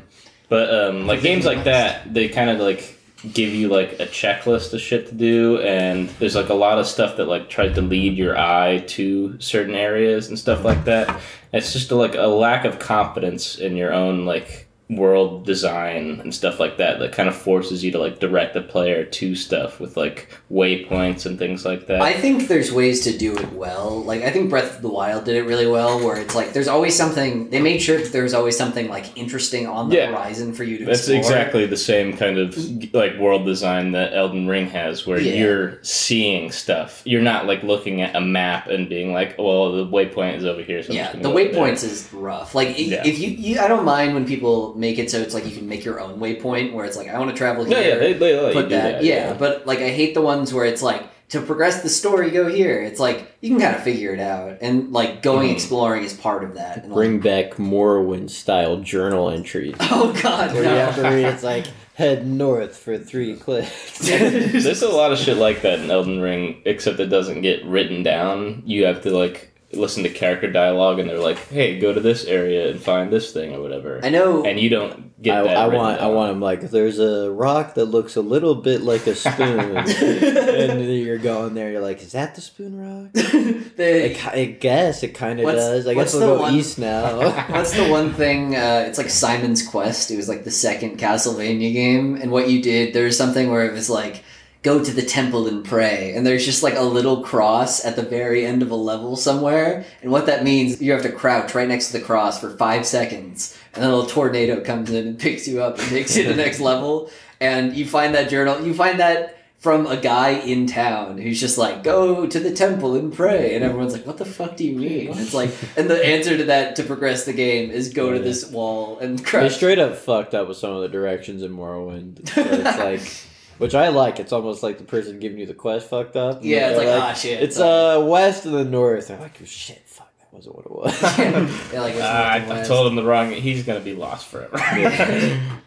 Speaker 2: But um, like games like that, they kind of like give you like a checklist of shit to do, and there's like a lot of stuff that like tries to lead your eye to certain areas and stuff like that. It's just like a lack of confidence in your own like world design and stuff like that that kind of forces you to like direct the player to stuff with like waypoints and things like that.
Speaker 3: I think there's ways to do it well. Like I think Breath of the Wild did it really well, where it's like there's always something. They made sure that there was always something like interesting on the
Speaker 2: Yeah.
Speaker 3: horizon for you to.
Speaker 2: That's
Speaker 3: explore.
Speaker 2: exactly the same kind of like world design that Elden Ring has, where
Speaker 3: Yeah.
Speaker 2: you're seeing stuff. You're not like looking at a map and being like, "Well, the waypoint is over here." So I'm
Speaker 3: Yeah,
Speaker 2: just gonna
Speaker 3: the
Speaker 2: go over there."
Speaker 3: waypoints is rough. Like i-
Speaker 2: Yeah.
Speaker 3: if you, you, I don't mind when people make it so it's like you can make your own waypoint where it's like I want to travel here.
Speaker 2: No, yeah, they, they let you
Speaker 3: put
Speaker 2: do
Speaker 3: that.
Speaker 2: that.
Speaker 3: yeah, but like I hate the ones where it's like to progress the story, go here. It's like you can kind of figure it out, and like going
Speaker 2: Mhm.
Speaker 3: exploring is part of that. And, like-
Speaker 1: Bring back Morrowind style journal entries.
Speaker 3: oh God,
Speaker 1: Where you
Speaker 3: no.
Speaker 1: have to read, it's like, head north for three clicks.
Speaker 2: There's a lot of shit like that in Elden Ring, except it doesn't get written down. You have to like listen to character dialogue, and they're like, "Hey, go to this area and find this thing or whatever,"
Speaker 3: I know.
Speaker 2: and you don't get
Speaker 1: I,
Speaker 2: that.
Speaker 1: I
Speaker 2: written
Speaker 1: want, I
Speaker 2: down.
Speaker 1: want him like. There's a rock that looks a little bit like a spoon, and then you're going there. You're like, is that the spoon rock? I,
Speaker 3: the,
Speaker 1: ki- I guess it kind of
Speaker 3: What's-
Speaker 1: does. I guess
Speaker 3: what's
Speaker 1: we'll
Speaker 3: the
Speaker 1: go
Speaker 3: one-
Speaker 1: east now.
Speaker 3: That's the one thing. Uh, it's like Simon's Quest. It was like the second Castlevania game, and what you did there was something where it was like go to the temple and pray, and there's just like a little cross at the very end of a level somewhere, and what that means you have to crouch right next to the cross for five seconds, and then a little tornado comes in and picks you up and takes you to the next level, and you find that journal. You find that. From a guy in town who's just like, go to the temple and pray. And everyone's like, what the fuck do you mean? It's like, and the answer to that to progress the game is go to this wall and
Speaker 1: they
Speaker 3: crush.
Speaker 1: straight up fucked up with some of the directions in Morrowind. So it's like, which I like. It's almost like the person giving you the quest fucked up. and
Speaker 3: yeah, it's
Speaker 1: they're
Speaker 3: like, ah, shit.
Speaker 1: it's uh west and the north. I'm like, "Oh, shit, fuck, that wasn't what it was.
Speaker 3: yeah, like,
Speaker 2: Ah,
Speaker 3: what's north and
Speaker 2: I, I
Speaker 3: west?
Speaker 2: told him the wrong. He's gonna be lost forever.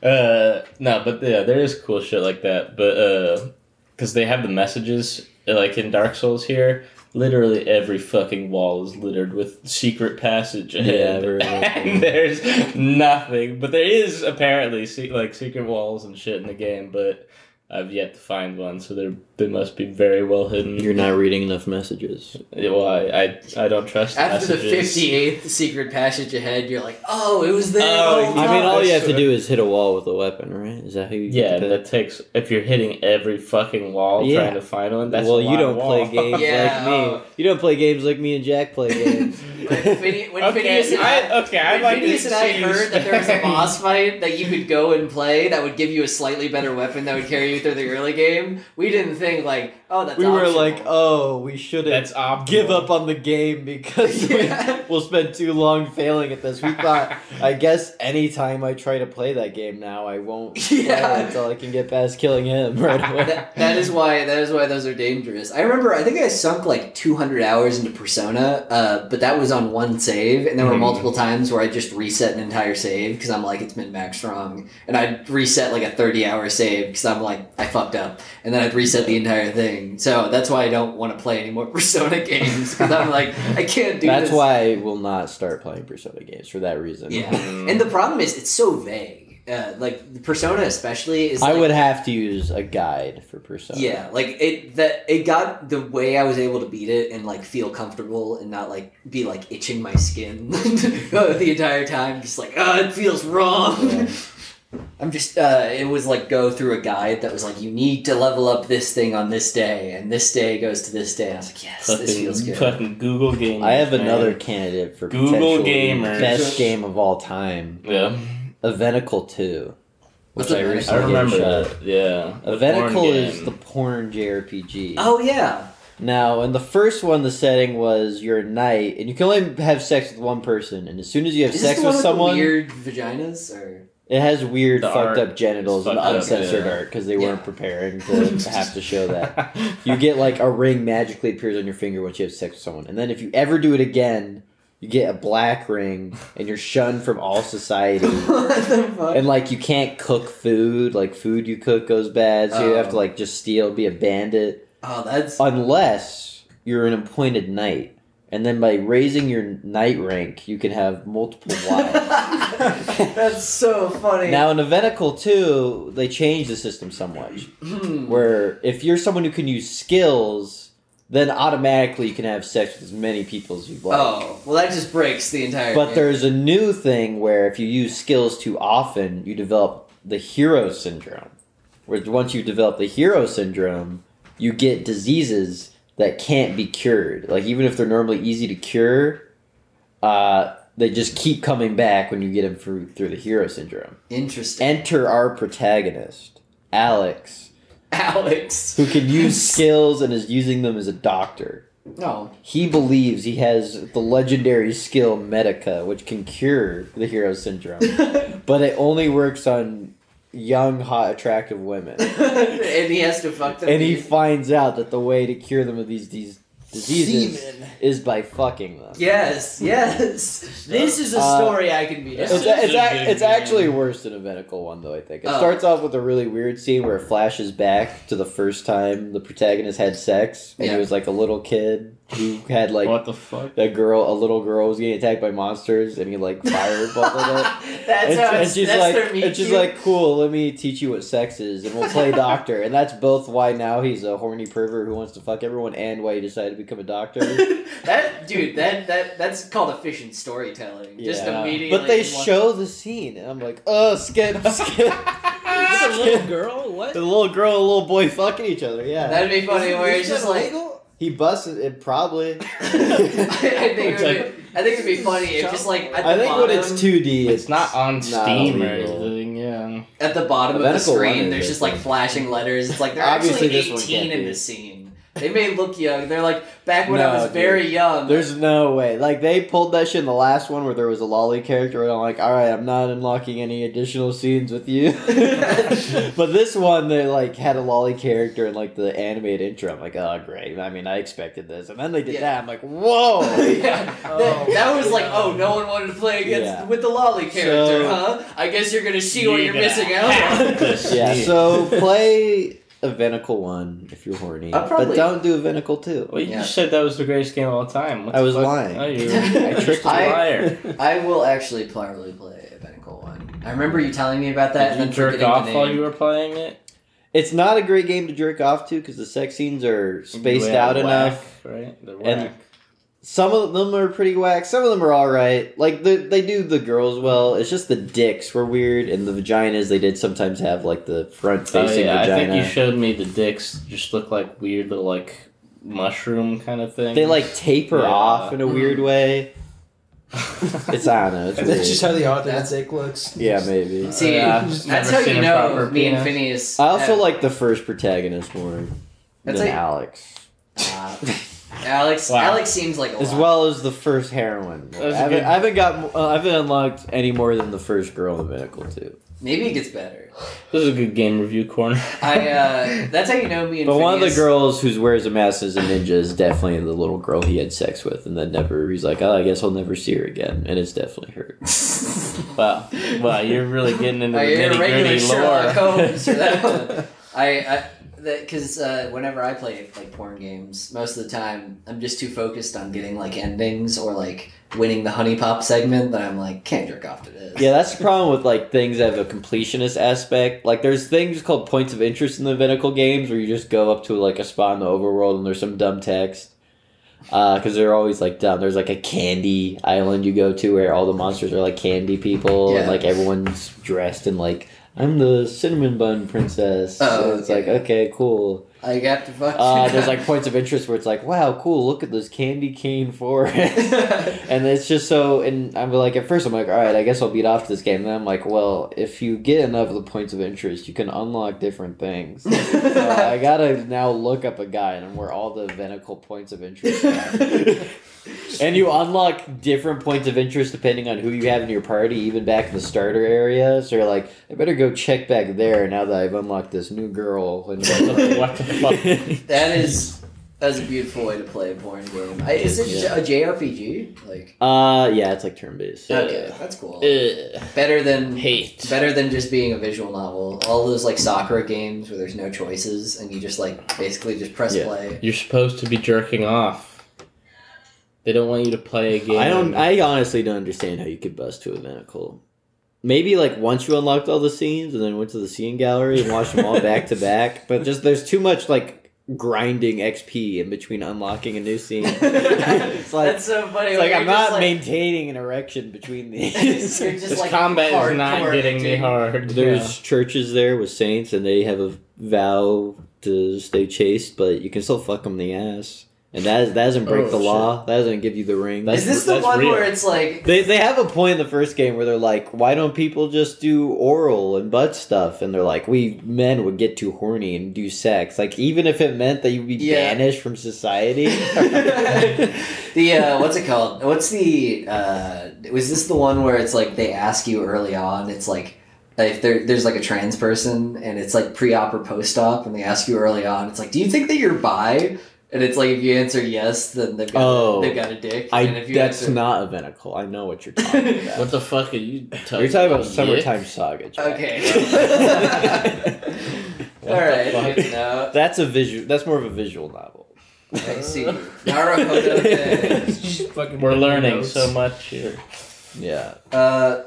Speaker 2: uh, no, but yeah, there is cool shit like that. But because they have the messages uh, like in Dark Souls here, literally every fucking wall is littered with secret passage ahead,
Speaker 1: very much.
Speaker 2: and there's nothing. But there is apparently se- like secret walls and shit in the game, but. I've yet to find one, so they're, they must be very well hidden.
Speaker 1: You're not reading enough messages.
Speaker 2: Yeah, well, I, I, I don't trust the
Speaker 3: After the
Speaker 2: messages.
Speaker 3: 58th secret passage ahead, you're like, oh, it was there.
Speaker 2: Oh,
Speaker 3: the whole
Speaker 1: I mean,
Speaker 3: time."
Speaker 1: all you have to
Speaker 2: sure.
Speaker 1: do is hit a wall with a weapon, right? Is that who? You
Speaker 2: Yeah,
Speaker 1: get to
Speaker 2: and
Speaker 1: pick?
Speaker 2: that takes if you're hitting every fucking wall
Speaker 1: Yeah.
Speaker 2: trying to find one. That's
Speaker 1: well,
Speaker 2: a
Speaker 1: you
Speaker 2: lot
Speaker 1: don't
Speaker 2: of
Speaker 1: play
Speaker 2: wall.
Speaker 1: games
Speaker 3: Yeah,
Speaker 1: like me.
Speaker 3: oh.
Speaker 1: You don't play games like me and Jack play games.
Speaker 3: When Phineas, when Phineas
Speaker 2: okay,
Speaker 3: and I,
Speaker 2: I, okay, I'd
Speaker 3: when
Speaker 2: like
Speaker 3: Phineas
Speaker 2: to
Speaker 3: and I
Speaker 2: see
Speaker 3: heard
Speaker 2: you-
Speaker 3: that there was a boss fight that you could go and play that would give you a slightly better weapon that would carry you through the early game, we didn't think, like, oh, that's
Speaker 1: we were
Speaker 3: optional.
Speaker 1: like, oh, we shouldn't
Speaker 2: That's optimal.
Speaker 1: give up on the game because we-
Speaker 3: Yeah.
Speaker 1: we'll spend too long failing at this. We thought, I guess, anytime I try to play that game now, I won't play
Speaker 3: Yeah.
Speaker 1: it until I can get past killing him right away.
Speaker 3: that, that is why that is why those are dangerous. I remember I think I sunk like 200 hours into Persona, uh, but that was on one save, and there were
Speaker 2: Mhm.
Speaker 3: multiple times where I just reset an entire save because I'm like it's been max wrong, and I'd reset like a 30 hour save because I'm like I fucked up, and then I'd reset the entire thing. So that's why I don't want to play any more Persona games because I'm like I can't do.
Speaker 1: That's
Speaker 3: this.
Speaker 1: why I will not start playing Persona games for that reason.
Speaker 3: Yeah, and the problem is it's so vague. Uh, like Persona especially is.
Speaker 1: I
Speaker 3: like,
Speaker 1: would have to use a guide for Persona.
Speaker 3: Yeah, like it that it got the way I was able to beat it and like feel comfortable and not like be like itching my skin the entire time, just like ah, it feels wrong.
Speaker 1: Yeah.
Speaker 3: I'm just uh, it was like go through a guide that was like you need to level up this thing on this day and this day goes to this day. I was like yes, this feels
Speaker 2: Fucking,
Speaker 3: good.
Speaker 2: fucking Google game.
Speaker 1: I have another candidate for
Speaker 2: Google
Speaker 1: potential
Speaker 2: gamers.
Speaker 1: best game of all time,
Speaker 2: Yeah,
Speaker 1: Aventicle Two, which
Speaker 3: What's
Speaker 1: I
Speaker 3: Aventicle?
Speaker 2: I
Speaker 1: recently
Speaker 2: remember
Speaker 1: shot.
Speaker 2: that. Yeah, The porn
Speaker 1: Aventicle is
Speaker 2: game.
Speaker 1: the porn JRPG.
Speaker 3: Oh yeah,
Speaker 1: Now, in the first one, the setting was you're a knight, and you can only have sex with one person. And as soon as you have
Speaker 3: Is this
Speaker 1: sex
Speaker 3: the one
Speaker 1: with
Speaker 3: with
Speaker 1: someone,
Speaker 3: The weird vaginas or
Speaker 1: it has weird,
Speaker 2: The
Speaker 1: fucked
Speaker 2: art
Speaker 1: up genitals and
Speaker 2: fucked up,
Speaker 1: uncensored
Speaker 2: yeah.
Speaker 1: art because they
Speaker 3: Yeah.
Speaker 1: weren't preparing to have to show that. You get like a ring magically appears on your finger once you have sex with someone, and then if you ever do it again, you get a black ring, and you're shunned from all society.
Speaker 3: what the fuck?
Speaker 1: And like you can't cook food, like food you cook goes bad, so you have to
Speaker 3: Oh.
Speaker 1: like just steal, be a bandit,
Speaker 3: Oh, that's
Speaker 1: unless you're an appointed knight. And then by raising your knight rank, you can have multiple wives.
Speaker 3: that's so funny.
Speaker 1: now in Avenical 2, they changed the system somewhat,
Speaker 3: Hmm.
Speaker 1: where if you're someone who can use skills, then automatically you can have sex with as many people as you like.
Speaker 3: oh, well, that just breaks the entire.
Speaker 1: But
Speaker 3: game.
Speaker 1: there's a new thing where if you use skills too often, you develop the hero syndrome. Where once you develop the hero syndrome, you get diseases that can't be cured. Like even if they're normally easy to cure, uh, they just keep coming back when you get them through through the hero syndrome.
Speaker 3: interesting.
Speaker 1: Enter our protagonist, Alex,
Speaker 3: Alex,
Speaker 1: who can use skills and is using them as a doctor.
Speaker 3: no,
Speaker 1: He believes he has the legendary skill Medica, which can cure the hero syndrome,
Speaker 3: and
Speaker 1: but it only works on young, hot, attractive women.
Speaker 3: he has to fuck them.
Speaker 1: And he finds out that the way to cure them of these these diseases
Speaker 4: Semen.
Speaker 1: is by fucking them.
Speaker 3: Yes, yes. This is a
Speaker 1: Uh,
Speaker 3: story I can be
Speaker 1: It's,
Speaker 3: down.
Speaker 1: it's,
Speaker 2: This is a
Speaker 1: ac-
Speaker 2: good
Speaker 1: it's actually
Speaker 2: game. Uh.
Speaker 1: worse than a medical one, though, I think. It
Speaker 3: Oh.
Speaker 1: starts off with a really weird scene where it flashes back to the first time the protagonist had sex, and
Speaker 3: Yeah.
Speaker 1: he was like a little kid who had like
Speaker 2: what the fuck?
Speaker 1: a girl, a little girl was getting attacked by monsters, and he like fireballed it.
Speaker 3: That's
Speaker 1: and,
Speaker 3: how
Speaker 1: she- and
Speaker 3: it's,
Speaker 1: she's
Speaker 3: that's
Speaker 1: like,
Speaker 3: their meet
Speaker 1: and she's
Speaker 3: cute.
Speaker 1: like, cool. Let me teach you what sex is, and we'll play doctor. and that's both why now he's a horny pervert who wants to fuck everyone, and why he decided to become a doctor.
Speaker 3: that dude, that that that's called efficient storytelling. Just
Speaker 1: Yeah.
Speaker 3: immediately.
Speaker 1: But they
Speaker 3: one-
Speaker 1: show the scene, and I'm like, oh, skip, skip.
Speaker 4: It's a
Speaker 1: Skip.
Speaker 4: little girl? What?
Speaker 1: the little girl, and little boy fucking each other. Yeah,
Speaker 3: That'd be funny. Where it's just like,
Speaker 4: legal?
Speaker 1: he busts it, it probably.
Speaker 3: I think it would be, I think it'd be funny if just like at the
Speaker 1: I think
Speaker 3: bottom,
Speaker 1: when it's 2D,
Speaker 2: It's not on
Speaker 1: not
Speaker 2: Steam or
Speaker 1: legal.
Speaker 2: anything. Yeah.
Speaker 3: at the bottom of the
Speaker 1: Medical one
Speaker 3: screen,
Speaker 1: is
Speaker 3: there's just
Speaker 1: different.
Speaker 3: like flashing letters. It's like they're
Speaker 1: Obviously, this
Speaker 3: actually
Speaker 1: one
Speaker 3: 18
Speaker 1: can't
Speaker 3: in
Speaker 1: be.
Speaker 3: this scene. They may look young. They're like back when I
Speaker 1: No,
Speaker 3: was
Speaker 1: dude.
Speaker 3: very young.
Speaker 1: There's no way. Like they pulled that shit in the last one where there was a lolly character, and I'm like, all right, I'm not unlocking any additional scenes with you. but this one, they like had a lolly character in like the animated intro. I'm like, oh great. I mean, I expected this, and then they did
Speaker 3: Yeah.
Speaker 1: that. I'm like, whoa.
Speaker 3: yeah,
Speaker 4: Oh,
Speaker 3: that, that was like,
Speaker 4: yeah.
Speaker 3: oh, no one wanted to play against
Speaker 1: Yeah.
Speaker 3: with the lolly character,
Speaker 1: So-
Speaker 3: huh? I guess you're gonna see what
Speaker 2: You're
Speaker 3: you're
Speaker 2: gonna
Speaker 3: missing out
Speaker 2: have
Speaker 3: on.
Speaker 2: to
Speaker 1: yeah.
Speaker 2: see it.
Speaker 1: So play Avenical one if you're horny,
Speaker 3: I probably-
Speaker 1: but don't do Avenical two.
Speaker 2: Well, you
Speaker 3: Yeah.
Speaker 2: just said that was the greatest game of all time. What
Speaker 1: I
Speaker 2: the
Speaker 1: was
Speaker 2: fuck?
Speaker 1: lying.
Speaker 2: Oh, you
Speaker 1: I tricked
Speaker 3: I-
Speaker 1: you.
Speaker 2: liar.
Speaker 3: I will actually probably play a Benicle one. I remember you telling me about that.
Speaker 2: Did you
Speaker 3: and then
Speaker 2: jerk
Speaker 3: forgetting
Speaker 2: off
Speaker 3: the
Speaker 2: while
Speaker 3: name.
Speaker 2: you were playing it?
Speaker 1: It's not a great game to jerk off to because the sex scenes are spaced
Speaker 2: Yeah,
Speaker 1: out
Speaker 2: whack,
Speaker 1: enough.
Speaker 2: right? They're
Speaker 1: And-
Speaker 2: whack.
Speaker 1: Some of them are pretty whack. Some of them are all right. Like the, they do the girls well. It's just the dicks were weird, and the vaginas they did sometimes have like the front
Speaker 2: Oh,
Speaker 1: facing
Speaker 2: yeah, I
Speaker 1: vagina.
Speaker 2: think you showed me the dicks just look like weird little like mushroom kind of thing.
Speaker 1: they like taper
Speaker 2: Yeah.
Speaker 1: off in a weird
Speaker 3: Mm-hmm.
Speaker 1: way. It's I don't know. It's weird.
Speaker 4: That's just how the authentic looks.
Speaker 1: yeah, maybe.
Speaker 3: See,
Speaker 2: Yeah, I've
Speaker 3: that's
Speaker 2: never
Speaker 3: how
Speaker 2: seen
Speaker 3: you
Speaker 2: a
Speaker 3: know
Speaker 2: proper
Speaker 3: me and
Speaker 2: penis.
Speaker 3: Phineas.
Speaker 1: I also
Speaker 3: have-
Speaker 1: like the first protagonist more
Speaker 3: That's
Speaker 1: than
Speaker 3: like-
Speaker 1: Alex,
Speaker 3: Ah. Alex.
Speaker 2: Wow.
Speaker 3: Alex seems like a
Speaker 1: as
Speaker 3: lot.
Speaker 1: well as the first heroine. I
Speaker 2: That was a
Speaker 1: haven't,
Speaker 2: good-
Speaker 1: I haven't got. Uh, I haven't unlocked any more than the first girl in the vehicle too.
Speaker 3: Maybe it gets better.
Speaker 2: This is a good game review corner.
Speaker 3: I. uh That's how you know me and.
Speaker 1: But one of the
Speaker 3: Phineas-
Speaker 1: girls who wears a mask as a ninja is definitely the little girl he had sex with, and then never he's like, oh, I guess I'll never see her again, and it's definitely her.
Speaker 2: Wow, wow, you're really getting into
Speaker 3: Oh,
Speaker 2: the
Speaker 3: you're a
Speaker 2: nitty
Speaker 3: regular
Speaker 2: gritty
Speaker 3: Sherlock
Speaker 2: lore.
Speaker 3: Holmes for that one. I. I because uh, whenever I play like porn games, most of the time I'm just too focused on getting like endings or like winning the honey pop segment that I'm like can't jerk off to this.
Speaker 1: yeah, that's the problem with like things that have a completionist aspect. Like there's things called points of interest in the Vinicle games where you just go up to like a spot in the overworld and there's some dumb text. Because they're always like dumb. There's like a candy island you go to where all the monsters are like candy people and
Speaker 3: Yeah.
Speaker 1: like everyone's dressed in like I'm the cinnamon bun princess.
Speaker 3: Oh,
Speaker 1: And it's
Speaker 3: okay.
Speaker 1: like okay, cool.
Speaker 3: I got to fuck.
Speaker 1: Uh, there's like points of interest where it's like, wow, cool, look at this candy cane forest. and it's just so, and I'm like, at first I'm like, all right, I guess I'll beat off this game. And then I'm like, well, if you get enough of the points of interest, you can unlock different things. So I gotta now look up a guide on where all the venical points of interest are. and you unlock different points of interest depending on who you have in your party, even back in the starter area. So you're like, I better go check back there now that I've unlocked this new girl. And
Speaker 2: What the fuck?
Speaker 3: that is that's a beautiful way to play a porn game. I, is it
Speaker 1: Yeah.
Speaker 3: a JRPG? Like
Speaker 1: Uh, yeah, it's like turn based.
Speaker 3: okay, that's cool.
Speaker 1: Ugh,
Speaker 3: Better than
Speaker 1: hate.
Speaker 3: better than just being a visual novel. All those like soccer games where there's no choices and you just like basically just press
Speaker 1: Yeah.
Speaker 3: play.
Speaker 2: You're supposed to be jerking off. They don't want you to play a game.
Speaker 1: I don't. I honestly don't understand how you could bust to a manacle. Maybe like once you unlocked all the scenes and then went to the scene gallery and watched them all back to back. But just there's too much like grinding XP in between unlocking a new scene. it's like
Speaker 3: that's so funny.
Speaker 1: it's
Speaker 3: when
Speaker 1: like
Speaker 3: you're
Speaker 1: I'm
Speaker 3: just,
Speaker 1: not maintaining an erection between these.
Speaker 3: You're just
Speaker 2: this
Speaker 3: like
Speaker 2: combat is not
Speaker 3: hardcore
Speaker 2: getting me
Speaker 3: acting.
Speaker 2: hard.
Speaker 1: There's churches there with saints, and they have a vow to stay chaste, but you can still fuck them in the ass, and that that doesn't break
Speaker 2: Oh,
Speaker 1: the
Speaker 2: shit.
Speaker 1: law. That doesn't give you the ring.
Speaker 2: That's-
Speaker 3: Is this the
Speaker 2: that's
Speaker 3: one
Speaker 2: real.
Speaker 3: where it's like
Speaker 1: they they have a point in the first game where they're like, why don't people just do oral and butt stuff? And they're like, we men would get too horny and do sex. Like even if it meant that you'd be
Speaker 3: Yeah.
Speaker 1: banished from society.
Speaker 3: the uh, what's it called? What's the uh, was this the one where it's like they ask you early on? It's like if there, there's like a trans person and it's like pre-op or post-op, and they ask you early on. It's like, do you think that you're bi? And it's like if you answer yes, then they've got,
Speaker 1: Oh.
Speaker 3: they've got a dick.
Speaker 1: I
Speaker 3: and if you
Speaker 1: that's
Speaker 3: answer,
Speaker 1: not a venacle. I know what you're talking about.
Speaker 2: What the fuck are you talking?
Speaker 1: You're talking about
Speaker 2: dick?
Speaker 1: summertime saga. Jack.
Speaker 3: okay. All right, good to know.
Speaker 1: That's a visual. That's more of a visual novel.
Speaker 3: I see. Oh, Naruhodo.
Speaker 2: We're learning so much here.
Speaker 1: Yeah.
Speaker 3: Uh,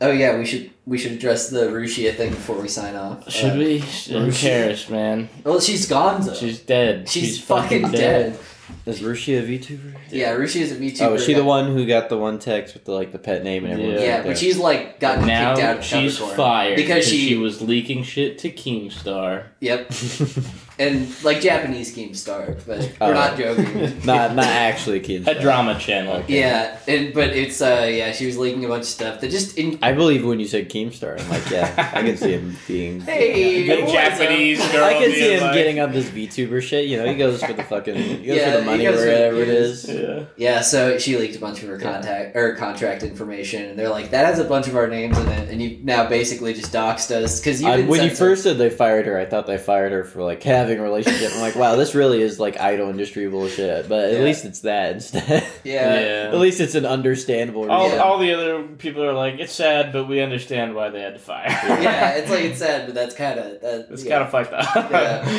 Speaker 3: oh yeah, we should we should address the Rushia thing before we sign off.
Speaker 2: Should
Speaker 3: Uh,
Speaker 2: we? Who cares, man?
Speaker 3: Well, she's gone though.
Speaker 2: She's dead.
Speaker 3: She's, fucking, dead.
Speaker 1: Is Rushi a VTuber?
Speaker 3: Yeah, Rushi is a VTuber.
Speaker 1: Oh, is she the one who got the one text with the like the pet name and everyone?
Speaker 2: Yeah.
Speaker 3: Yeah, but she's like gotten kicked out
Speaker 2: Now
Speaker 3: of
Speaker 2: she's
Speaker 3: Capricorn.
Speaker 2: fired
Speaker 3: Because she-
Speaker 2: was leaking shit to Keemstar.
Speaker 3: Yep,
Speaker 1: she's
Speaker 3: and like Japanese game star, but we're
Speaker 1: Oh.
Speaker 3: not joking.
Speaker 1: not not actually Keemstar.
Speaker 2: A drama channel.
Speaker 3: yeah, and but it's uh yeah, she was leaking a bunch of stuff that just in
Speaker 1: I believe when you said Keemstar, I'm like, yeah, I can see him being.
Speaker 3: hey
Speaker 2: Good
Speaker 3: what's
Speaker 2: Japanese
Speaker 3: up?
Speaker 2: girl.
Speaker 1: I can see
Speaker 2: being
Speaker 1: him
Speaker 2: like-
Speaker 1: getting on this VTuber shit. You know, he goes for the fucking, he goes
Speaker 3: Yeah,
Speaker 1: for the
Speaker 3: he
Speaker 1: money or
Speaker 3: goes for the
Speaker 1: whatever it
Speaker 3: views.
Speaker 1: is.
Speaker 3: Yeah, so she leaked a bunch of her
Speaker 1: Yeah.
Speaker 3: contact or contract information, and they're like, "That has a bunch of our names in it," and you now basically just doxed us because you
Speaker 1: I,
Speaker 3: didn't
Speaker 1: Uh, Um, when you
Speaker 3: censor-
Speaker 1: first said they fired her, I thought they fired her for like having a relationship. I'm like, wow, this really is like idol industry bullshit. But at
Speaker 3: Yeah.
Speaker 1: least it's that instead.
Speaker 3: yeah. Oh,
Speaker 1: at least it's an understandable.
Speaker 2: All,
Speaker 1: reason.
Speaker 2: all the other people are like, it's sad, but we understand why they had to fire.
Speaker 3: yeah, it's like it's sad, but that's kind of that.
Speaker 2: it's
Speaker 3: yeah.
Speaker 2: kind of fucked up.
Speaker 3: Yeah.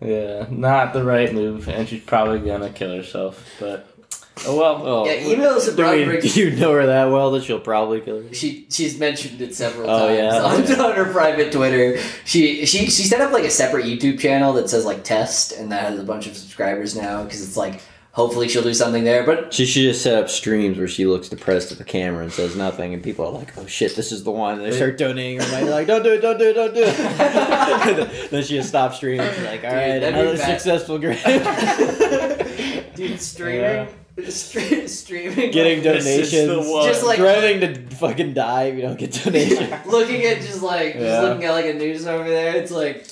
Speaker 2: Yeah, not the right move, and she's probably gonna kill herself. But oh well.
Speaker 1: Oh,
Speaker 3: Yeah, email us at
Speaker 1: do we-
Speaker 3: Broadbridge.
Speaker 1: do you know her that well that she'll probably kill her?
Speaker 3: She she's mentioned it several
Speaker 1: Oh,
Speaker 3: times
Speaker 1: yeah.
Speaker 3: on,
Speaker 1: Yeah.
Speaker 3: on her private Twitter. She she she set up like a separate YouTube channel that says like test, and that has a bunch of subscribers now because it's like hopefully she'll do something there. But
Speaker 1: She should just set up streams where she looks depressed at the camera and says nothing, and people are like, "Oh shit, this is the one." And they start donating her money, like, "Don't do it, don't do it, don't do it." then she just stops streaming. She's like, "All
Speaker 3: Dude,
Speaker 1: right,
Speaker 3: that'd be
Speaker 1: another
Speaker 3: bad."
Speaker 1: successful girl
Speaker 3: dude, streaming stre- streaming
Speaker 1: getting
Speaker 2: This is the
Speaker 1: donations,
Speaker 2: one.
Speaker 3: Just like-
Speaker 1: threatening to fucking die if you don't get donations."
Speaker 3: looking at just like
Speaker 2: Yeah.
Speaker 3: just looking at like a news over there. It's like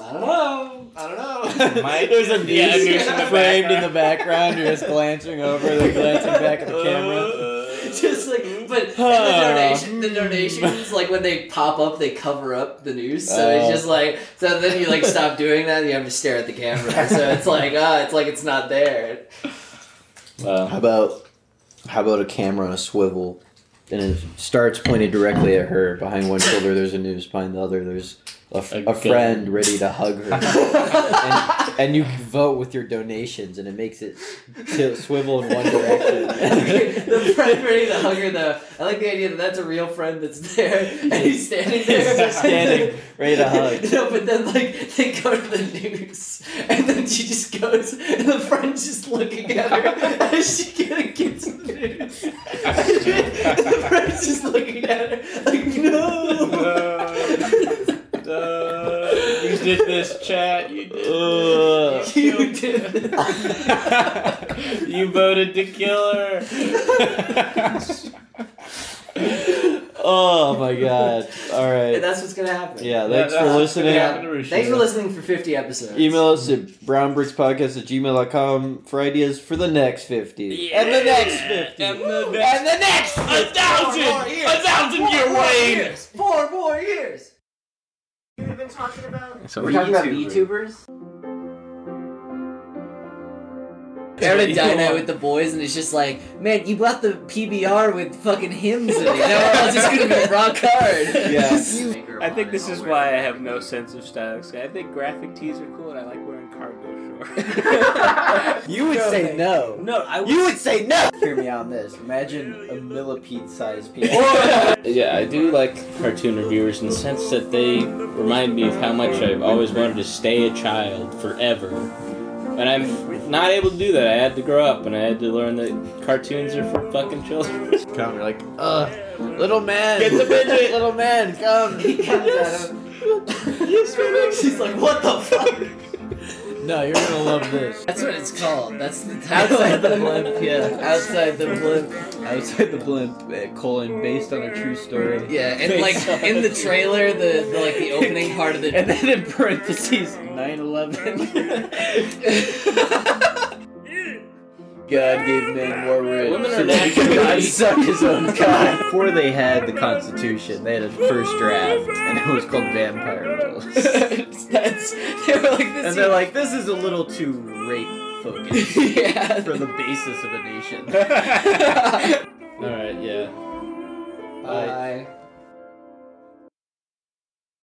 Speaker 3: I don't know, I don't know.
Speaker 2: My-
Speaker 1: There's a news
Speaker 2: Yeah,
Speaker 3: news in the
Speaker 1: framed in
Speaker 2: background.
Speaker 1: the background. You're just glancing over, they're glancing back at the camera.
Speaker 3: Just like, but
Speaker 1: Huh.
Speaker 3: the, donation, the donations, like when they pop up, they cover up the news. So
Speaker 1: Oh.
Speaker 3: it's just like, so then you like stop doing that, and you have to stare at the camera. So it's like, ah, it's like it's not there.
Speaker 1: How
Speaker 2: Well,
Speaker 1: about how about a camera on a swivel, and it starts pointed directly at her. Behind one shoulder, there's a noose. Behind the other, there's a, f-
Speaker 2: A
Speaker 1: a
Speaker 2: gun.
Speaker 1: friend ready to hug her. and, and you vote with your donations, and it makes it to swivel in one
Speaker 3: the
Speaker 1: direction.
Speaker 3: friend ready to hug her though. I like the idea that that's a real friend that's there, and he's standing there,
Speaker 1: He's just standing, ready to hug.
Speaker 3: No, but then like they go to the news, and then she just goes, and the friend's just looking at her as she kinda gets the news. the friend's just looking at her like no.
Speaker 2: Uh, uh, these did this, chat. You did. this. You
Speaker 4: You
Speaker 2: killed-
Speaker 4: did
Speaker 1: Uh.
Speaker 2: you voted to kill her.
Speaker 1: Oh my god. All
Speaker 3: And
Speaker 1: right.
Speaker 3: that's what's gonna happen.
Speaker 1: Yeah, thanks
Speaker 2: that's
Speaker 1: for
Speaker 2: gonna
Speaker 1: listening.
Speaker 2: happen to Rushi.
Speaker 3: Thanks for listening for 50 episodes.
Speaker 1: Email us at brownbrickspodcast at gmail.com for ideas for the next 50. And the next 50.
Speaker 2: And the next.
Speaker 1: And the next
Speaker 2: A
Speaker 1: 50.
Speaker 2: thousand!
Speaker 3: Four more
Speaker 2: A
Speaker 3: years.
Speaker 2: thousand year reign!
Speaker 3: Four more years.
Speaker 6: We've been talking about.
Speaker 3: We're talking about VTubers. They're at a dino with the boys, and it's just like, man, you bought the PBR with fucking hymns in it. Now it's just gonna be rock hard.
Speaker 1: Yes.
Speaker 2: I think this is why I have no sense of style. I think graphic tees are cool, and I like wearing cargo shorts.
Speaker 1: You would
Speaker 7: say
Speaker 1: no.
Speaker 7: No, I
Speaker 1: You would say no.
Speaker 7: hear me on this. Imagine a millipede-sized piece.
Speaker 2: yeah, I do like cartoon reviewers in the sense that they remind me of how much I've always wanted to stay a child forever. And I'm not able to do that. I had to grow up, and I had to learn that cartoons are for fucking children.
Speaker 1: Come, you're like, uh, little man.
Speaker 2: Get the midget.
Speaker 1: little man, come.
Speaker 3: He comes at him. She's like, what the fuck?
Speaker 1: No, you're gonna love this.
Speaker 3: That's what it's called. That's the title.
Speaker 7: Outside the blimp, yeah.
Speaker 3: Outside the blimp.
Speaker 7: Outside the blimp, uh, colon, based on a true story.
Speaker 3: Yeah, and like in the trailer, the, the like the opening part of the
Speaker 7: And then in parentheses, 9-11. God gave men more ribs.
Speaker 2: Women are
Speaker 7: so that he could
Speaker 2: naturally-
Speaker 7: not suck his own cock.
Speaker 6: Before they had the Constitution, they had a first draft, and it was called Vampire Rules.
Speaker 7: That's, they were like this.
Speaker 6: And they're like, this is a little too rape focused
Speaker 7: yeah.
Speaker 6: for the basis of a nation.
Speaker 2: Alright, yeah.
Speaker 7: Uh,
Speaker 3: Bye.